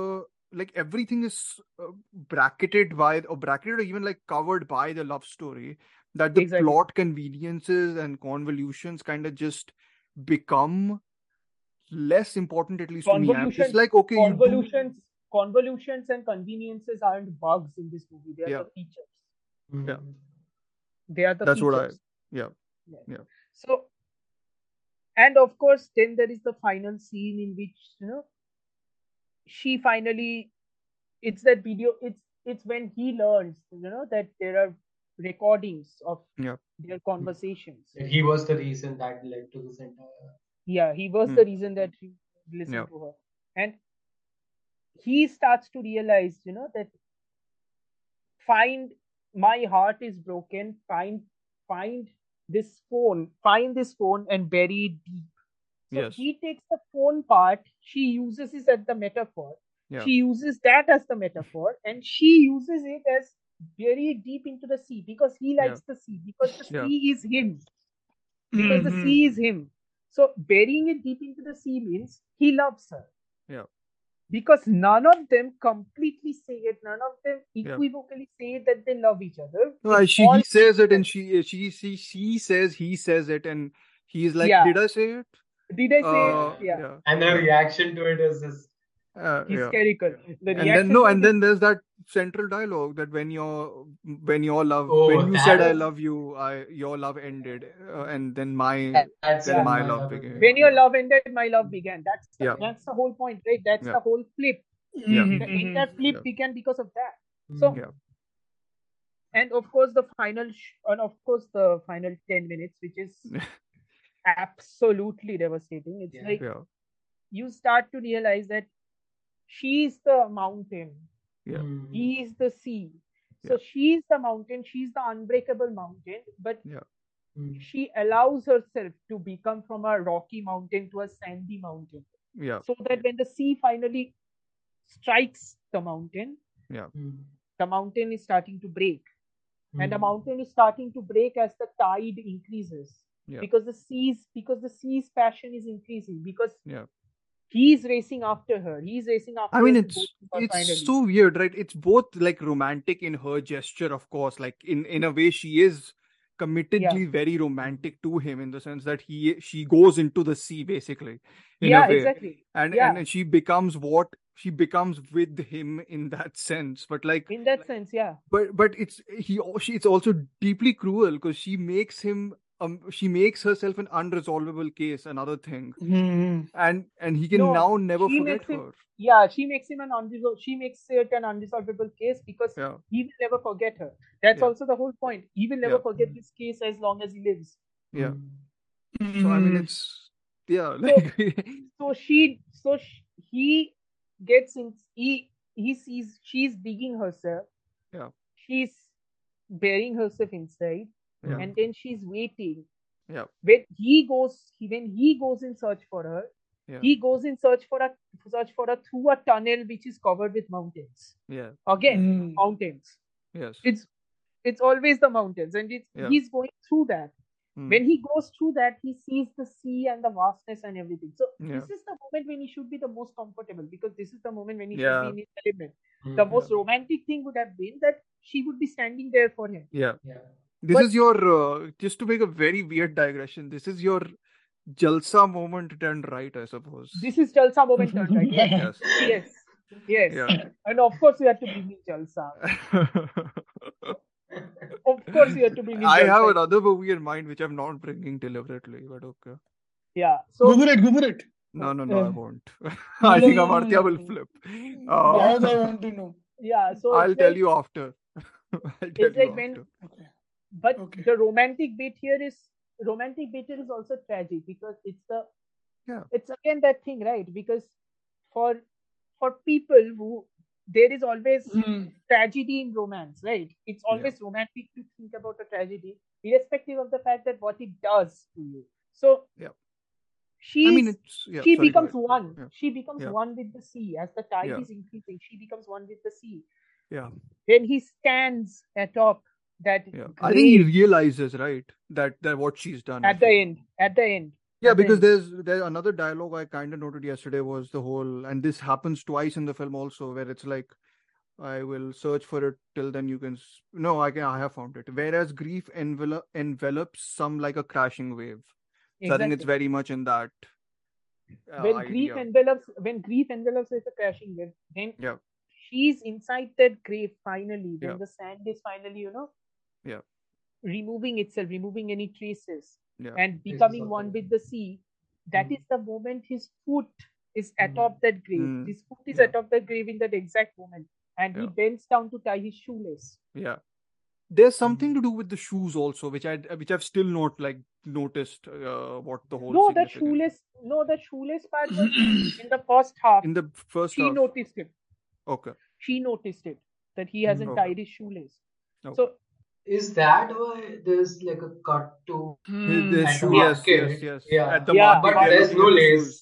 Speaker 1: like everything is uh, bracketed by or bracketed or even like covered by the love story that the
Speaker 2: Exactly.
Speaker 1: plot conveniences and convolutions kind of just become less important at least to me I'm- it's
Speaker 2: Convolution-
Speaker 1: like okay you do-
Speaker 2: convolutions convolutions and conveniences aren't bugs in this movie they are
Speaker 1: Yeah.
Speaker 2: the features
Speaker 4: Hmm.
Speaker 1: Yeah.
Speaker 2: they are the
Speaker 1: That's what I-
Speaker 2: features.
Speaker 1: yeah,
Speaker 2: yeah
Speaker 1: yeah.
Speaker 2: so and of course then there is the final scene in which you know she finally it's that video it's it's when he learns you know that there are recordings of
Speaker 1: Yeah.
Speaker 2: their conversations
Speaker 4: And he was the reason that led to this entire
Speaker 2: yeah he was
Speaker 1: Hmm.
Speaker 2: the reason that he listened
Speaker 1: Yeah.
Speaker 2: to her and he starts to realize you know that find my heart is broken find find this phone find this phone and bury it deep so
Speaker 1: Yes.
Speaker 2: he takes the phone part she uses it as the metaphor
Speaker 1: Yeah.
Speaker 2: she uses that as the metaphor and she uses it as bury it deep into the sea because he likes the sea because the
Speaker 1: Yeah.
Speaker 2: sea is him because
Speaker 1: Mm-hmm.
Speaker 2: the
Speaker 5: Mm-hmm.
Speaker 2: sea is him. So burying it deep into the sea means he loves her.
Speaker 1: Yeah.
Speaker 2: because none of them completely say it. None of them
Speaker 1: Yeah.
Speaker 2: equivocally say that they love each other.
Speaker 1: No,
Speaker 2: It
Speaker 1: she
Speaker 2: all-
Speaker 1: he says it, and she she she she says he says it, and he's like,
Speaker 2: Yeah.
Speaker 1: "Did I say it?"
Speaker 2: did I say?
Speaker 1: Uh,
Speaker 2: it? yeah,
Speaker 4: And the reaction to it is just
Speaker 1: Uh, yeah.
Speaker 2: hysterical. The
Speaker 1: And then
Speaker 2: reaction
Speaker 1: no,
Speaker 2: to
Speaker 1: and
Speaker 2: it
Speaker 1: then there's that central dialogue that when your when your love
Speaker 4: Oh,
Speaker 1: when you said
Speaker 4: that-
Speaker 1: I love you, I your love ended, uh, and then my
Speaker 2: Yeah.
Speaker 4: that's
Speaker 1: Then
Speaker 4: when
Speaker 1: my love began.
Speaker 2: is, when your
Speaker 1: yeah.
Speaker 2: love ended, my love began. That's the,
Speaker 1: Yeah.
Speaker 2: that's the whole point, right? That's
Speaker 1: Yeah.
Speaker 2: the whole flip.
Speaker 1: Yeah.
Speaker 2: The entire flip
Speaker 1: Yeah.
Speaker 2: began because of that.
Speaker 4: Hmm.
Speaker 2: So
Speaker 1: Yeah.
Speaker 2: and of course the final sh- and of course the final 10 minutes which is absolutely devastating it's
Speaker 4: Yeah.
Speaker 2: like
Speaker 1: yeah,
Speaker 2: you start to realize that she's the mountain
Speaker 1: Yeah.
Speaker 4: Mhm.
Speaker 2: he is the sea so
Speaker 1: Hmm. Yeah.
Speaker 2: she's the mountain she's the unbreakable mountain but
Speaker 4: Mhm.
Speaker 2: she allows herself to become from a rocky mountain to a sandy mountain
Speaker 1: Oh, yeah,
Speaker 2: so that when the sea finally strikes the mountain
Speaker 4: Mhm.
Speaker 2: the mountain is starting to break and the
Speaker 1: Hmm.
Speaker 4: Mhm.
Speaker 2: mountain is starting to break as the tide increases
Speaker 1: Yeah.
Speaker 2: because the seas because the sea's passion is increasing because
Speaker 1: yeah.
Speaker 2: he's racing after her he's racing after
Speaker 1: I mean,
Speaker 2: her to
Speaker 1: it's
Speaker 2: go to her
Speaker 1: it's
Speaker 2: finally.
Speaker 1: so weird, right? It's both like romantic in her gesture, of course. Like in in a way, she is committedly very romantic to him in the sense that he she goes into the sea basically in
Speaker 2: yeah
Speaker 1: a way,
Speaker 2: exactly
Speaker 1: and
Speaker 2: Yeah.
Speaker 1: and she becomes what she becomes with him in that sense. But like
Speaker 2: in that sense yeah
Speaker 1: but but it's he al- she it's also deeply cruel because she makes him um she makes herself an unresolvable case another thing
Speaker 5: Mm-hmm.
Speaker 1: and and he can
Speaker 2: No,
Speaker 1: now never
Speaker 2: she
Speaker 1: forget
Speaker 2: makes him-
Speaker 1: her
Speaker 2: yeah she makes him an undisol- she makes it an unresolvable case because
Speaker 1: yeah
Speaker 2: he will never forget her that's
Speaker 1: Yeah.
Speaker 2: also the whole point he will never
Speaker 1: Yeah.
Speaker 2: forget this case as long as he lives
Speaker 1: yeah
Speaker 4: Mhm.
Speaker 5: Mm-hmm.
Speaker 1: so i mean
Speaker 2: Mm.
Speaker 1: it's yeah like
Speaker 2: so she so sh he gets in he he sees she's digging herself
Speaker 1: Yeah.
Speaker 2: she's burying herself inside
Speaker 1: Yeah.
Speaker 2: and then she's waiting
Speaker 1: Yeah.
Speaker 2: when he goes he- when he goes in search for her
Speaker 1: Yeah.
Speaker 2: he goes in search for a search for a through a tunnel which is covered with mountains
Speaker 1: yeah
Speaker 2: again
Speaker 1: Mm.
Speaker 2: mountains
Speaker 1: yes
Speaker 2: it's it's always the mountains and it's
Speaker 1: Yeah.
Speaker 2: he's going through that
Speaker 1: Mm.
Speaker 2: when he goes through that he sees the sea and the vastness and everything so
Speaker 1: Yeah.
Speaker 2: this is the moment when he should be the most comfortable because this is the moment when he should
Speaker 1: Yeah. Hmm,
Speaker 2: be in his element the
Speaker 4: Hmm.
Speaker 2: most romantic thing would have been that she would be standing there for him
Speaker 1: yeah
Speaker 4: Yeah.
Speaker 1: this
Speaker 2: But-
Speaker 1: is your uh, just to make a very weird digression this is your jalsa moment turned right i suppose
Speaker 2: this is jalsa moment turned right But
Speaker 1: yes
Speaker 2: yes yes
Speaker 1: yeah
Speaker 2: and of course you have to bring in jalsa of course you have to bring in
Speaker 1: I have
Speaker 2: jalsa.
Speaker 1: another movie in mind which I'm not bringing deliberately, but okay.
Speaker 2: yeah so
Speaker 5: Google it, Google it.
Speaker 1: No, no, no, I
Speaker 5: Uh,
Speaker 1: won't. I think
Speaker 5: no, no,
Speaker 1: Amartya
Speaker 5: no,
Speaker 1: will
Speaker 5: no.
Speaker 1: flip.
Speaker 5: Now
Speaker 1: Uh,
Speaker 5: I want to know.
Speaker 2: yeah so
Speaker 1: I'll
Speaker 2: it's
Speaker 1: tell
Speaker 2: like-
Speaker 1: you after. I'll tell
Speaker 2: it's
Speaker 1: you
Speaker 2: like when
Speaker 1: after.
Speaker 5: Okay.
Speaker 2: but
Speaker 5: Okay.
Speaker 2: the romantic bit here is romantic bit here is also tragic because it's the
Speaker 1: Yeah.
Speaker 2: it's again that thing right because for for people who there is always
Speaker 5: Mm.
Speaker 2: tragedy in romance right it's always romantic to think about a tragedy irrespective of the fact that what it does to you so
Speaker 1: Yeah.
Speaker 2: she
Speaker 1: I mean, it's yeah.
Speaker 2: she
Speaker 1: sorry, go
Speaker 2: becomes
Speaker 1: ahead.
Speaker 2: one
Speaker 1: Yeah.
Speaker 2: she becomes
Speaker 1: Yeah.
Speaker 2: one with the sea as the tide
Speaker 1: Yeah.
Speaker 2: is increasing she becomes one with the sea
Speaker 1: Yeah.
Speaker 2: when he stands atop that
Speaker 1: Yeah. I think he realizes right that that what she's done
Speaker 2: at the
Speaker 1: actually.
Speaker 2: end at the end
Speaker 1: Yeah,
Speaker 2: at the
Speaker 1: because
Speaker 2: end.
Speaker 1: there's there's another dialogue I kind of noted yesterday was the whole, and this happens twice in the film also, where it's like, I will search for it till then you can. s- No, I can. I have found it. Whereas grief envelop envelops some like a crashing wave. So I think it's
Speaker 2: Exactly.
Speaker 1: very much in that. Uh,
Speaker 2: when grief
Speaker 1: idea.
Speaker 2: envelops when grief envelops is a crashing wave then
Speaker 1: Yeah.
Speaker 2: she's inside that grave finally when
Speaker 1: Yeah.
Speaker 2: the sand is finally you know
Speaker 1: Yeah.
Speaker 2: removing itself removing any traces
Speaker 1: Yeah.
Speaker 2: and
Speaker 4: Traces
Speaker 2: becoming
Speaker 4: of
Speaker 2: one
Speaker 4: it.
Speaker 2: with the sea That
Speaker 4: Mm.
Speaker 2: is the moment his foot is
Speaker 4: Mm.
Speaker 2: atop that grave
Speaker 1: Mm.
Speaker 2: his foot is
Speaker 1: Yeah.
Speaker 2: atop that grave in that exact moment and he
Speaker 1: Yeah.
Speaker 2: bends down to tie his shoelace
Speaker 1: Yeah. There's something
Speaker 2: Mm-hmm.
Speaker 1: to do with the shoes also, which I which I've still not like noticed uh, what the whole.
Speaker 2: no that
Speaker 1: significance-
Speaker 2: shoelace no the shoelace part was in the first half
Speaker 1: in the first
Speaker 2: she
Speaker 1: half.
Speaker 2: noticed him
Speaker 1: Okay.
Speaker 2: she noticed it that he hasn't
Speaker 1: Okay.
Speaker 2: tied his shoelace.
Speaker 1: Okay.
Speaker 2: So
Speaker 4: Is that why there's like a cut to
Speaker 1: His-
Speaker 5: Mm.
Speaker 1: their
Speaker 4: Hmm. at the
Speaker 1: shoe- yes,
Speaker 4: market,
Speaker 1: yes, yes.
Speaker 4: yeah.
Speaker 1: At the
Speaker 2: Yeah.
Speaker 1: market,
Speaker 4: but
Speaker 1: they're
Speaker 4: there's
Speaker 1: looking at the
Speaker 4: no lace.
Speaker 1: shoes.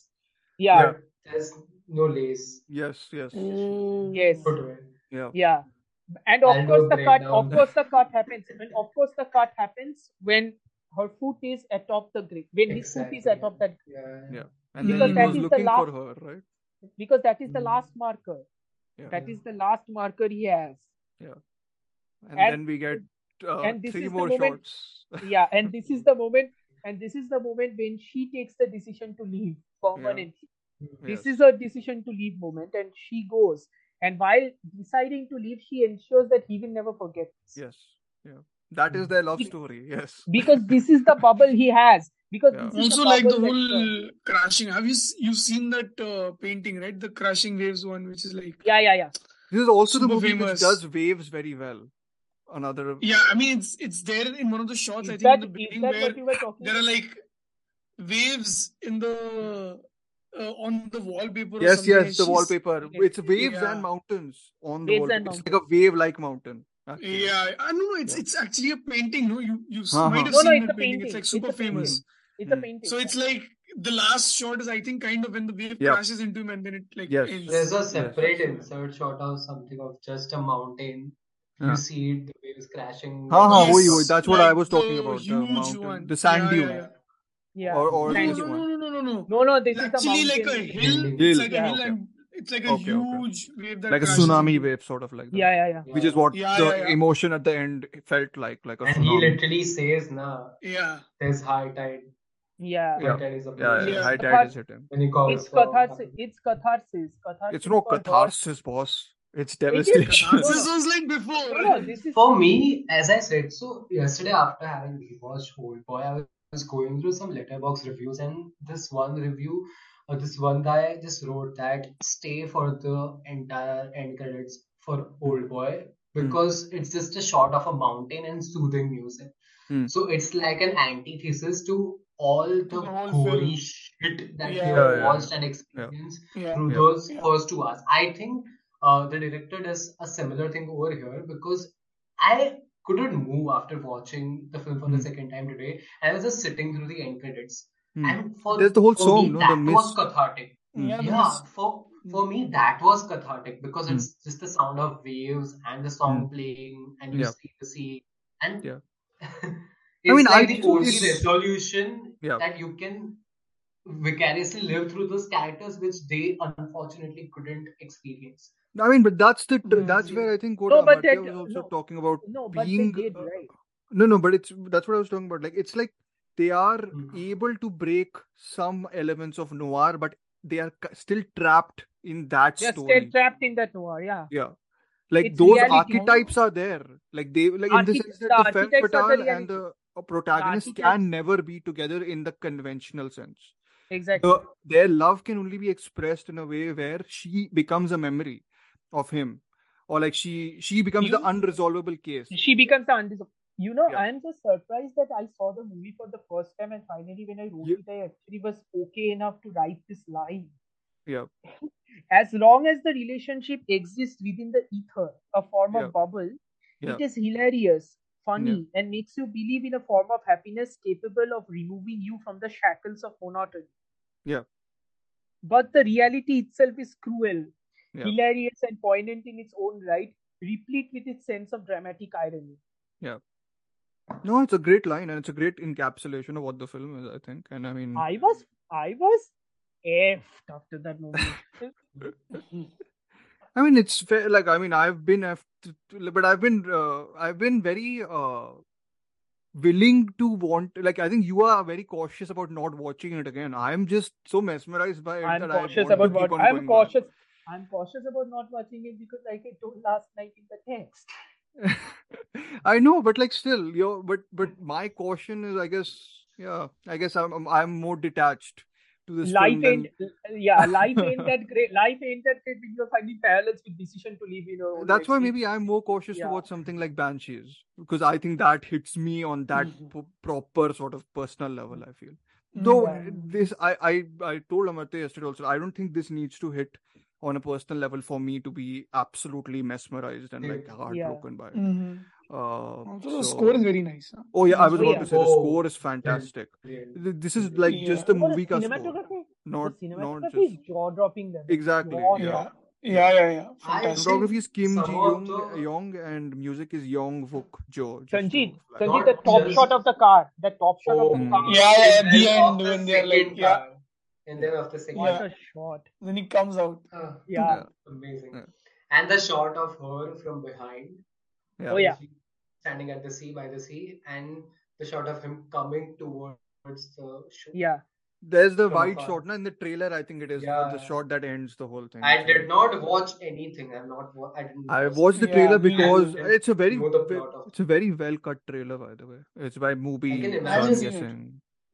Speaker 2: yeah,
Speaker 4: But there's no lace.
Speaker 1: Yes, yes,
Speaker 2: Mm.
Speaker 5: Oh.
Speaker 2: yes,
Speaker 4: Good way.
Speaker 1: yeah,
Speaker 2: yeah. And of
Speaker 4: I'll do
Speaker 2: course
Speaker 4: a
Speaker 2: the cut of
Speaker 4: breakdown.
Speaker 2: course the cut happens. And of course the cut happens when her foot is atop the grave. When his foot is
Speaker 4: Exactly.
Speaker 2: atop that grave.
Speaker 4: Yeah.
Speaker 1: yeah. And
Speaker 5: Because
Speaker 1: then he
Speaker 5: that
Speaker 1: was
Speaker 2: is the
Speaker 1: looking for
Speaker 2: last-
Speaker 1: her, right?
Speaker 2: because that is the
Speaker 4: Mm.
Speaker 2: last marker.
Speaker 1: Yeah.
Speaker 2: That is the last marker he has.
Speaker 1: and,
Speaker 2: and-
Speaker 1: then we get uh,
Speaker 2: and this
Speaker 1: three
Speaker 2: is the
Speaker 1: more
Speaker 2: moment-
Speaker 1: shots.
Speaker 2: yeah, and this is the moment, and this is the moment when she takes the decision to leave permanently. This
Speaker 1: Yes.
Speaker 2: is her decision to leave moment, and she goes. And while deciding to leave, she ensures that he will never forget this.
Speaker 1: Yes. Yeah. That is their love
Speaker 2: Be-
Speaker 1: story. Yes.
Speaker 2: Mm. Because this is the bubble he has. Because
Speaker 1: Yeah.
Speaker 2: this is
Speaker 5: also
Speaker 2: the
Speaker 5: like the
Speaker 2: bubble that, uh,
Speaker 5: whole crashing have you s- you've seen that uh, painting right the crashing waves one which is like
Speaker 2: yeah, yeah, yeah.
Speaker 1: This is also the
Speaker 5: Super
Speaker 1: movie which
Speaker 5: famous.
Speaker 1: does waves very well. Another.
Speaker 5: yeah i mean it's it's there in one of the
Speaker 2: Is
Speaker 5: shots i think
Speaker 2: that,
Speaker 5: in the
Speaker 2: is
Speaker 5: beginning
Speaker 2: that
Speaker 5: where
Speaker 2: what you were talking
Speaker 5: there are like waves in the uh, on the wallpaper or
Speaker 1: Yes,
Speaker 5: something
Speaker 1: yes,
Speaker 5: and
Speaker 1: the
Speaker 5: she's-
Speaker 1: wallpaper.
Speaker 2: Yes.
Speaker 1: It's waves
Speaker 5: Yeah.
Speaker 1: and mountains on the
Speaker 2: Waves and
Speaker 1: wallpaper. It's like a wave-like mountain. Actually.
Speaker 5: yeah i don't know it's
Speaker 1: Yeah.
Speaker 5: it's actually a painting no you you s-
Speaker 1: Uh-huh.
Speaker 5: might have
Speaker 2: No, no,
Speaker 5: seen
Speaker 2: it's
Speaker 5: that
Speaker 2: a
Speaker 5: painting it's
Speaker 2: painting.
Speaker 5: like
Speaker 2: It's
Speaker 5: super
Speaker 2: a painting.
Speaker 5: famous
Speaker 2: It's a
Speaker 1: Hmm.
Speaker 2: painting.
Speaker 5: so it's like the last shot is i think kind of when the wave
Speaker 1: Yep.
Speaker 5: crashes into him and then it like
Speaker 1: Yes.
Speaker 5: ends
Speaker 4: There's a separate
Speaker 1: absolutely.
Speaker 4: insert shot of something of just a mountain.
Speaker 1: Yeah.
Speaker 4: You see it, the waves crashing.
Speaker 1: हाँ हाँ
Speaker 4: like-
Speaker 1: वही
Speaker 5: Yes,
Speaker 1: वही Oh, that's what I
Speaker 5: like
Speaker 1: was talking
Speaker 5: the
Speaker 1: about the
Speaker 5: huge
Speaker 1: mountain
Speaker 5: one.
Speaker 1: the sand
Speaker 5: Yeah, yeah,
Speaker 1: dune
Speaker 5: yeah.
Speaker 2: Yeah.
Speaker 1: or or
Speaker 5: No,
Speaker 2: Sand
Speaker 1: this
Speaker 5: no,
Speaker 2: dune.
Speaker 1: one
Speaker 5: no, no, no, no.
Speaker 2: No, no, this is the
Speaker 5: Actually, like a
Speaker 2: mountain.
Speaker 5: hill. It's
Speaker 1: hill
Speaker 5: like a
Speaker 2: Yeah.
Speaker 5: hill,
Speaker 1: okay
Speaker 5: and it's like a
Speaker 1: okay okay
Speaker 5: huge wave that
Speaker 1: like a
Speaker 5: crashes
Speaker 1: tsunami
Speaker 5: into.
Speaker 1: wave sort of like that
Speaker 2: Yeah, yeah, yeah.
Speaker 1: which is
Speaker 4: Yeah.
Speaker 1: what
Speaker 5: Yeah,
Speaker 1: the
Speaker 5: yeah, yeah,
Speaker 1: emotion at the end felt like like a
Speaker 4: And he
Speaker 1: tsunami
Speaker 4: literally says, nah,
Speaker 5: yeah.
Speaker 4: there's high tide.
Speaker 2: Yeah.
Speaker 1: yeah
Speaker 4: High tide is a
Speaker 1: yeah,
Speaker 4: place.
Speaker 1: yeah.
Speaker 5: Yeah.
Speaker 1: high tide
Speaker 2: Cathars-
Speaker 1: is hitting
Speaker 4: When he
Speaker 2: it's
Speaker 4: calls for.
Speaker 2: catharsis. It's catharsis. Catharsis
Speaker 1: it's no
Speaker 2: for her.
Speaker 1: catharsis boss it's
Speaker 2: It is
Speaker 1: devastation
Speaker 2: No,
Speaker 5: Catharsis
Speaker 2: no.
Speaker 5: was like
Speaker 2: No, no.
Speaker 5: before.
Speaker 2: This is
Speaker 4: For me, as I said, so yesterday after having rewatched Old Boy, I was going through some letterbox reviews, and this one review, uh, this one guy just wrote that stay for the entire end credits for Old Boy because it's just a shot of a mountain and soothing music.
Speaker 1: Hmm.
Speaker 4: So it's like an antithesis to all
Speaker 5: To the
Speaker 4: the
Speaker 5: whole
Speaker 4: gory
Speaker 5: film.
Speaker 4: shit that we
Speaker 5: Yeah,
Speaker 4: have
Speaker 1: yeah yeah
Speaker 4: watched and
Speaker 1: yeah
Speaker 4: experienced
Speaker 5: yeah,
Speaker 4: through
Speaker 1: yeah
Speaker 4: those
Speaker 5: yeah.
Speaker 4: first two hours. I think uh, the director does a similar thing over here because I couldn't move after watching the film for the
Speaker 1: Hmm.
Speaker 4: second time today. I was just sitting through the end credits,
Speaker 1: Hmm.
Speaker 4: and for
Speaker 1: there's the whole
Speaker 4: for
Speaker 1: song
Speaker 4: me
Speaker 1: no the
Speaker 4: that was
Speaker 1: mist
Speaker 4: cathartic.
Speaker 1: Hmm.
Speaker 5: Yeah, the
Speaker 4: Yeah,
Speaker 5: mist.
Speaker 4: for for
Speaker 5: Mm.
Speaker 4: me that was cathartic because
Speaker 1: Hmm.
Speaker 4: it's just the sound of waves and the
Speaker 1: Hmm.
Speaker 4: song playing, and you
Speaker 1: yeah
Speaker 4: see the sea, and
Speaker 1: yeah I
Speaker 4: it's
Speaker 1: mean I
Speaker 4: like the only
Speaker 1: it's
Speaker 4: resolution
Speaker 1: yeah
Speaker 4: that you can vicariously live through those characters which they unfortunately couldn't experience.
Speaker 1: I mean, but that's the
Speaker 5: Yeah.
Speaker 1: that's where I think what
Speaker 2: Hmm. no, but that
Speaker 1: Amartya was also
Speaker 2: no,
Speaker 1: talking about
Speaker 2: no, but they
Speaker 1: being.
Speaker 2: did
Speaker 1: Uh,
Speaker 2: right.
Speaker 1: no, no, but it's that's what I was talking about. Like it's like they are
Speaker 4: Hmm.
Speaker 1: able to break some elements of noir, but they are ca- still trapped in that
Speaker 2: They're still
Speaker 1: story.
Speaker 2: trapped in that noir. Yeah,
Speaker 1: Yeah, like
Speaker 2: it's
Speaker 1: those
Speaker 2: reality.
Speaker 1: archetypes are there. Like they like in the
Speaker 2: Archety-
Speaker 1: sense that
Speaker 2: the
Speaker 1: the femme
Speaker 2: archetypes are the
Speaker 1: fatale and
Speaker 2: reality.
Speaker 1: the uh,
Speaker 2: The
Speaker 1: protagonist
Speaker 2: archetypes,
Speaker 1: can never be together in the conventional sense
Speaker 2: exactly.
Speaker 1: the their love can only be expressed in a way where she becomes a memory of him or like she she becomes the
Speaker 2: You,
Speaker 1: unresolvable case
Speaker 2: she becomes the undesirable. You know,
Speaker 1: yeah
Speaker 2: I'm just surprised that I saw the movie for the first time, and finally, when I wrote
Speaker 1: Ye-
Speaker 2: it, I actually was okay enough to write this line.
Speaker 1: yeah
Speaker 2: as long as the relationship exists within the ether, a form
Speaker 1: yeah
Speaker 2: of bubble,
Speaker 1: yeah
Speaker 2: it is hilarious,
Speaker 1: yeah
Speaker 2: funny, and makes you believe in a form of happiness capable of removing you from the shackles of monotony.
Speaker 1: yeah
Speaker 2: But the reality itself is cruel,
Speaker 1: yeah
Speaker 2: hilarious, and poignant in its own right, replete with its sense of dramatic irony.
Speaker 1: yeah no it's a great line and it's a great encapsulation of what the film is i think and i mean
Speaker 2: I was, I was effed after that movie.
Speaker 1: i mean it's fair like i mean i've been I've, but i've been uh, i've been very uh willing to want like i think you are very cautious about not watching it again i'm just so mesmerized by it
Speaker 2: I'm
Speaker 1: that i
Speaker 2: cautious
Speaker 1: want to
Speaker 2: about
Speaker 1: keep
Speaker 2: what
Speaker 1: on
Speaker 2: I'm
Speaker 1: going back
Speaker 2: cautious. I'm cautious about not watching it because like I told last night in the text.
Speaker 1: I know, but like still, you but but my caution is, I guess, yeah, I guess I'm I'm, I'm more detached to this
Speaker 2: Life
Speaker 1: film
Speaker 2: ain't
Speaker 1: than
Speaker 2: yeah, life ain't that great. Life ain't that great when you're finding parallels with decision to live in your own
Speaker 1: that's
Speaker 2: right.
Speaker 1: why
Speaker 2: It,
Speaker 1: maybe I'm more cautious
Speaker 2: yeah.
Speaker 1: towards something like Banshees because I think that hits me on that
Speaker 2: Mm-hmm.
Speaker 1: p- proper sort of personal level. I feel though
Speaker 2: Mm, Yeah.
Speaker 1: uh, this I I I told Amartya yesterday also I don't think this needs to hit on a personal level for me to be absolutely mesmerized and like
Speaker 2: Mm, Yeah. Mm.
Speaker 1: heartbroken by it.
Speaker 5: Mm-hmm.
Speaker 1: Uh,
Speaker 5: Also, the score is
Speaker 1: so
Speaker 5: very nice. Huh?
Speaker 1: Oh yeah, I
Speaker 5: The
Speaker 2: Oh
Speaker 1: was about
Speaker 2: yeah.
Speaker 1: to say the
Speaker 4: Oh,
Speaker 1: score is
Speaker 4: brilliant,
Speaker 1: fantastic.
Speaker 4: brilliant,
Speaker 1: Th- This is
Speaker 4: brilliant.
Speaker 1: like
Speaker 5: Yeah.
Speaker 1: just the
Speaker 2: Score
Speaker 1: movie ka score,
Speaker 2: cinematography the
Speaker 1: not not
Speaker 2: cinematography
Speaker 1: just
Speaker 2: is jaw dropping level.
Speaker 1: exactly.
Speaker 2: Jaw
Speaker 1: Yeah,
Speaker 5: Yeah,
Speaker 2: dropping.
Speaker 1: yeah.
Speaker 5: yeah, yeah, yeah.
Speaker 4: I
Speaker 5: Fantastic.
Speaker 4: think
Speaker 1: Cinematography is Kim
Speaker 4: some
Speaker 1: Ji
Speaker 4: of
Speaker 1: Young
Speaker 4: the
Speaker 1: Young and music is Yong Wook Jo. Just
Speaker 2: Sanjit,
Speaker 1: to flag
Speaker 2: Sanjit,
Speaker 1: it.
Speaker 2: the
Speaker 4: not
Speaker 2: top shot
Speaker 4: just
Speaker 2: of the car. The top shot of the
Speaker 4: oh
Speaker 1: Mm.
Speaker 2: car
Speaker 5: Yeah,
Speaker 2: is
Speaker 4: the
Speaker 5: yeah. At the
Speaker 4: smell
Speaker 5: end,
Speaker 4: of the
Speaker 5: when they are like,
Speaker 4: second
Speaker 5: yeah,
Speaker 4: car. in them after six
Speaker 2: What
Speaker 4: years.
Speaker 2: a shot.
Speaker 5: Then he comes out.
Speaker 4: Ah,
Speaker 2: Yeah.
Speaker 4: amazing.
Speaker 1: Yeah.
Speaker 4: And the shot of her from behind,
Speaker 2: Oh, yeah.
Speaker 4: she- standing at the sea by the sea, and the shot of him coming towards the shore.
Speaker 2: Yeah.
Speaker 1: There's the
Speaker 4: From
Speaker 1: wide
Speaker 4: afar.
Speaker 1: shot, na? In the trailer, I think it is
Speaker 4: Yeah.
Speaker 1: the shot that ends the whole thing.
Speaker 4: I
Speaker 1: so-
Speaker 4: did not watch anything. I'm not. wa- I didn't.
Speaker 1: I
Speaker 4: watch
Speaker 1: watched the
Speaker 5: Yeah,
Speaker 1: trailer
Speaker 5: me
Speaker 1: because
Speaker 4: neither.
Speaker 1: it's a very
Speaker 4: Know the
Speaker 1: ve-
Speaker 4: plot of-
Speaker 1: it's a very well cut trailer by the way. It's by
Speaker 4: I can
Speaker 1: Mubi. so
Speaker 4: imagine
Speaker 1: I'm
Speaker 5: it.
Speaker 1: guessing.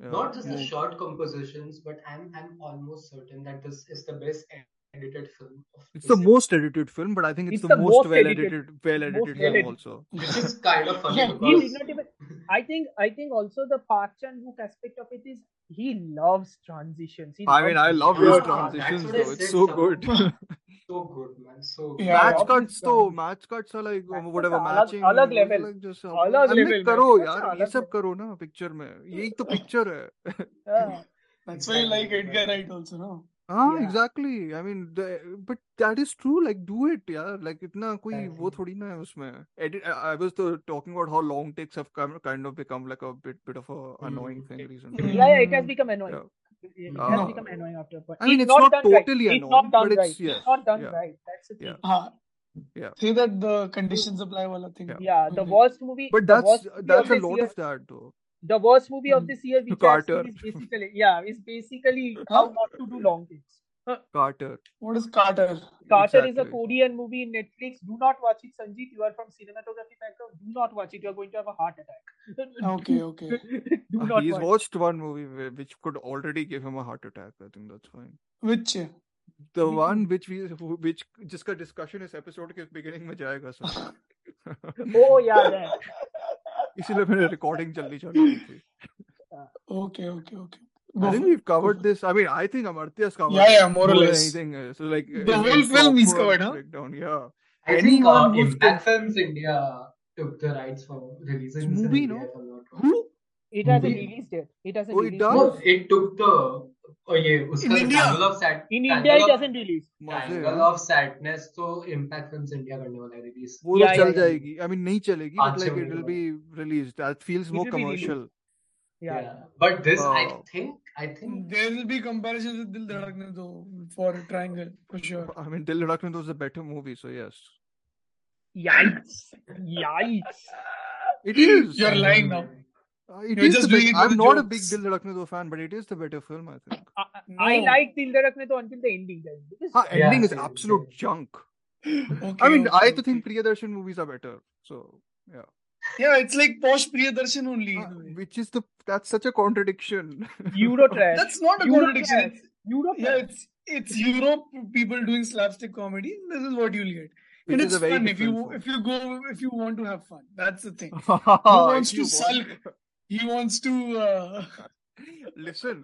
Speaker 1: Yeah.
Speaker 4: not just the
Speaker 5: Yeah.
Speaker 4: short compositions, but I'm I'm almost certain that this is the best edited film. Of
Speaker 1: It's the
Speaker 4: this year.
Speaker 1: most edited film, but I think it's, the, most, well edited,
Speaker 2: most
Speaker 1: well edited film
Speaker 4: well-edited.
Speaker 1: also.
Speaker 4: Which is kind of funny
Speaker 5: Yeah,
Speaker 2: He did
Speaker 4: because
Speaker 2: not even. I think. I think also the Park Chan Wook aspect of it is he loves transitions. He
Speaker 1: I mean,
Speaker 2: loves
Speaker 1: I love his
Speaker 4: Yeah, that's what
Speaker 1: transitions
Speaker 4: I
Speaker 1: though. It's
Speaker 4: said,
Speaker 1: so
Speaker 4: someone-
Speaker 1: good.
Speaker 4: so good, man. So good.
Speaker 5: Yeah,
Speaker 1: match
Speaker 5: yeah.
Speaker 1: cuts
Speaker 2: Obviously,
Speaker 1: though,
Speaker 2: yeah.
Speaker 1: match cuts are like
Speaker 2: Match
Speaker 1: whatever
Speaker 2: cuts are alag-
Speaker 1: matching.
Speaker 2: अलग
Speaker 1: those are
Speaker 2: level.
Speaker 1: like just
Speaker 2: अलग
Speaker 1: अरे
Speaker 2: level match
Speaker 1: करो
Speaker 2: cuts
Speaker 1: यार
Speaker 2: are
Speaker 1: ये
Speaker 2: अलग
Speaker 1: सब
Speaker 2: level.
Speaker 1: करो ना पिक्चर में यही तो पिक्चर है
Speaker 2: Yeah.
Speaker 5: That's why you like
Speaker 4: Exactly,
Speaker 5: Edgar
Speaker 4: exactly.
Speaker 5: Wright also, no?
Speaker 1: हाँ
Speaker 2: Yeah.
Speaker 1: Exactly I mean but that is true like do it यार लाइक इतना कोई वो
Speaker 4: Exactly.
Speaker 1: थोड़ी ना है उसमें एडिट आई वाज तो talking about how long takes have kind of become like a bit bit of a annoying thing recently
Speaker 2: Yeah, yeah, Hmm, it has become annoying.
Speaker 1: Yeah.
Speaker 2: It has
Speaker 1: Uh,
Speaker 2: become annoying after a point.
Speaker 1: I mean,
Speaker 2: It's
Speaker 1: it's
Speaker 2: not
Speaker 1: not
Speaker 2: done right.
Speaker 1: totally
Speaker 2: It's not
Speaker 1: annoying,
Speaker 2: done
Speaker 1: but it's
Speaker 2: right.
Speaker 1: yeah,
Speaker 2: It's not done
Speaker 1: yeah,
Speaker 2: right. That's the
Speaker 1: yeah,
Speaker 2: thing.
Speaker 5: Ah,
Speaker 1: yeah.
Speaker 5: say that the conditions apply wala thing.
Speaker 1: Yeah.
Speaker 2: Yeah, the
Speaker 5: Okay.
Speaker 2: worst movie.
Speaker 1: Mm-hmm. But
Speaker 2: The
Speaker 1: that's
Speaker 2: worst movie of
Speaker 1: that's a
Speaker 2: this
Speaker 1: lot
Speaker 2: year.
Speaker 1: of that though.
Speaker 2: The worst movie of
Speaker 5: Hmm.
Speaker 2: this year, which I've
Speaker 1: Carter,
Speaker 2: seen, is basically yeah, is basically how
Speaker 5: Huh?
Speaker 2: not to do long takes. Huh.
Speaker 1: Carter,
Speaker 5: What is Carter?
Speaker 2: Carter is a
Speaker 1: exactly.
Speaker 2: Korean movie in Netflix. Do not watch it, Sanjeet. You are from cinematography background. Do not watch it. You are going to have a heart attack.
Speaker 5: Okay, okay.
Speaker 2: do
Speaker 1: Uh,
Speaker 2: not
Speaker 1: he's
Speaker 2: watch.
Speaker 1: watched one movie wh- which could already give him a heart attack. I think that's fine.
Speaker 5: Which?
Speaker 1: The
Speaker 5: Which
Speaker 1: one
Speaker 5: movie?
Speaker 1: which we who- which जिसका discussion इस episode के beginning में जाएगा सब
Speaker 2: It. Oh yeah, that.
Speaker 1: इसीलिए मैंने recording जल्दी चालू की थी.
Speaker 5: Okay, okay, okay.
Speaker 1: I
Speaker 5: Go
Speaker 1: think
Speaker 5: for it.
Speaker 1: we've
Speaker 5: Go
Speaker 1: covered
Speaker 5: for it.
Speaker 1: this. I mean, I think Amartya's covered
Speaker 5: Yeah, yeah, more or
Speaker 1: more than
Speaker 5: less.
Speaker 1: anything. else. So like
Speaker 5: The
Speaker 1: in,
Speaker 5: whole
Speaker 1: in
Speaker 5: film he's
Speaker 1: proper
Speaker 5: covered, huh?
Speaker 1: breakdown. Yeah,
Speaker 4: I think
Speaker 1: anyone
Speaker 4: uh,
Speaker 1: who's con-
Speaker 4: Impact Films India took the rights for
Speaker 1: it's
Speaker 4: releasing this in
Speaker 1: movie,
Speaker 4: India,
Speaker 1: no?
Speaker 4: if I'm not wrong.
Speaker 5: Who?
Speaker 2: It has a
Speaker 4: Movie?
Speaker 2: release date. It has a
Speaker 1: Oh, it
Speaker 2: release
Speaker 1: does.
Speaker 2: date.
Speaker 4: No, it took the oh yeah,
Speaker 5: In
Speaker 4: उसका
Speaker 5: India?
Speaker 4: triangle of sad
Speaker 2: In India,
Speaker 4: triangle
Speaker 2: it
Speaker 4: of
Speaker 2: doesn't release.
Speaker 1: मजे
Speaker 4: triangle
Speaker 1: हैं
Speaker 4: of sadness तो Impact Films India करने वाला है release
Speaker 1: वो तो
Speaker 2: Yeah, yeah,
Speaker 1: चल
Speaker 2: yeah.
Speaker 1: जाएगी आई मीन नहीं चलेगी बट
Speaker 4: पाँच छह
Speaker 1: लाइक इट
Speaker 4: महीने
Speaker 1: विल
Speaker 4: बाद
Speaker 1: be release that feels
Speaker 2: It
Speaker 1: more
Speaker 2: will be released.
Speaker 1: Commercial
Speaker 2: Yeah,
Speaker 4: yeah
Speaker 2: yeah.
Speaker 4: but this I
Speaker 1: I
Speaker 4: think I think
Speaker 5: There will be comparisons with Dil Dhadakne Do for a triangle, for sure.
Speaker 1: Mean Dil Dhadakne Do is a better movie so yes
Speaker 2: Yikes! Yikes!
Speaker 1: It is
Speaker 5: You're
Speaker 4: I don't
Speaker 5: lying now.
Speaker 4: know
Speaker 1: it
Speaker 5: You're
Speaker 1: is the
Speaker 5: just doing it
Speaker 1: I
Speaker 5: for
Speaker 1: am
Speaker 5: the
Speaker 1: not a big
Speaker 5: jokes.
Speaker 1: Dil Dhadakne Do fan but it is the better film I think
Speaker 2: I, I I
Speaker 5: No.
Speaker 2: like Dil Dhadakne Do until the ending. Then because
Speaker 1: हाँ
Speaker 4: yeah
Speaker 1: ending is
Speaker 4: same
Speaker 1: absolute
Speaker 4: same
Speaker 1: junk I
Speaker 5: Okay,
Speaker 1: mean
Speaker 5: okay,
Speaker 1: I तो
Speaker 5: okay.
Speaker 1: Think Priyadarshan movies are better so yeah
Speaker 5: Yeah, it's like post Priyadarshan only
Speaker 1: uh, Ah,
Speaker 5: in a way.
Speaker 1: Which is the that's such a contradiction
Speaker 2: Euro trash,
Speaker 5: That's not a
Speaker 2: Euro
Speaker 5: contradiction.
Speaker 2: trash,
Speaker 5: It's
Speaker 2: Euro
Speaker 5: yeah,
Speaker 2: trash.
Speaker 5: it's it's Europe people doing slapstick comedy. This is what you'll get, and
Speaker 1: which is
Speaker 5: it's
Speaker 1: a very
Speaker 5: fun if
Speaker 1: different
Speaker 5: you if you go if you want to have fun. That's the
Speaker 1: Ah,
Speaker 5: thing. Who
Speaker 1: film
Speaker 5: wants
Speaker 1: if
Speaker 5: to
Speaker 1: you
Speaker 5: sulk?
Speaker 1: Want
Speaker 5: He wants to. Uh,
Speaker 1: Listen,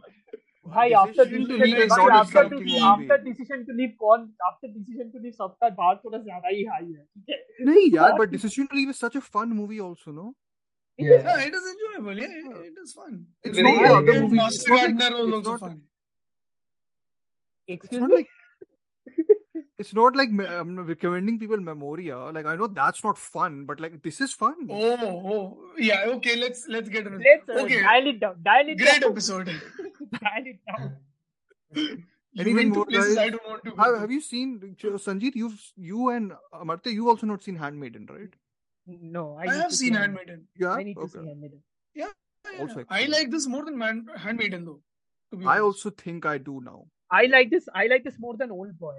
Speaker 2: Bhai, after
Speaker 1: decision
Speaker 5: to
Speaker 2: decision
Speaker 1: to leave
Speaker 2: to
Speaker 1: is
Speaker 5: relax
Speaker 2: bhai,
Speaker 1: not a
Speaker 5: yourself
Speaker 2: after to
Speaker 1: sulking
Speaker 2: leave,
Speaker 1: movie.
Speaker 2: after decision to leave कौन after decision to leave सबका भाग थोड़ा ज्यादा ही high है ठीक है
Speaker 1: नहीं यार
Speaker 2: What?
Speaker 1: but decision to leave is such a fun movie also no
Speaker 2: it is
Speaker 4: yeah
Speaker 5: yeah,
Speaker 2: fun
Speaker 5: it is enjoyable. Yeah,
Speaker 1: Uh,
Speaker 5: it is fun.
Speaker 1: it's
Speaker 4: really
Speaker 1: not the
Speaker 2: I
Speaker 1: other
Speaker 4: really
Speaker 5: And
Speaker 1: movies
Speaker 4: enjoyable
Speaker 1: it's
Speaker 5: Master
Speaker 1: not like
Speaker 5: Gardener was
Speaker 1: it's
Speaker 5: also
Speaker 1: not
Speaker 5: fun.
Speaker 1: it's
Speaker 2: excuse me
Speaker 1: not like it's not like me- I'm not recommending people Memoria like I know that's not fun but like this is fun
Speaker 5: Oh, oh, yeah. Okay, let's let's get on.
Speaker 2: let's uh,
Speaker 5: Okay,
Speaker 2: dial it down dial it
Speaker 5: great
Speaker 2: down
Speaker 5: episode.
Speaker 2: dial it
Speaker 4: Hmm.
Speaker 2: down
Speaker 5: you
Speaker 1: anything
Speaker 5: went to
Speaker 1: more
Speaker 5: places I
Speaker 1: guys
Speaker 5: don't want to go
Speaker 1: have,
Speaker 5: to.
Speaker 1: have you seen Ch- Sanjeet you've you and Amartya you've also not seen Handmaiden right
Speaker 2: no I
Speaker 5: I
Speaker 2: need
Speaker 5: have
Speaker 2: to see
Speaker 5: seen
Speaker 2: Handmaiden
Speaker 5: Handmaiden.
Speaker 1: yeah
Speaker 2: I need to
Speaker 1: okay
Speaker 2: see Handmaiden
Speaker 5: Yeah, yeah,
Speaker 1: also
Speaker 5: yeah. I
Speaker 1: excellent
Speaker 5: like this more than Man- Handmaiden though, to be
Speaker 1: I
Speaker 5: honest.
Speaker 1: also think I do now
Speaker 2: I like this I like this more than Old Boy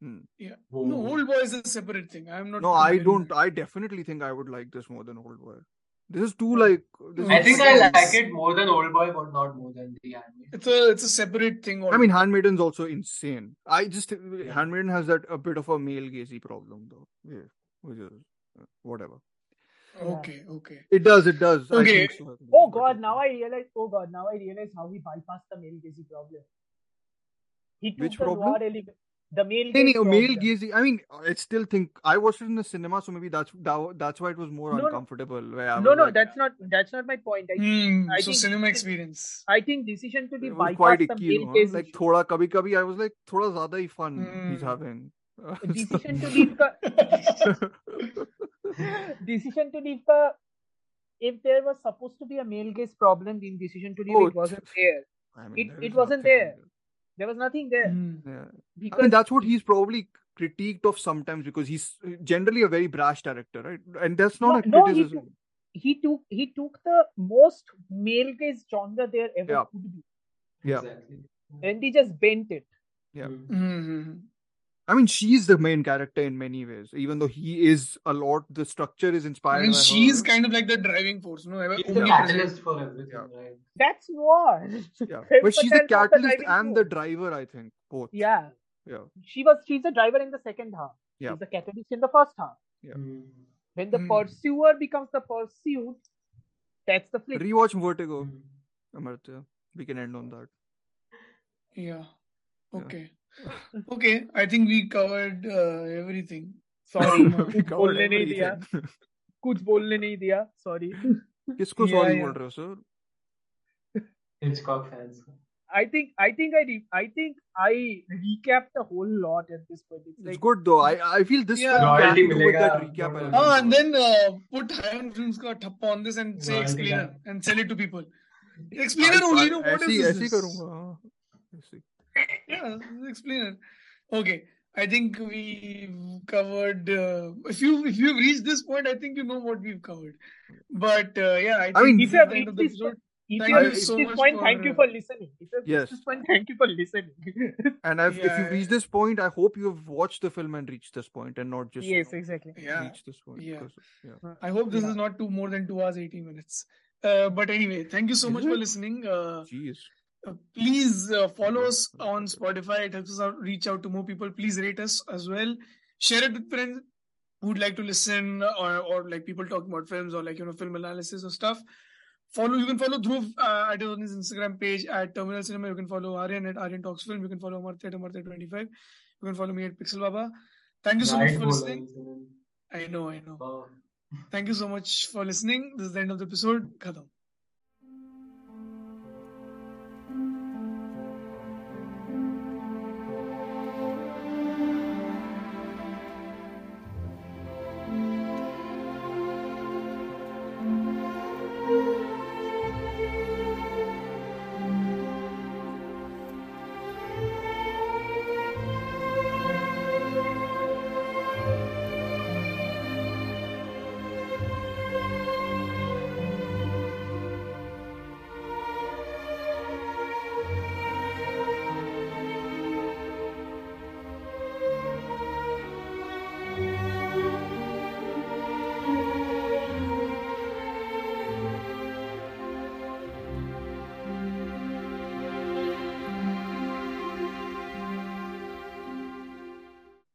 Speaker 1: hmm.
Speaker 5: Yeah. No,
Speaker 4: oh
Speaker 5: Old Boy is a separate thing. I am not
Speaker 1: No, I
Speaker 5: comparing
Speaker 1: don't.
Speaker 5: that.
Speaker 1: I definitely think I would like this more than Old Boy. This is too
Speaker 5: Yeah.
Speaker 1: like this
Speaker 5: No,
Speaker 1: is
Speaker 4: I
Speaker 5: it's
Speaker 4: think
Speaker 1: such
Speaker 4: I
Speaker 1: a.
Speaker 4: like
Speaker 5: it's
Speaker 4: it more than Oldboy but not more than The Handmaid
Speaker 5: it's a it's a separate thing
Speaker 1: I mean,
Speaker 5: altogether.
Speaker 1: Handmaiden's also insane. I just
Speaker 4: yeah
Speaker 1: Handmaiden has that a bit of a male gazy problem though. Yeah, which is uh, whatever.
Speaker 2: yeah
Speaker 5: Okay, okay,
Speaker 1: It does. It does. I
Speaker 5: okay.
Speaker 1: think so. I think
Speaker 2: oh
Speaker 1: so, but
Speaker 2: god now
Speaker 1: okay.
Speaker 2: I realize oh god now I realize how he bypassed the male gaze problem he took
Speaker 1: Which
Speaker 2: the noir
Speaker 1: problem?
Speaker 2: element the male
Speaker 1: No,
Speaker 2: gaze
Speaker 1: no, male
Speaker 2: problem
Speaker 1: gazy. uh, I mean, I still think I watched it in the cinema, so maybe that's that, wa- that's why it was more
Speaker 2: no no
Speaker 1: uncomfortable. Where I
Speaker 2: No,
Speaker 1: was
Speaker 2: no,
Speaker 1: like,
Speaker 2: that's not that's not my point. I think
Speaker 5: Hmm.
Speaker 2: I
Speaker 5: So
Speaker 2: think
Speaker 5: cinema
Speaker 2: decision
Speaker 5: experience.
Speaker 2: I think decision to be
Speaker 1: it was quite
Speaker 2: bypass the
Speaker 1: icky,
Speaker 2: male
Speaker 1: no?
Speaker 2: gaze
Speaker 1: Like,
Speaker 2: issue.
Speaker 1: thoda kabhi kabhi, I was like, thoda zyada hi fun he's
Speaker 5: Hmm.
Speaker 1: having.
Speaker 2: Decision to leave ka decision to leave ka if there was supposed to be a male gaze problem in decision to leave,
Speaker 1: Oh,
Speaker 2: it
Speaker 1: t-
Speaker 2: wasn't there.
Speaker 1: I mean,
Speaker 2: It
Speaker 1: there
Speaker 2: it
Speaker 1: is
Speaker 2: wasn't
Speaker 1: nothing.
Speaker 2: there. There was nothing there.
Speaker 5: Hmm.
Speaker 1: Yeah. I
Speaker 2: Because
Speaker 1: mean, that's what he's probably critiqued of sometimes because he's generally a very brash director, right? And that's not
Speaker 2: No,
Speaker 1: a
Speaker 2: no, he
Speaker 1: criticism.
Speaker 2: he took he took the most male gaze genre there ever
Speaker 1: Yeah.
Speaker 2: could be,
Speaker 1: Yeah.
Speaker 4: Exactly.
Speaker 2: and he just bent it.
Speaker 1: Yeah.
Speaker 4: Hmm.
Speaker 5: Hmm.
Speaker 1: I mean, she's the main character in many ways, even though he is a lot. The structure is inspired.
Speaker 5: I mean,
Speaker 1: by her,
Speaker 5: she's
Speaker 1: right?
Speaker 5: kind of like the driving force, no?
Speaker 4: It's the
Speaker 1: Yeah.
Speaker 4: catalyst for everything, right?
Speaker 2: That's what.
Speaker 1: Yeah.
Speaker 2: Dev
Speaker 1: But she's the
Speaker 2: Patel was
Speaker 1: catalyst
Speaker 2: driving
Speaker 1: and the
Speaker 2: force.
Speaker 1: driver, I think. Both.
Speaker 2: yeah.
Speaker 1: Yeah.
Speaker 2: She was. She's the driver in the second half.
Speaker 1: Yeah.
Speaker 2: She's the catalyst in the first half.
Speaker 1: Yeah.
Speaker 4: Hmm.
Speaker 2: When the
Speaker 5: Hmm.
Speaker 2: pursuer becomes the pursued, that's the flip.
Speaker 1: Rewatch Vertigo,
Speaker 4: Hmm.
Speaker 1: Amartya. We can end on that.
Speaker 5: Yeah.
Speaker 1: Yeah.
Speaker 5: Okay. Okay. I think we covered uh, everything. Um,
Speaker 2: Sorry,
Speaker 1: We
Speaker 2: कुछ
Speaker 1: covered
Speaker 2: बोलने नहीं दिया,
Speaker 1: everything.
Speaker 2: कुछ बोलने नहीं दिया. Sorry.
Speaker 1: किसको
Speaker 5: Yeah,
Speaker 1: sorry
Speaker 5: yeah.
Speaker 1: बोल रहे हो sir?
Speaker 4: Hitchcock fans.
Speaker 2: I think I think I re- I think I recapped a whole lot at this point. It's
Speaker 1: It's
Speaker 2: like
Speaker 1: good though. I I feel this
Speaker 5: Yeah.
Speaker 1: film can
Speaker 4: Royalty
Speaker 1: do with that
Speaker 4: मिलेगा,
Speaker 1: recap
Speaker 4: don't
Speaker 1: element.
Speaker 5: Oh, and
Speaker 1: though.
Speaker 5: then uh, put Hyam Films ka thappa on this and say
Speaker 4: Royalty
Speaker 5: explainer
Speaker 4: का.
Speaker 5: and sell it to people.
Speaker 1: I-
Speaker 5: Explainer only,
Speaker 1: I-
Speaker 5: you know, what
Speaker 1: ऐसे
Speaker 5: else
Speaker 1: ही-
Speaker 5: is
Speaker 1: ऐसे ही
Speaker 5: this?
Speaker 1: करूंगा हाँ, ऐसे ही।
Speaker 5: Yeah, explainer. Okay. I think we've covered. Uh, if you if you've reached this point, I think you know what we've covered. But uh, yeah, I think
Speaker 1: mean,
Speaker 2: if
Speaker 5: this is
Speaker 2: you have
Speaker 5: the end of
Speaker 2: reached
Speaker 5: the
Speaker 2: this
Speaker 5: episode.
Speaker 2: if
Speaker 5: Thank
Speaker 2: you have
Speaker 1: you
Speaker 2: reached
Speaker 5: so
Speaker 2: this
Speaker 5: much
Speaker 2: point,
Speaker 5: for,
Speaker 2: thank you
Speaker 5: uh,
Speaker 2: for listening. If you have
Speaker 1: Yes.
Speaker 2: reached this point, thank you for listening.
Speaker 1: And I've, if you've
Speaker 5: Yeah.
Speaker 1: reached this point, I hope you've watched the film and reached this point and not just you
Speaker 2: yes,
Speaker 1: know,
Speaker 2: exactly.
Speaker 5: Yeah.
Speaker 1: reached this point.
Speaker 5: Yeah.
Speaker 1: 'cause- yeah.
Speaker 5: I hope this
Speaker 2: Yeah.
Speaker 5: is not too more than two hours eighteen minutes. Uh, but anyway, thank you so
Speaker 1: Is
Speaker 5: much for
Speaker 1: it?
Speaker 5: listening. Uh,
Speaker 1: Jeez.
Speaker 5: uh, please uh, follow
Speaker 1: Okay.
Speaker 5: us on Spotify. It helps us out, reach out to more people. Please rate us as well. Share it with friends who'd like to listen uh, or, or like people talking about films or like you know film analysis or stuff. Follow you can follow Dhruv uh, at his on his Instagram page at Terminal Cinema. You can follow Aryan at Aryan Talks Film. You can follow Amartya at Amartya25. You can follow me at Pixel Baba. Thank you so much
Speaker 4: Diet
Speaker 5: for
Speaker 4: bola
Speaker 5: listening.
Speaker 4: is in-
Speaker 5: I know, I know.
Speaker 4: Wow.
Speaker 5: Thank you so much for listening. This is the end of the episode. Khatam.